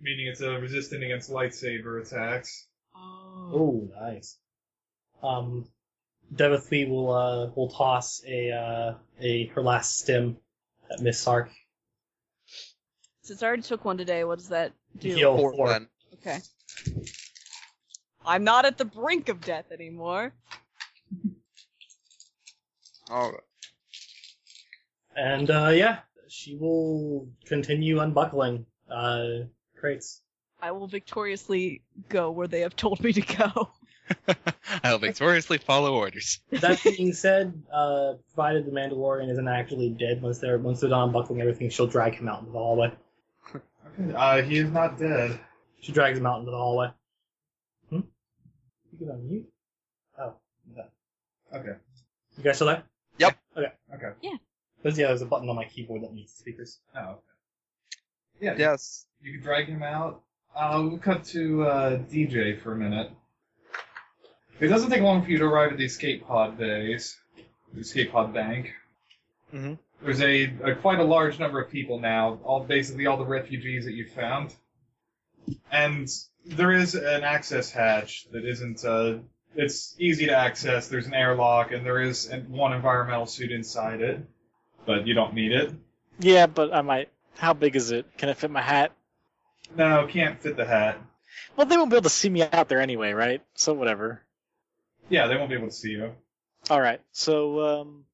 S1: meaning it's uh, resistant against lightsaber attacks.
S2: Oh.
S3: Oh, nice. Um, Devothy will uh will toss a uh a her last stim at Miss Sark.
S2: Since I already took one today, what does that do?
S3: Heal
S4: Four
S3: four.
S4: then.
S2: Okay. I'm not at the brink of death anymore.
S4: All right.
S3: And uh yeah, she will continue unbuckling uh crates.
S2: I will victoriously go where they have told me to go.
S5: I'll victoriously follow orders.
S3: That being said, uh, provided the Mandalorian isn't actually dead once they're once they're done unbuckling everything, she'll drag him out into the hallway.
S1: Okay, uh, he is not dead.
S3: She drags him out into the hallway. Hmm? You can unmute. Oh, no.
S1: Okay.
S3: You guys still there?
S4: Yep.
S3: Okay.
S1: Okay.
S2: Yeah.
S3: There's, yeah, there's a button on my keyboard that needs speakers.
S1: Oh. okay. Yeah, yeah.
S4: Yes.
S1: You can drag him out. Uh, we'll cut to uh, DJ for a minute. It doesn't take long for you to arrive at the escape pod bays, the escape pod bank.
S4: Mhm.
S1: There's a, a quite a large number of people now, all basically all the refugees that you found, and there is an access hatch that isn't. Uh, it's easy to access. There's an airlock, and there is an- one environmental suit inside it, but you don't need it.
S7: Yeah, but I might. How big is it? Can it fit my hat?
S1: No, can't fit the hat.
S7: Well, they won't be able to see me out there anyway, right? So whatever.
S1: Yeah, they won't be able to see you.
S7: All right. So, um,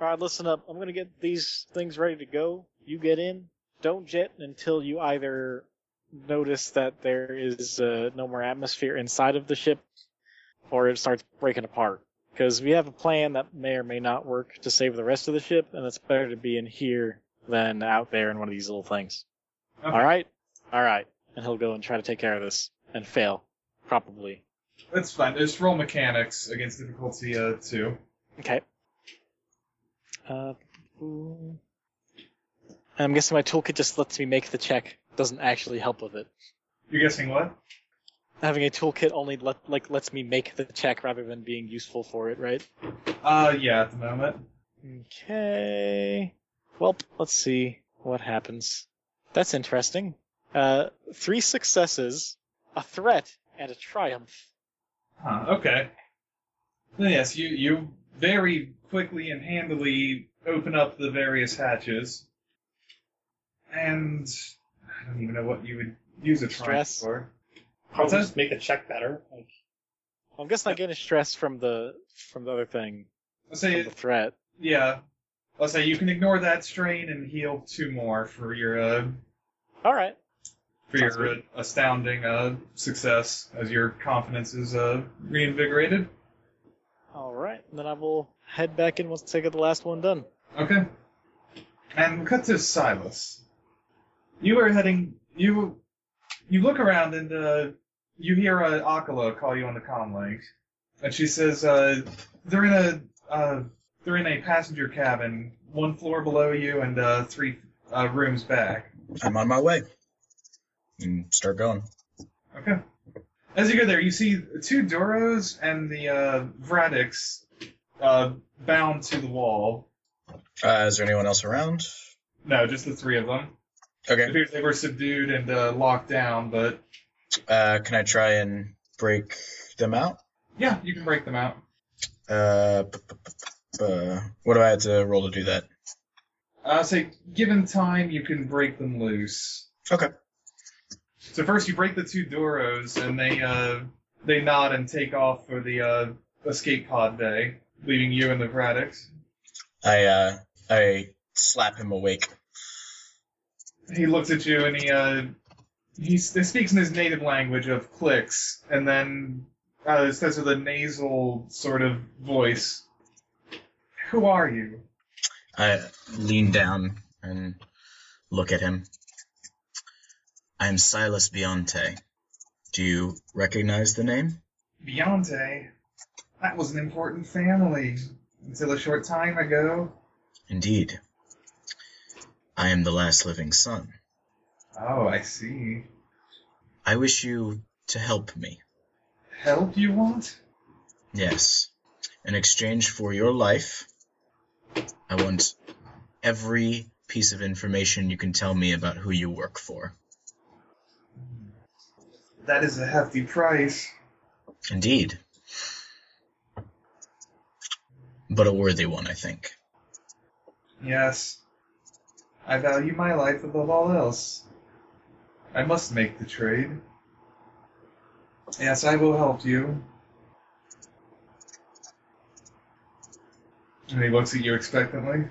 S7: all right. Listen up. I'm gonna get these things ready to go. You get in. Don't jet until you either notice that there is uh, no more atmosphere inside of the ship, or it starts breaking apart. Because we have a plan that may or may not work to save the rest of the ship, and it's better to be in here than out there in one of these little things.
S1: Okay.
S7: All right. All right. And he'll go and try to take care of this and fail, probably.
S1: That's fine. Just roll mechanics against difficulty uh, two.
S7: Okay. Uh, ooh. I'm guessing my toolkit just lets me make the check. Doesn't actually help with it.
S1: You're guessing what?
S7: Having a toolkit only let, like lets me make the check rather than being useful for it, right?
S1: Uh, yeah, at the moment.
S7: Okay. Well, let's see what happens. That's interesting. Uh, three successes, a threat, and a triumph.
S1: Huh. Okay. Then Yes, you you very quickly and handily open up the various hatches, and I don't even know what you would use a triumph
S7: Stress?
S1: for.
S3: Probably
S1: that?
S3: just make the check better. Like,
S7: I'm guessing I'm getting stress from the from the other thing,
S1: Let's
S7: from
S1: say
S7: the threat.
S1: yeah. Let's say you can ignore that strain and heal two more for your uh,
S7: All right.
S1: for
S7: Sounds
S1: your uh, astounding uh, success as your confidence is uh, reinvigorated.
S7: All right, then I will head back in once I get the last one done.
S1: Okay. And we cut to Silas. You are heading. You you look around and uh, you hear uh, Akala call you on the comm link, and she says uh, they're in a uh, they're in a passenger cabin, one floor below you and uh, three uh, rooms back.
S6: I'm on my way. And start going.
S1: Okay. As you go there, you see two Doros and the uh, Vradix uh, bound to the wall.
S6: Uh, is there anyone else around?
S1: No, just the three of them. It
S6: Okay.
S1: appears they were subdued and uh, locked down, but
S6: Uh, can I try and break them out?
S1: yeah, you can break them out.
S6: Uh, p- p- p- p- uh, what do I have to roll to do that?
S1: Uh, say, given time, you can break them loose.
S6: Okay.
S1: So first, you break the two Doros, and they uh, they nod and take off for the uh, escape pod bay, leaving you and the Braddock's.
S6: I uh, I slap him awake.
S1: He looks at you and he uh, he, s- he speaks in his native language of clicks, and then uh, says with a nasal sort of voice, "Who are you?"
S6: I lean down and look at him. I'm Silas Bionte. Do you recognize the name?
S1: Beyonce, that was an important family until a short time ago.
S6: Indeed. I am the last living son.
S1: Oh, I see.
S6: I wish you to help me.
S1: Help you want?
S6: Yes. In exchange for your life, I want every piece of information you can tell me about who you work for.
S1: That is a hefty price.
S6: Indeed. But a worthy one, I think.
S1: Yes. I value my life above all else. I must make the trade. Yes, I will help you. And he looks at you expectantly.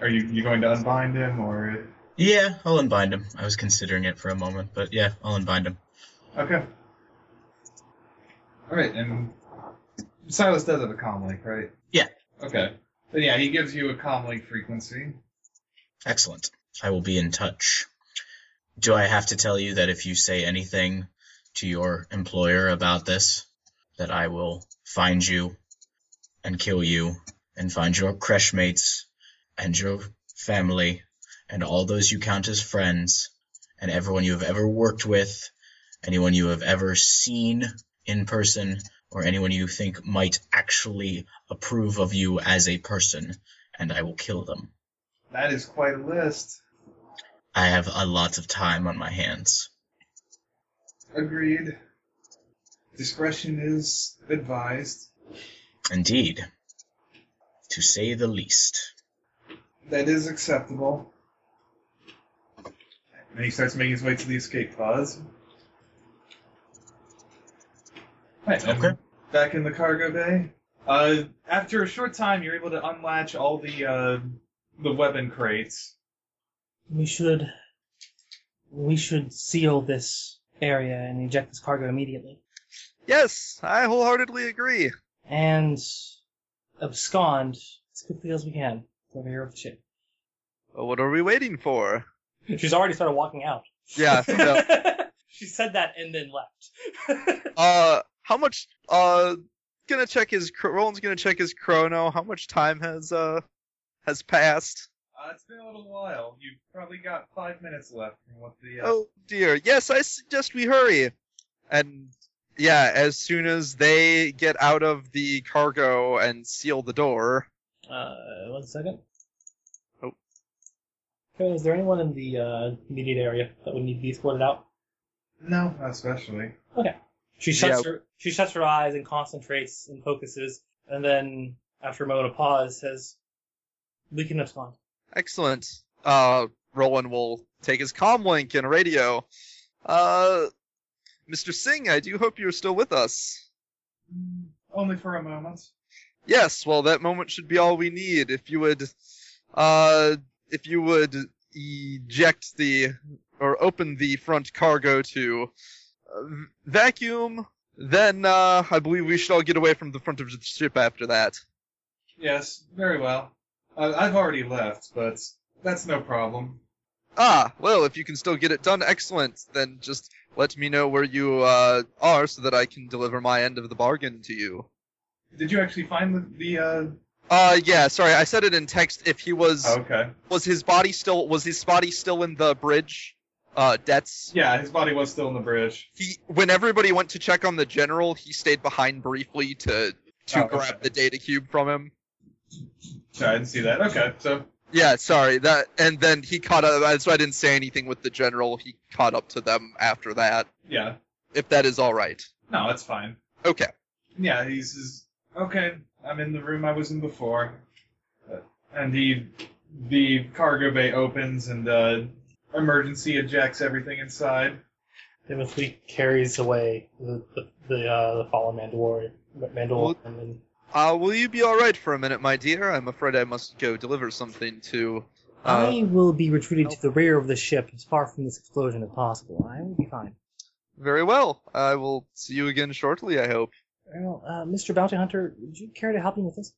S1: Are you you going to unbind him or
S6: Yeah, I'll unbind him. I was considering it for a moment, but yeah, I'll unbind him.
S1: Okay. All right, and Silas does have a comm link, right?
S6: Yeah.
S1: Okay. Then yeah, he gives you a comm link frequency.
S6: Excellent. I will be in touch. Do I have to tell you that if you say anything to your employer about this, that I will find you and kill you and find your creche mates and your family and all those you count as friends and everyone you have ever worked with, anyone you have ever seen in person, or anyone you think might actually approve of you as a person, and I will kill them.
S1: That is quite a list.
S6: I have a lot of time on my hands.
S1: Agreed. Discretion is advised.
S6: Indeed. To say the least.
S1: That is acceptable. And he starts making his way to the escape pods. Right, and
S6: Okay.
S1: Back in the cargo bay. Uh, after a short time, you're able to unlatch all the uh, the weapon crates.
S3: we should, we should seal this area and eject this cargo immediately,
S4: Yes, I wholeheartedly agree.
S3: and abscond as quickly as we can from here with the ship.
S4: Well, Uh, what are we waiting for?
S3: She's already started walking out.
S4: Yeah. No.
S3: [LAUGHS] she said that and then left. [LAUGHS]
S4: Uh, how much? Uh, gonna check his. chro- Roland's gonna check his chrono. How much time has uh has passed?
S1: Uh, it's been a little while. You've probably got five minutes left from what the. Uh,
S4: Oh dear. Yes, I suggest we hurry. And yeah, as soon as they get out of the cargo and seal the door.
S3: Uh, one second.
S4: Oh.
S3: Okay, is there anyone in the uh, immediate area that would need to be escorted out?
S1: No, not especially.
S3: She shuts
S4: Yeah.
S3: her she shuts her eyes and concentrates and focuses, and then after a moment of pause, says, "We can respond."
S4: Excellent. Uh, Roland will take his comm link and radio. Uh, Mr. Singh, I do hope you're still with us.
S1: Mm, Only for a moment.
S4: Yes, well, that moment should be all we need. If you would, uh, if you would eject the or open the front cargo to uh, vacuum, then uh, I believe we should all get away from the front of the ship after that.
S1: Yes, very well. Uh, I've already left, but that's no problem.
S4: Ah, well, if you can still get it done, excellent. Then just let me know where you uh, are so that I can deliver my end of the bargain to you.
S1: Did you actually find the? the uh...
S4: Uh, yeah, sorry, I said it in text. If he was,
S1: oh, okay.
S4: was his body still, was his body still in the bridge? Uh, debts.
S1: Yeah, his body was still in the bridge.
S4: He, when everybody went to check on the general, he stayed behind briefly to to
S1: Oh, okay.
S4: grab the data cube from him.
S1: Sorry, I didn't see that. Okay, so
S4: Yeah, sorry that, and then he caught up. That's why I didn't say anything with the general. He caught up to them after that.
S1: yeah,
S4: If that is all right.
S1: no, it's fine.
S4: Okay.
S1: Yeah, he says, "Okay, I'm in the room I was in before," Uh, and the the cargo bay opens and uh, emergency ejects everything inside.
S3: Timothy carries away the the, the, uh, the fallen Mandalorian, Mandalorian, and
S4: Uh, will you be all right for a minute, my dear? I'm afraid I must go deliver something to. Uh,
S3: I will be retreating to the rear of the ship as far from this explosion as possible. I will be fine.
S4: Very well. I will see you again shortly. I hope.
S3: Very Well, uh, Mr. Bounty Hunter, would you care to help me with this?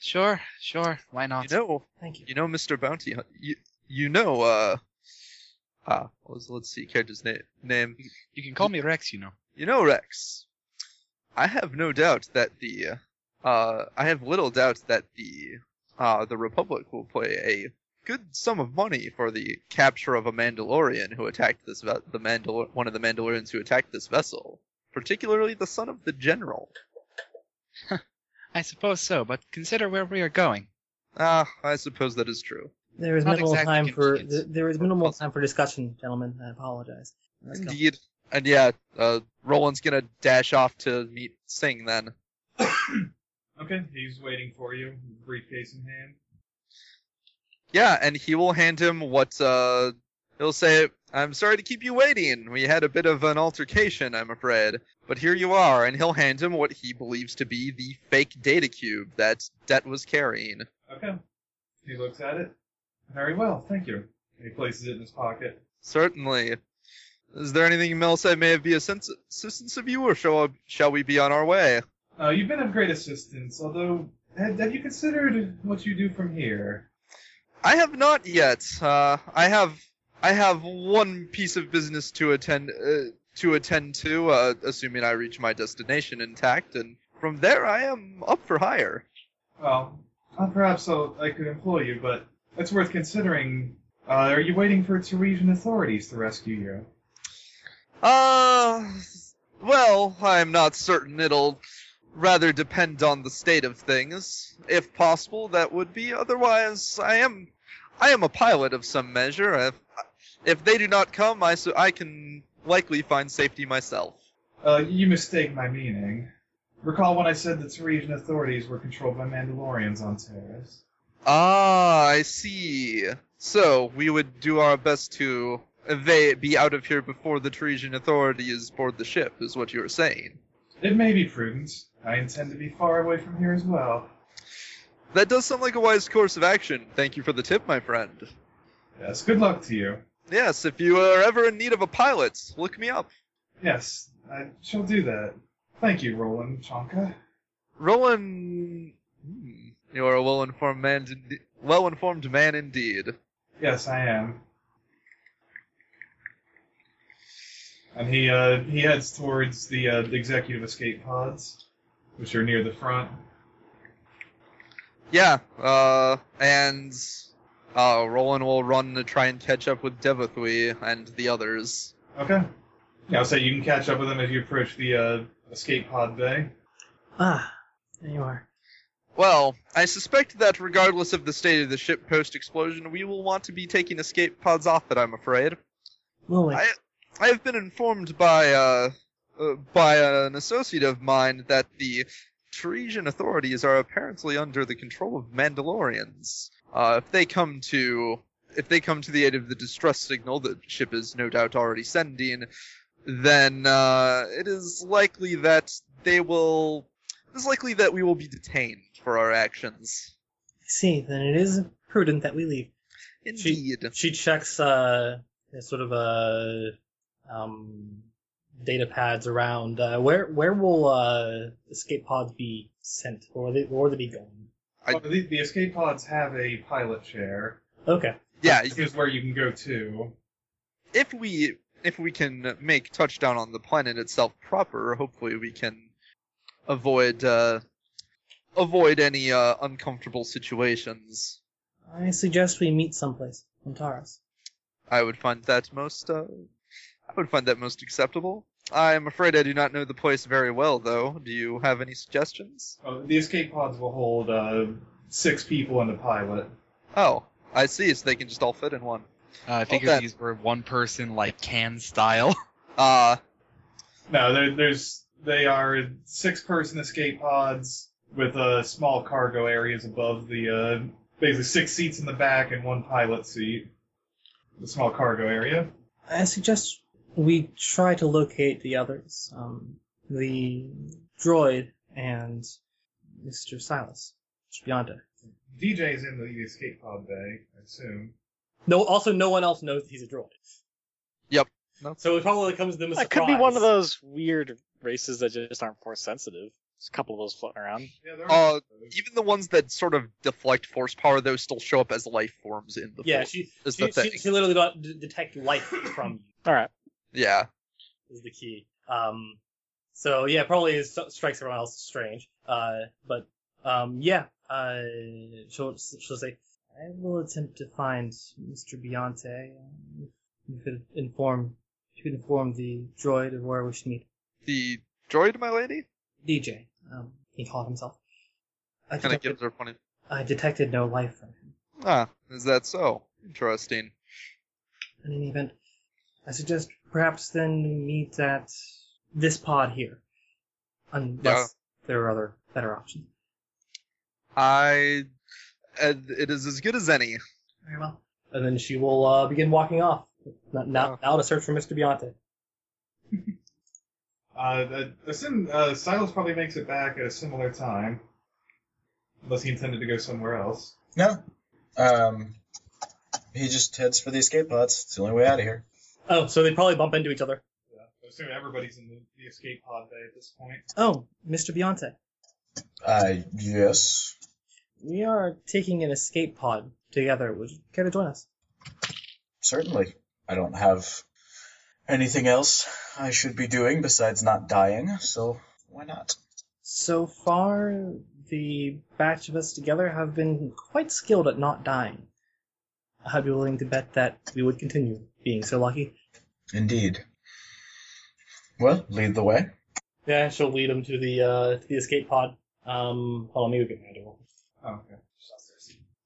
S5: Sure, sure. Why
S1: Uh,
S5: not?
S4: You know,
S3: Thank you.
S4: you know, Mr. Bounty. Hunt- You, you know, uh, ah, what was, let's see, character's na- name.
S5: You can call me Rex, you know.
S4: You know, Rex. I have no doubt that the, uh, I have little doubt that the, uh, the Republic will play a good sum of money for the capture of a Mandalorian who attacked this, ve- the Mandal- one of the Mandalorians who attacked this vessel, particularly the son of the general.
S5: I suppose so, but consider where we are going.
S4: Ah, I suppose that is true.
S3: There is
S5: Not
S3: minimal
S5: exactly
S3: time for
S5: convenience.
S3: th- there is minimal time for discussion, gentlemen. I apologize. Let's go.
S4: Indeed. And yeah, uh, Roland's gonna dash off to meet Singh then.
S1: Okay, he's waiting for you, briefcase in hand.
S4: Yeah, and he will hand him what, uh, he'll say, I'm sorry to keep you waiting. We had a bit of an altercation, I'm afraid. But here you are, and he'll hand him what he believes to be the fake data cube that Det was carrying.
S1: Okay, he looks at it. Very well, thank you. He places it in his pocket.
S4: Certainly. Is there anything else I may be of sense- assistance of you, or shall, shall we be on our way?
S1: Uh, you've been of great assistance, although have, have you considered what you do from here?
S4: I have not yet. Uh, I have I have one piece of business to attend uh, to attend to, uh, assuming I reach my destination intact, and from there I am up for hire.
S1: Well, uh, perhaps I'll, I could employ you, but it's worth considering. Uh, are you waiting for Teresian authorities to rescue you?
S4: Uh, well, I'm not certain. It'll rather depend on the state of things. If possible, that would be. Otherwise, I am, I am a pilot of some measure. If, if they do not come, I su- I can likely find safety myself.
S1: Uh, you mistake my meaning. Recall when I said the Teresian authorities were controlled by Mandalorians on Terrace.
S4: Ah, I see. So we would do our best to evade, be out of here before the Teresian authorities board the ship, is what you were saying.
S1: It may be prudent. I intend to be far away from here as well.
S4: That does sound like a wise course of action. Thank you for the tip, my friend.
S1: Yes, good luck to you.
S4: Yes, if you are ever in need of a pilot, look me up.
S1: Yes, I shall do that. Thank you, Roland Chonka.
S4: Roland, hmm, you are a well-informed man, inde- well-informed man indeed.
S1: Yes, I am. And he uh, he heads towards the, uh, the executive escape pods, which are near the front.
S4: Yeah, uh, and uh, Roland will run to try and catch up with Devathwy and the others.
S1: Okay. Yeah, so you can catch up with them as you approach the uh, escape pod bay.
S3: Ah, there you are.
S4: Well, I suspect that regardless of the state of the ship post explosion, we will want to be taking escape pods off it, I'm afraid.
S3: Well, wait.
S4: I, I have been informed by, uh, uh, by an associate of mine that the Tresian authorities are apparently under the control of Mandalorians. Uh, if they come to if they come to the aid of the distress signal that ship is no doubt already sending, then uh, it is likely that they will. It is likely that we will be detained for our actions.
S3: I see. Then it is prudent that we leave.
S4: Indeed.
S3: She checks uh, sort of a um, data pads around. Uh, where where will uh, escape pods be sent, or will they or will they be going?
S4: I-
S1: Well, the, the escape pods have a pilot chair.
S3: Okay. [LAUGHS]
S4: yeah,
S1: This is where you can go to.
S4: if we if we can make touchdown on the planet itself proper, hopefully we can avoid uh, avoid any uh, uncomfortable situations.
S3: I suggest we meet someplace on Taurus.
S4: I would find that most uh, I would find that most acceptable. I am afraid I do not know the place very well, though. Do you have any suggestions?
S1: Uh, the escape pods will hold uh, six people and a pilot.
S4: Oh, I see. So they can just all fit in one.
S5: Uh, I figured
S4: Okay.
S5: these were one person, like can style. [LAUGHS]
S4: Uh,
S1: No, there, there's they are six-person escape pods with uh, small cargo areas above the uh, basically six seats in the back and one pilot seat. The small cargo area.
S3: I suggest we try to locate the others, um, the droid and Mr. Silas. Beyond
S1: DJ's in the escape pod bay, I assume.
S3: No, also no one else knows that he's a droid.
S4: Yep. No.
S3: So it probably comes to them as a
S7: That could be one of those weird races that just aren't force sensitive. There's a couple of those floating around.
S1: Yeah, there
S4: uh, even the ones that sort of deflect force power, though, still show up as life forms in the
S3: Yeah,
S4: force,
S3: she
S4: is
S3: she,
S4: the thing.
S3: she, she literally got d- detect life from you
S7: All right.
S4: Yeah.
S3: is the key. Um, so yeah, probably is, strikes everyone else as strange. Uh, but um, yeah, uh, she'll she'll say, I will attempt to find Mr. Beyonce. um, You could inform you could inform the droid of where we should meet.
S4: The droid, my lady,
S3: DJ, um, he called himself. I
S4: kind of
S3: detected,
S4: gives her funny.
S3: I detected no life from him.
S4: Ah, is that so? Interesting.
S3: In any event, I suggest perhaps then we meet at this pod here. Unless there are other better options.
S4: I. Uh, it is as good as any.
S3: Very well. And then she will uh, begin walking off. Not, now, now to search for Mr. Beyonce.
S1: Uh, I assume uh, Silas probably makes it back at a similar time, unless he intended to go somewhere else.
S6: No. Um, he just heads for the escape pods. It's the only way out of here.
S3: Oh, so they probably bump into each other.
S1: Yeah. I assume everybody's in the, the escape pod bay at this point.
S3: Oh, Mr. Beyonce.
S6: Uh, yes.
S3: We are taking an escape pod together. Would you care to join us?
S6: Certainly. I don't have anything else I should be doing besides not dying, so why not?
S3: So far, the batch of us together have been quite skilled at not dying. I'd be willing to bet that we would continue being so lucky.
S6: Indeed. Well, lead the way.
S3: Yeah, and she'll lead him to the uh, to the escape pod. Um, hold on, maybe we can handle.
S1: Oh, okay.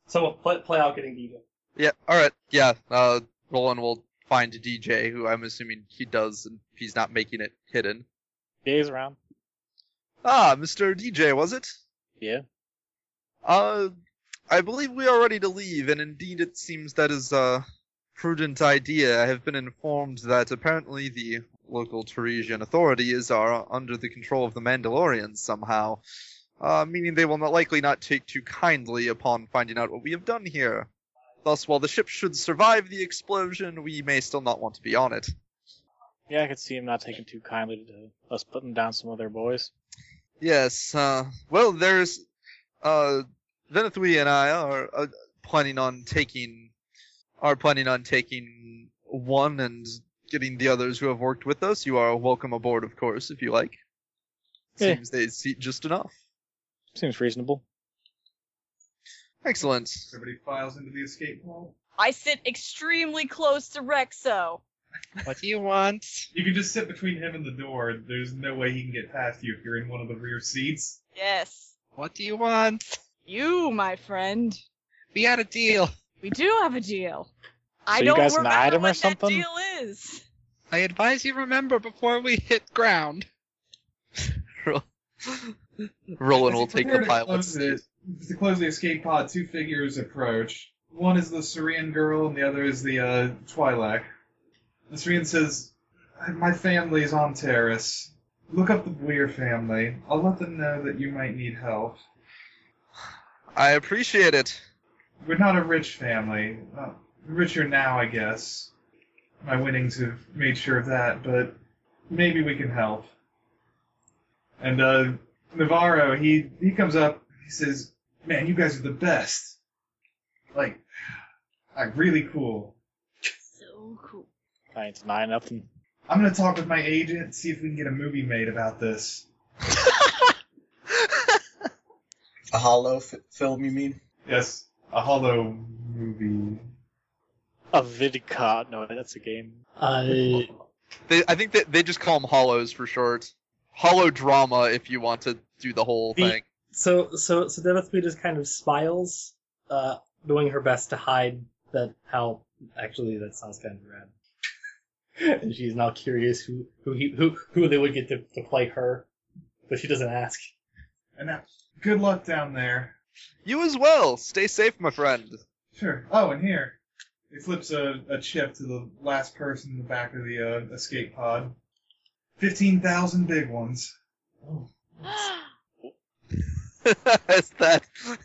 S3: So play, play out getting DJ.
S4: Yeah. All right. Yeah. Uh, Roland will find DJ, who I'm assuming he does, and he's not making it hidden.
S7: Gaze around.
S4: Ah, Mr. DJ, was it?
S7: Yeah.
S4: Uh, I believe we are ready to leave, and indeed it seems that is a prudent idea. I have been informed that apparently the local Teresian authorities are under the control of the Mandalorians somehow, uh, meaning they will not likely not take too kindly upon finding out what we have done here. Thus, while the ship should survive the explosion, we may still not want to be on it.
S7: Yeah, I could see him not taking too kindly to us putting down some of their boys.
S4: Yes. Uh, well, there's uh, Venethui and I are uh, planning on taking are planning on taking one and getting the others who have worked with us. You are welcome aboard, of course, if you like.
S7: Yeah.
S4: Seems they seat just enough.
S7: Seems reasonable.
S4: Excellent.
S1: Everybody files into the escape pod.
S2: I sit extremely close to Rexo.
S5: What do you want?
S1: You can just sit between him and the door. There's no way he can get past you if you're in one of the rear seats.
S2: Yes.
S5: What do you want?
S2: You, my friend.
S5: We had a deal.
S2: We do have a deal. I
S7: So you
S2: don't
S7: guys
S2: remember
S7: knight him or
S2: what
S7: something?
S2: that deal is.
S5: I advise you remember before we hit ground.
S4: Roland
S1: As
S4: will
S1: he
S4: take the
S1: prepared to
S4: pilot
S1: close
S4: suit.
S1: the- to close the escape pod, two figures approach. One is the Syrian girl, and the other is the uh, Twi'lek. The Syrian says, "My family's on terrace. Look up the Weir family. I'll let them know that you might need help.
S4: I appreciate it.
S1: We're not a rich family. Uh, richer now, I guess. My winnings have made sure of that, but maybe we can help. And uh, Navarro, he he comes up. He says, "Man, you guys are the best. Like, like really cool.
S2: So cool.
S7: I ain't denying nothing.
S1: I'm gonna talk with my agent, see if we can get a movie made about this.
S6: A hollow f- film, you mean?
S1: Yes, a hollow movie.
S7: A vidcon. No, that's a game.
S3: Uh,
S4: They, I think that they just call them hollows for short. Hollow drama, if you want to do the whole
S3: The-
S4: thing.
S3: so so so Devasweet just kind of smiles, uh, doing her best to hide that how actually that sounds kind of rad. [LAUGHS] and she's now curious who who he, who who they would get to, to play her, but she doesn't ask.
S1: And now, good luck down there.
S4: You as well. Stay safe, my friend.
S1: Sure. Oh, and here. He flips a, a chip to the last person in the back of the uh, escape pod. 15,000 big ones.
S4: [LAUGHS] as that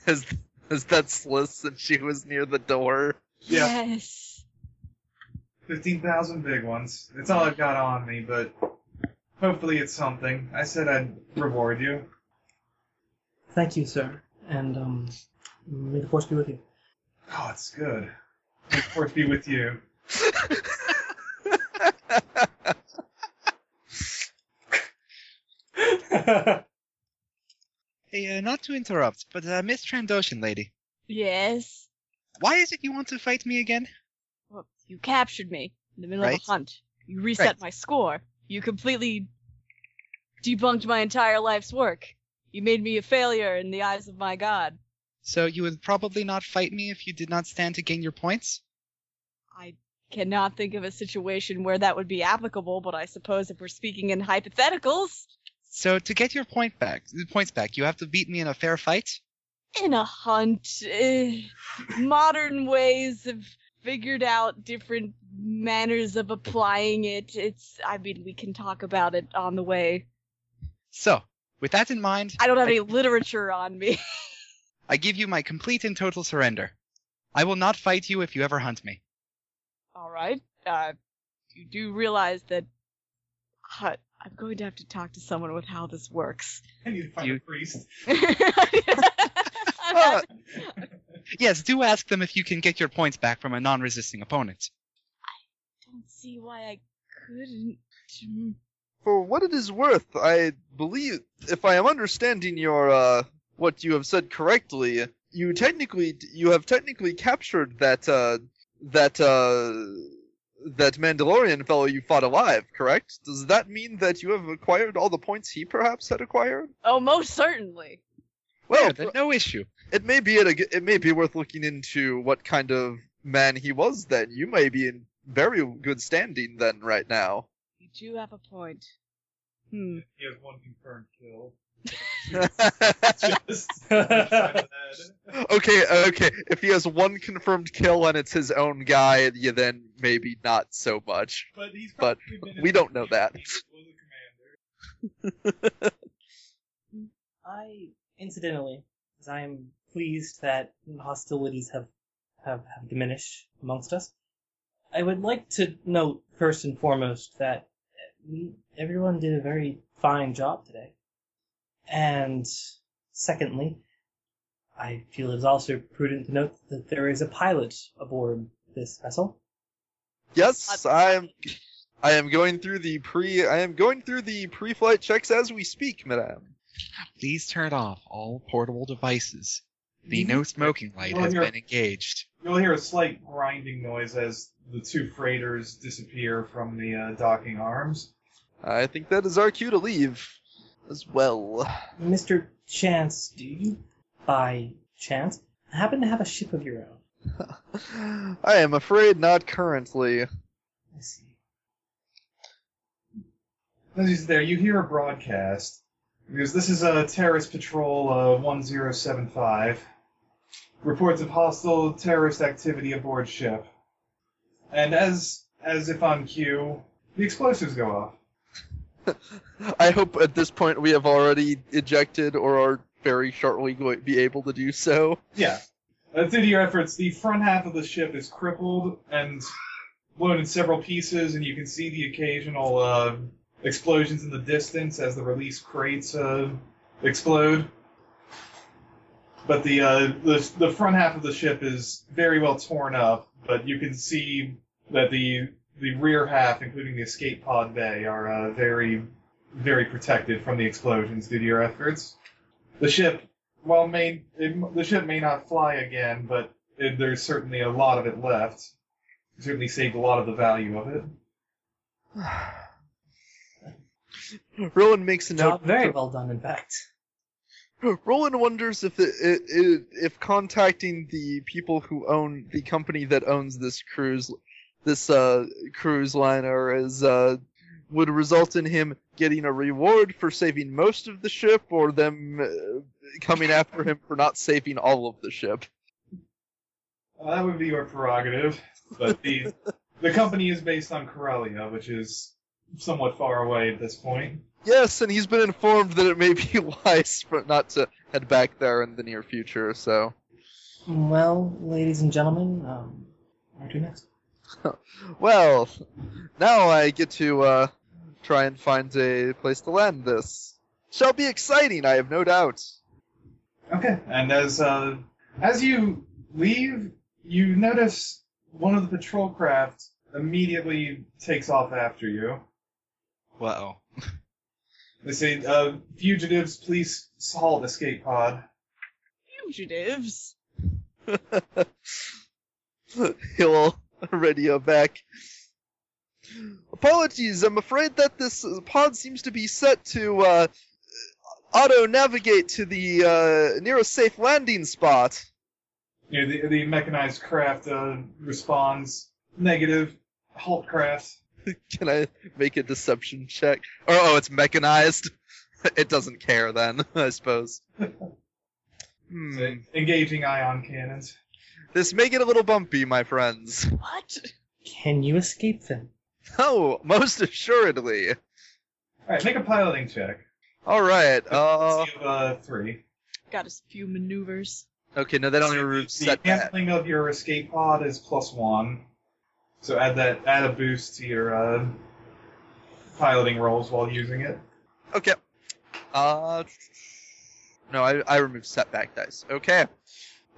S4: as as that sliss and she was near the door.
S1: Yeah.
S2: Yes.
S1: 15,000 big ones. It's all I've got on me, but hopefully it's something. I said I'd reward you.
S3: Thank you, sir, and um, may the force be [LAUGHS] with you.
S1: Oh, it's good. May the force be with you.
S5: Hey, uh, not to interrupt, but uh, Miss Trandoshan lady,
S2: Yes.
S5: why is it you want to fight me again?
S2: Well, you captured me in the middle
S5: Right.
S2: of a hunt. You reset
S5: Right.
S2: my score. You completely debunked my entire life's work. You made me a failure in the eyes of my god.
S5: So you would probably not fight me if you did not stand to gain your points?
S2: I cannot think of a situation where that would be applicable, but I suppose if we're speaking in hypotheticals,
S5: So to get your point back, the points back, you have to beat me in a fair fight?
S2: in a hunt, eh, modern ways have figured out different manners of applying it. It's, I mean, we can talk about it on the way.
S5: So, with that in mind,
S2: I don't have any literature on me. [LAUGHS]
S5: I give you my complete and total surrender. I will not fight you if you ever hunt me.
S2: All right. Uh, you do realize that uh, I'm going to have to talk to someone with how this works. [LAUGHS]
S1: I need to find
S5: You-
S1: a priest.
S2: I'm not-
S5: Yes, do ask them if you can get your points back from a non-resisting opponent.
S2: don't see why I couldn't. Hmm.
S4: For what it is worth, I believe, if I am understanding your uh, what you have said correctly, you technically you have technically captured that uh, that uh, that Mandalorian fellow you fought alive. Correct? Does that mean that you have acquired all the points he perhaps had acquired?
S2: Oh, most certainly.
S4: Well,
S5: There, no issue.
S4: it may be at a, it may be worth looking into what kind of man he was. Then you may be in very good standing then right now. [LAUGHS]
S2: You do have a point. Hmm.
S1: He has one confirmed kill.
S4: [LAUGHS]
S1: Just inside the head.
S4: Okay, okay. If he has one confirmed kill and it's his own guy, you then maybe not so much.
S1: But he's
S4: But
S1: probably been in
S4: we
S1: a-
S4: don't know that.
S1: He was a commander.
S3: I incidentally, as I am pleased that hostilities have, have have diminished amongst us, I would like to note first and foremost that we everyone did a very fine job today, and secondly, I feel it is also prudent to note that there is a pilot aboard this vessel.
S4: Yes, I am. I am going through the pre. I am going through the pre-flight checks as we speak, madame.
S5: Please turn off all portable devices. The no smoking light
S1: Well,
S5: has
S1: you're-
S5: been engaged.
S1: You'll hear a slight grinding noise as the two freighters disappear from the uh, docking arms.
S4: I think that is our cue to leave, as well. [SIGHS]
S3: Mister Chance, do you, by chance, happen to have a ship of your own?
S4: I am afraid not currently.
S3: I see.
S1: As he's there, you hear a broadcast. Because this is a terrorist patrol uh, 1075. Reports of hostile terrorist activity aboard ship. And as as if on cue, the explosives go off.
S4: I hope at this point we have already ejected or are very shortly going to be able to do so.
S1: Yeah. Uh, due to your efforts, the front half of the ship is crippled and blown in several pieces, and you can see the occasional uh, explosions in the distance as the release crates uh, explode. But the, uh, the the front half of the ship is very well torn up, but you can see that the the rear half, including the escape pod bay, are uh, very very protected from the explosions due to your efforts. The ship well, may it, the ship may not fly again, but it, there's certainly a lot of it left. Certainly saved a lot of the value of it.
S4: Rowan makes a note.
S3: Job very well done, in fact.
S4: Roland wonders if it, it, it, if contacting the people who own the company that owns this cruise this uh, cruise liner is uh, would result in him getting a reward for saving most of the ship or them uh, coming after him for not saving all of the ship.
S1: Uh, that would be your prerogative, but the the company is based on Corellia, which is somewhat far away at this point.
S4: Yes, and he's been informed that it may be [LAUGHS] wise for not to head back there in the near future, so
S3: Well, ladies and gentlemen, um, where to next?
S4: Well, now I get to uh, try and find a place to land this. Shall be exciting, I have no doubt. [LAUGHS]
S1: Okay. And as uh, as you leave, you notice one of the patrol craft immediately takes off after you.
S5: [LAUGHS] Wow.
S1: They say, uh, "Fugitives, please halt escape pod."
S2: Fugitives.
S4: He'll radio back. Apologies, I'm afraid that this uh, pod seems to be set to uh, auto navigate to the uh, nearest safe landing spot.
S1: You know, the, the mechanized craft uh, responds negative. Halt craft.
S4: [LAUGHS] Can I make a deception check? Or, oh, it's mechanized. [LAUGHS] it doesn't care then, [LAUGHS] I suppose. Hmm.
S1: Say, Engaging ion cannons.
S4: This may get a little bumpy, my friends. [LAUGHS]
S2: What?
S3: Can you escape them?
S4: Oh, most assuredly.
S1: All right, make a piloting check.
S4: All right. Uh,
S1: Let's see if, uh, three.
S2: [LAUGHS] Got a few maneuvers.
S4: okay, no, that only removes
S1: The
S4: setback.
S1: handling of your escape pod is plus one, so add that add a boost to your uh, piloting rolls while using it.
S4: Okay. Uh, no, I, I removed setback dice. Okay.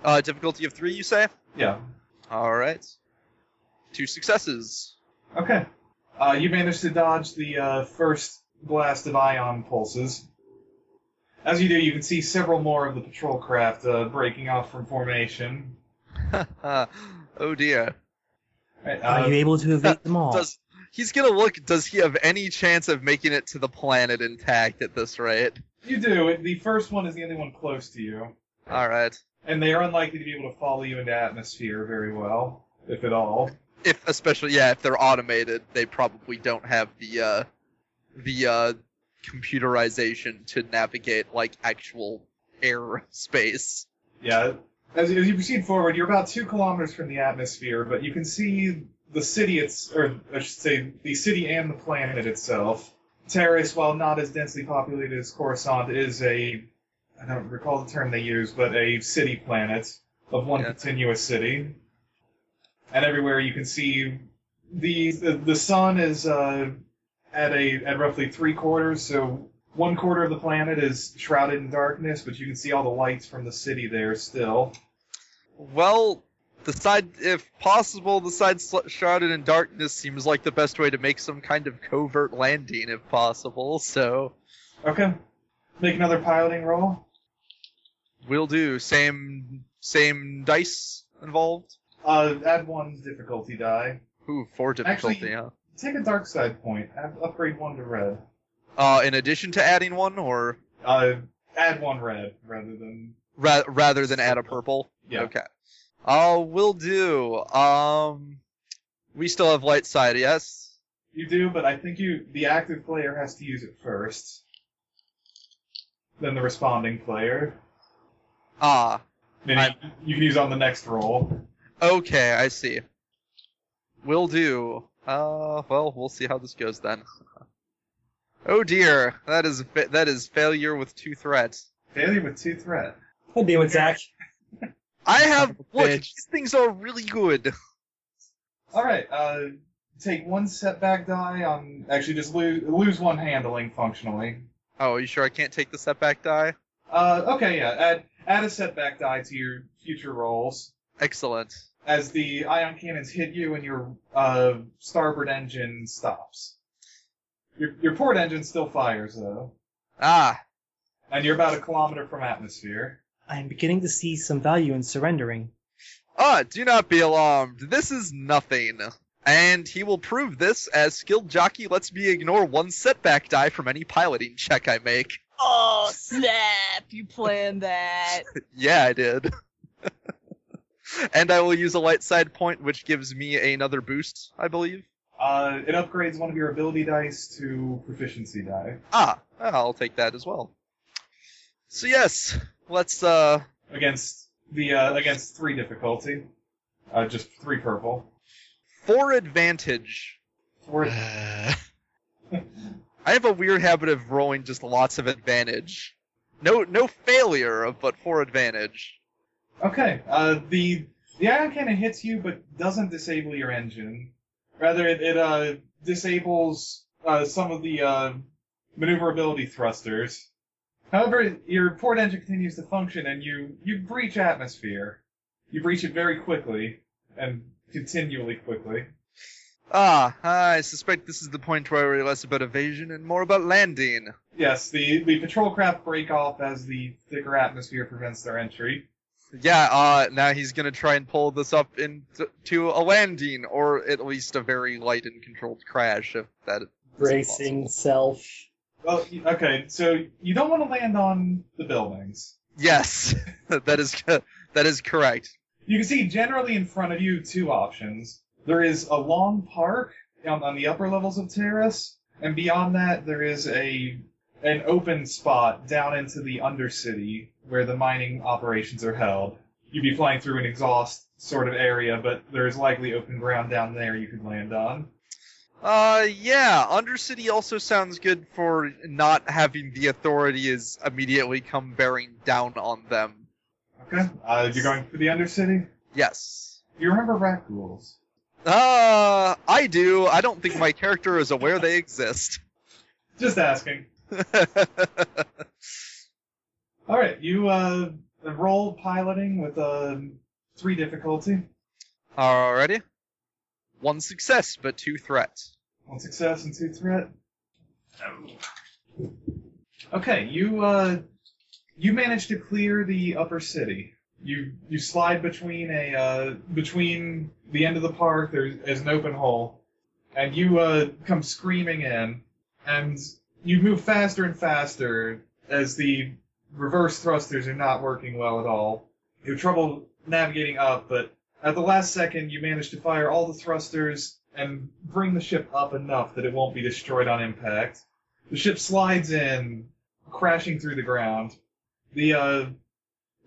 S4: Uh, difficulty of three, you say?
S1: Yeah.
S4: All right. Two successes. [LAUGHS]
S1: Okay. Uh, you manage to dodge the uh, first blast of ion pulses. As you do, you can see several more of the patrol craft uh, breaking off from formation.
S4: oh dear.
S1: Right,
S3: Are
S1: uh,
S3: you able to evade them all?
S4: Does he's gonna look? Does he have any chance of making it to the planet intact at this rate?
S1: you do. It- The first one is the only one close to you,
S4: All right.
S1: and they are unlikely to be able to follow you into atmosphere very well, if at all.
S4: if especially yeah if they're automated they probably don't have the uh the uh computerization to navigate like actual air space
S1: Yeah. As, as you proceed forward, you're about two kilometers from the atmosphere, but you can see the city, it's, or I should say, the city and the planet itself. Terrace, while not as densely populated as Coruscant, is a, I don't recall the term they use, but a city planet of one
S4: Yeah.
S1: continuous city. And everywhere you can see the the, the sun is uh, at a at roughly three quarters, so one quarter of the planet is shrouded in darkness, but you can see all the lights from the city there still.
S4: well the side if possible the side sl- shrouded in darkness seems like the best way to make some kind of covert landing if possible so
S1: Okay. Make another piloting roll.
S4: we'll do same same dice involved
S1: Uh, add one difficulty die.
S4: Ooh, four difficulty
S1: Actually-
S4: huh?
S1: Take a dark side point. Add, upgrade one to red.
S4: uh in addition to adding one or
S1: Uh, add one red rather than
S4: ra- rather than add a purple
S1: yeah.
S4: Okay. Uh, will do. Um, we still have light side, yes?
S1: You do, but I think you the active player has to use it first. than the responding player.
S4: Ah,
S1: Then
S4: I-
S1: you- you can use it on the next roll.
S4: okay, I see. Will do. Uh, well, we'll see how this goes then. Oh dear, that is fa- that is failure with two threats.
S1: Failure with two threat.
S3: I'll deal with Zach.
S4: I have
S5: of a
S4: look.
S5: bitch.
S4: These things are really good.
S1: All right. Uh, take one setback die on. Actually, just lose lose one handling functionally.
S4: Oh, are you sure I can't take the setback die?
S1: Uh, okay, yeah. Add add a setback die to your future rolls
S4: Excellent.
S1: as the ion cannons hit you and your uh, starboard engine stops. Your your port engine still fires though,
S4: Ah,
S1: and you're about a kilometer from atmosphere.
S3: I'm beginning to see some value in surrendering.
S4: Ah, do not be alarmed. This is nothing. And he will prove this as skilled jockey lets me ignore one setback die from any piloting check I make.
S2: Oh snap! You planned [LAUGHS] that.
S4: [LAUGHS] Yeah, I did. [LAUGHS] and I will use a light side point, which gives me another boost, I believe.
S1: Uh, it upgrades one of your ability dice to proficiency die.
S4: Ah, I'll take that as well. So yes, let's uh
S1: against the uh, against three difficulty, uh, just three purple.
S4: for advantage.
S1: Four,
S5: Uh,
S4: I have a weird habit of rolling just lots of advantage. No no failure, but for advantage.
S1: okay, uh, the the ion cannon hits you, but doesn't disable your engine. Rather, it, it uh, disables uh, some of the uh, maneuverability thrusters. However, your port engine continues to function, and you you breach atmosphere. You breach it very quickly and continually quickly.
S4: Ah, I suspect this is the point where I realize about evasion and more about landing.
S1: Yes, the, the patrol craft break off as the thicker atmosphere prevents their entry.
S4: Yeah, uh, now he's gonna try and pull this up into a landing, or at least a very light and controlled crash, if that is possible.
S3: Bracing self.
S1: Well, y- okay, so you don't want to land on the buildings.
S4: Yes, [LAUGHS] that is co- that is correct.
S1: You can see generally in front of you two options. There is a long park on, on the upper levels of Terrace, and beyond that there is a an open spot down into the undercity where the mining operations are held. You'd be flying through an exhaust sort of area, but there is likely open ground down there you could land on.
S4: Uh, yeah, Undercity also sounds good for not having the authorities immediately come bearing down on them.
S1: Okay, uh, you're going for the undercity.
S4: Yes.
S1: You remember rat ghouls?
S4: Uh, I do. I don't think my character is aware they exist. [LAUGHS]
S1: Just asking. All right, you uh, roll piloting with um, three difficulty,
S4: Alrighty. One success, but two threats.
S1: one success and two threat. Oh. Okay, you uh, you manage to clear the upper city. You you slide between a uh, between the end of the park. There's, there's an open hole, and you uh, come screaming in, and you move faster and faster as the reverse thrusters are not working well at all. You have trouble navigating up, but at the last second, you manage to fire all the thrusters and bring the ship up enough that it won't be destroyed on impact. The ship slides in, crashing through the ground. The uh,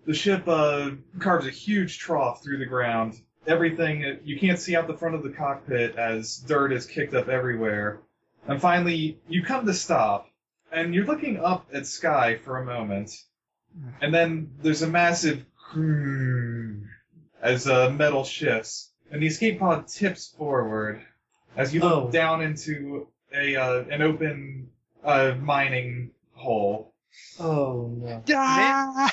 S1: the ship uh, carves a huge trough through the ground. Everything uh, you can't see out the front of the cockpit as dirt is kicked up everywhere. And finally, you come to stop, and you're looking up at sky for a moment, and then there's a massive [LAUGHS] as uh, metal shifts, and the escape pod tips forward as you look
S3: Oh.
S1: down into a uh, an open uh, mining hole.
S3: Oh no.
S4: May,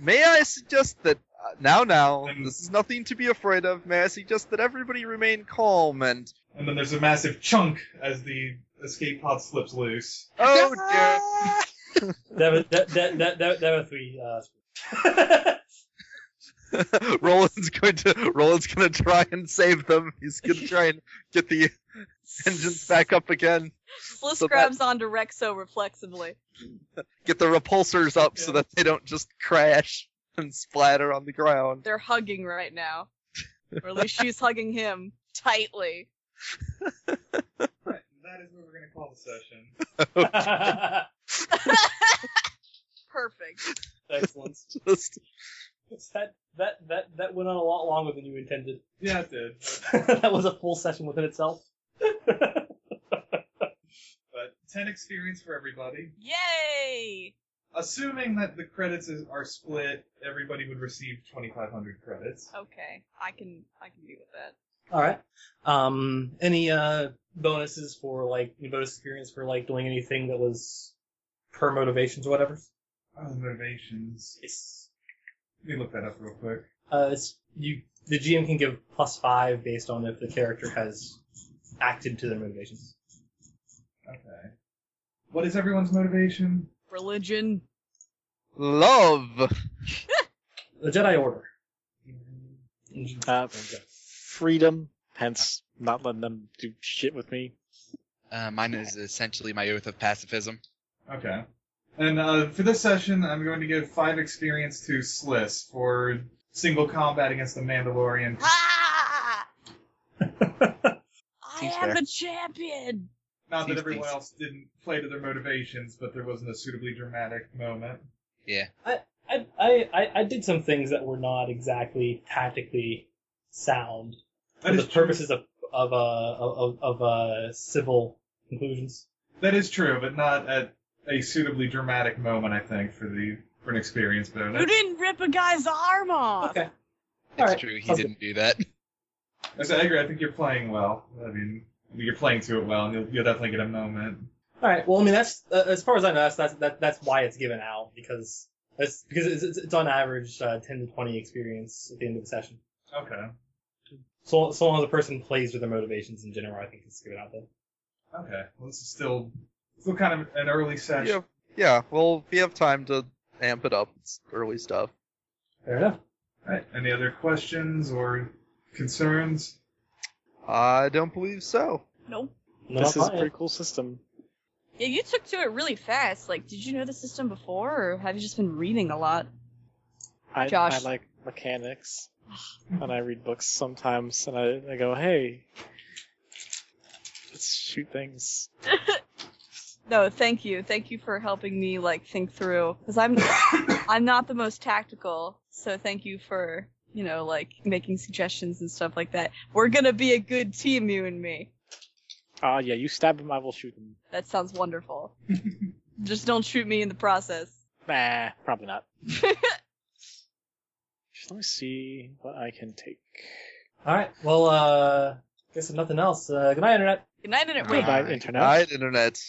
S4: may I suggest that uh, now, now,
S1: Um,
S4: this is nothing to be afraid of. May I suggest that everybody remain calm and
S1: And then there's a massive chunk as the escape pod slips loose.
S4: oh dear.
S3: Devith, De- De- De- De- Devith, we. [LAUGHS] Uh...
S4: [LAUGHS] Roland's going to Roland's going to try and save them. He's going to try and get the [LAUGHS] engines back up again.
S2: Sliss
S4: So that-
S2: grabs onto Rexo reflexively.
S4: Get the repulsors up so that they don't just crash and splatter on the ground. [LAUGHS]
S2: They're hugging right now. Or at least she's hugging him tightly.
S1: Right, that is where we're going to call the session.
S3: All
S2: Perfect.
S3: Excellent.
S4: Just
S3: [LAUGHS] that that that that went on a lot longer than you intended.
S1: [LAUGHS]
S3: [LAUGHS]
S1: Yeah, it did.
S3: that was a full session within itself.
S1: But 10 experience for everybody.
S2: Yay!
S1: Assuming that the credits is, are split, everybody would receive 2,500 credits.
S2: Okay, I can I can deal with that.
S3: All right. Um, any uh bonuses for like any bonus experience for like doing anything that was per motivations or whatever?
S1: Oh, the motivations.
S3: Yes.
S1: Let me look that up real quick.
S3: Uh, it's you. The GM can give plus five based on if the character has acted to their motivations.
S1: Okay. What is everyone's motivation?
S2: Religion.
S4: love.
S3: The Jedi Order.
S7: Uh, freedom, hence not letting them do shit with me.
S5: Uh, mine is essentially my oath of pacifism.
S1: Okay. And uh, for this session, I'm going to give five experience to Sliss for single combat against the Mandalorian.
S2: Ah! I
S5: Seems
S2: am
S5: fair.
S2: a champion.
S1: Not that
S5: Seems
S1: everyone
S5: decent.
S1: else didn't play to their motivations, but there wasn't a suitably dramatic moment.
S5: Yeah.
S3: I, I, I, I did some things that were not exactly tactically sound for
S1: That
S3: the
S1: is true.
S3: purposes of of uh of of uh civil conclusions.
S1: That is true, but not at a suitably dramatic moment. I think for the for an experience
S2: You
S1: bonus.
S2: didn't rip a guy's arm off.
S3: Okay.
S5: It's
S3: All right.
S5: true. He
S3: Okay.
S5: didn't do that.
S1: As I agree, I think you're playing well. I mean, you're playing to it well, and you'll, you'll definitely get a moment.
S3: All right. Well, I mean, that's uh, as far as I know. That's that's that, that's why it's given out because that's because it's, it's, it's on average uh, ten to twenty experience at the end of the session.
S1: Okay.
S3: So so long as a person plays with their motivations in general, I think it's given out then.
S1: Okay. Well, this is still still kind of an early session.
S4: Yeah, yeah. Well, we have time to amp it up. It's early stuff.
S3: Fair enough.
S1: Alright, Any other questions or concerns?
S4: I don't believe so.
S2: Nope.
S3: No,
S7: this is a
S3: fine.
S7: pretty cool system.
S2: Yeah, you took to it really fast. Like, did you know the system before, or have you just been reading a lot?
S7: I,
S2: Josh.
S7: I like mechanics, and I read books sometimes, and I, I go, hey, let's shoot things.
S2: No, thank you. Thank you for helping me like think through cuz [COUGHS] I'm I'm not the most tactical. So thank you for, you know, like making suggestions and stuff like that. We're going to be a good team you and me.
S7: Ah, yeah, you stab him, I will shoot him.
S2: That sounds [LAUGHS] wonderful. Just don't shoot me in the process.
S7: Nah, probably not. Just let me see what I can take.
S3: All right. Well, uh, guess if nothing else, uh, good night, internet.
S2: Good night, Internet.
S5: Wait.
S7: Goodbye, internet.
S4: Night, internet.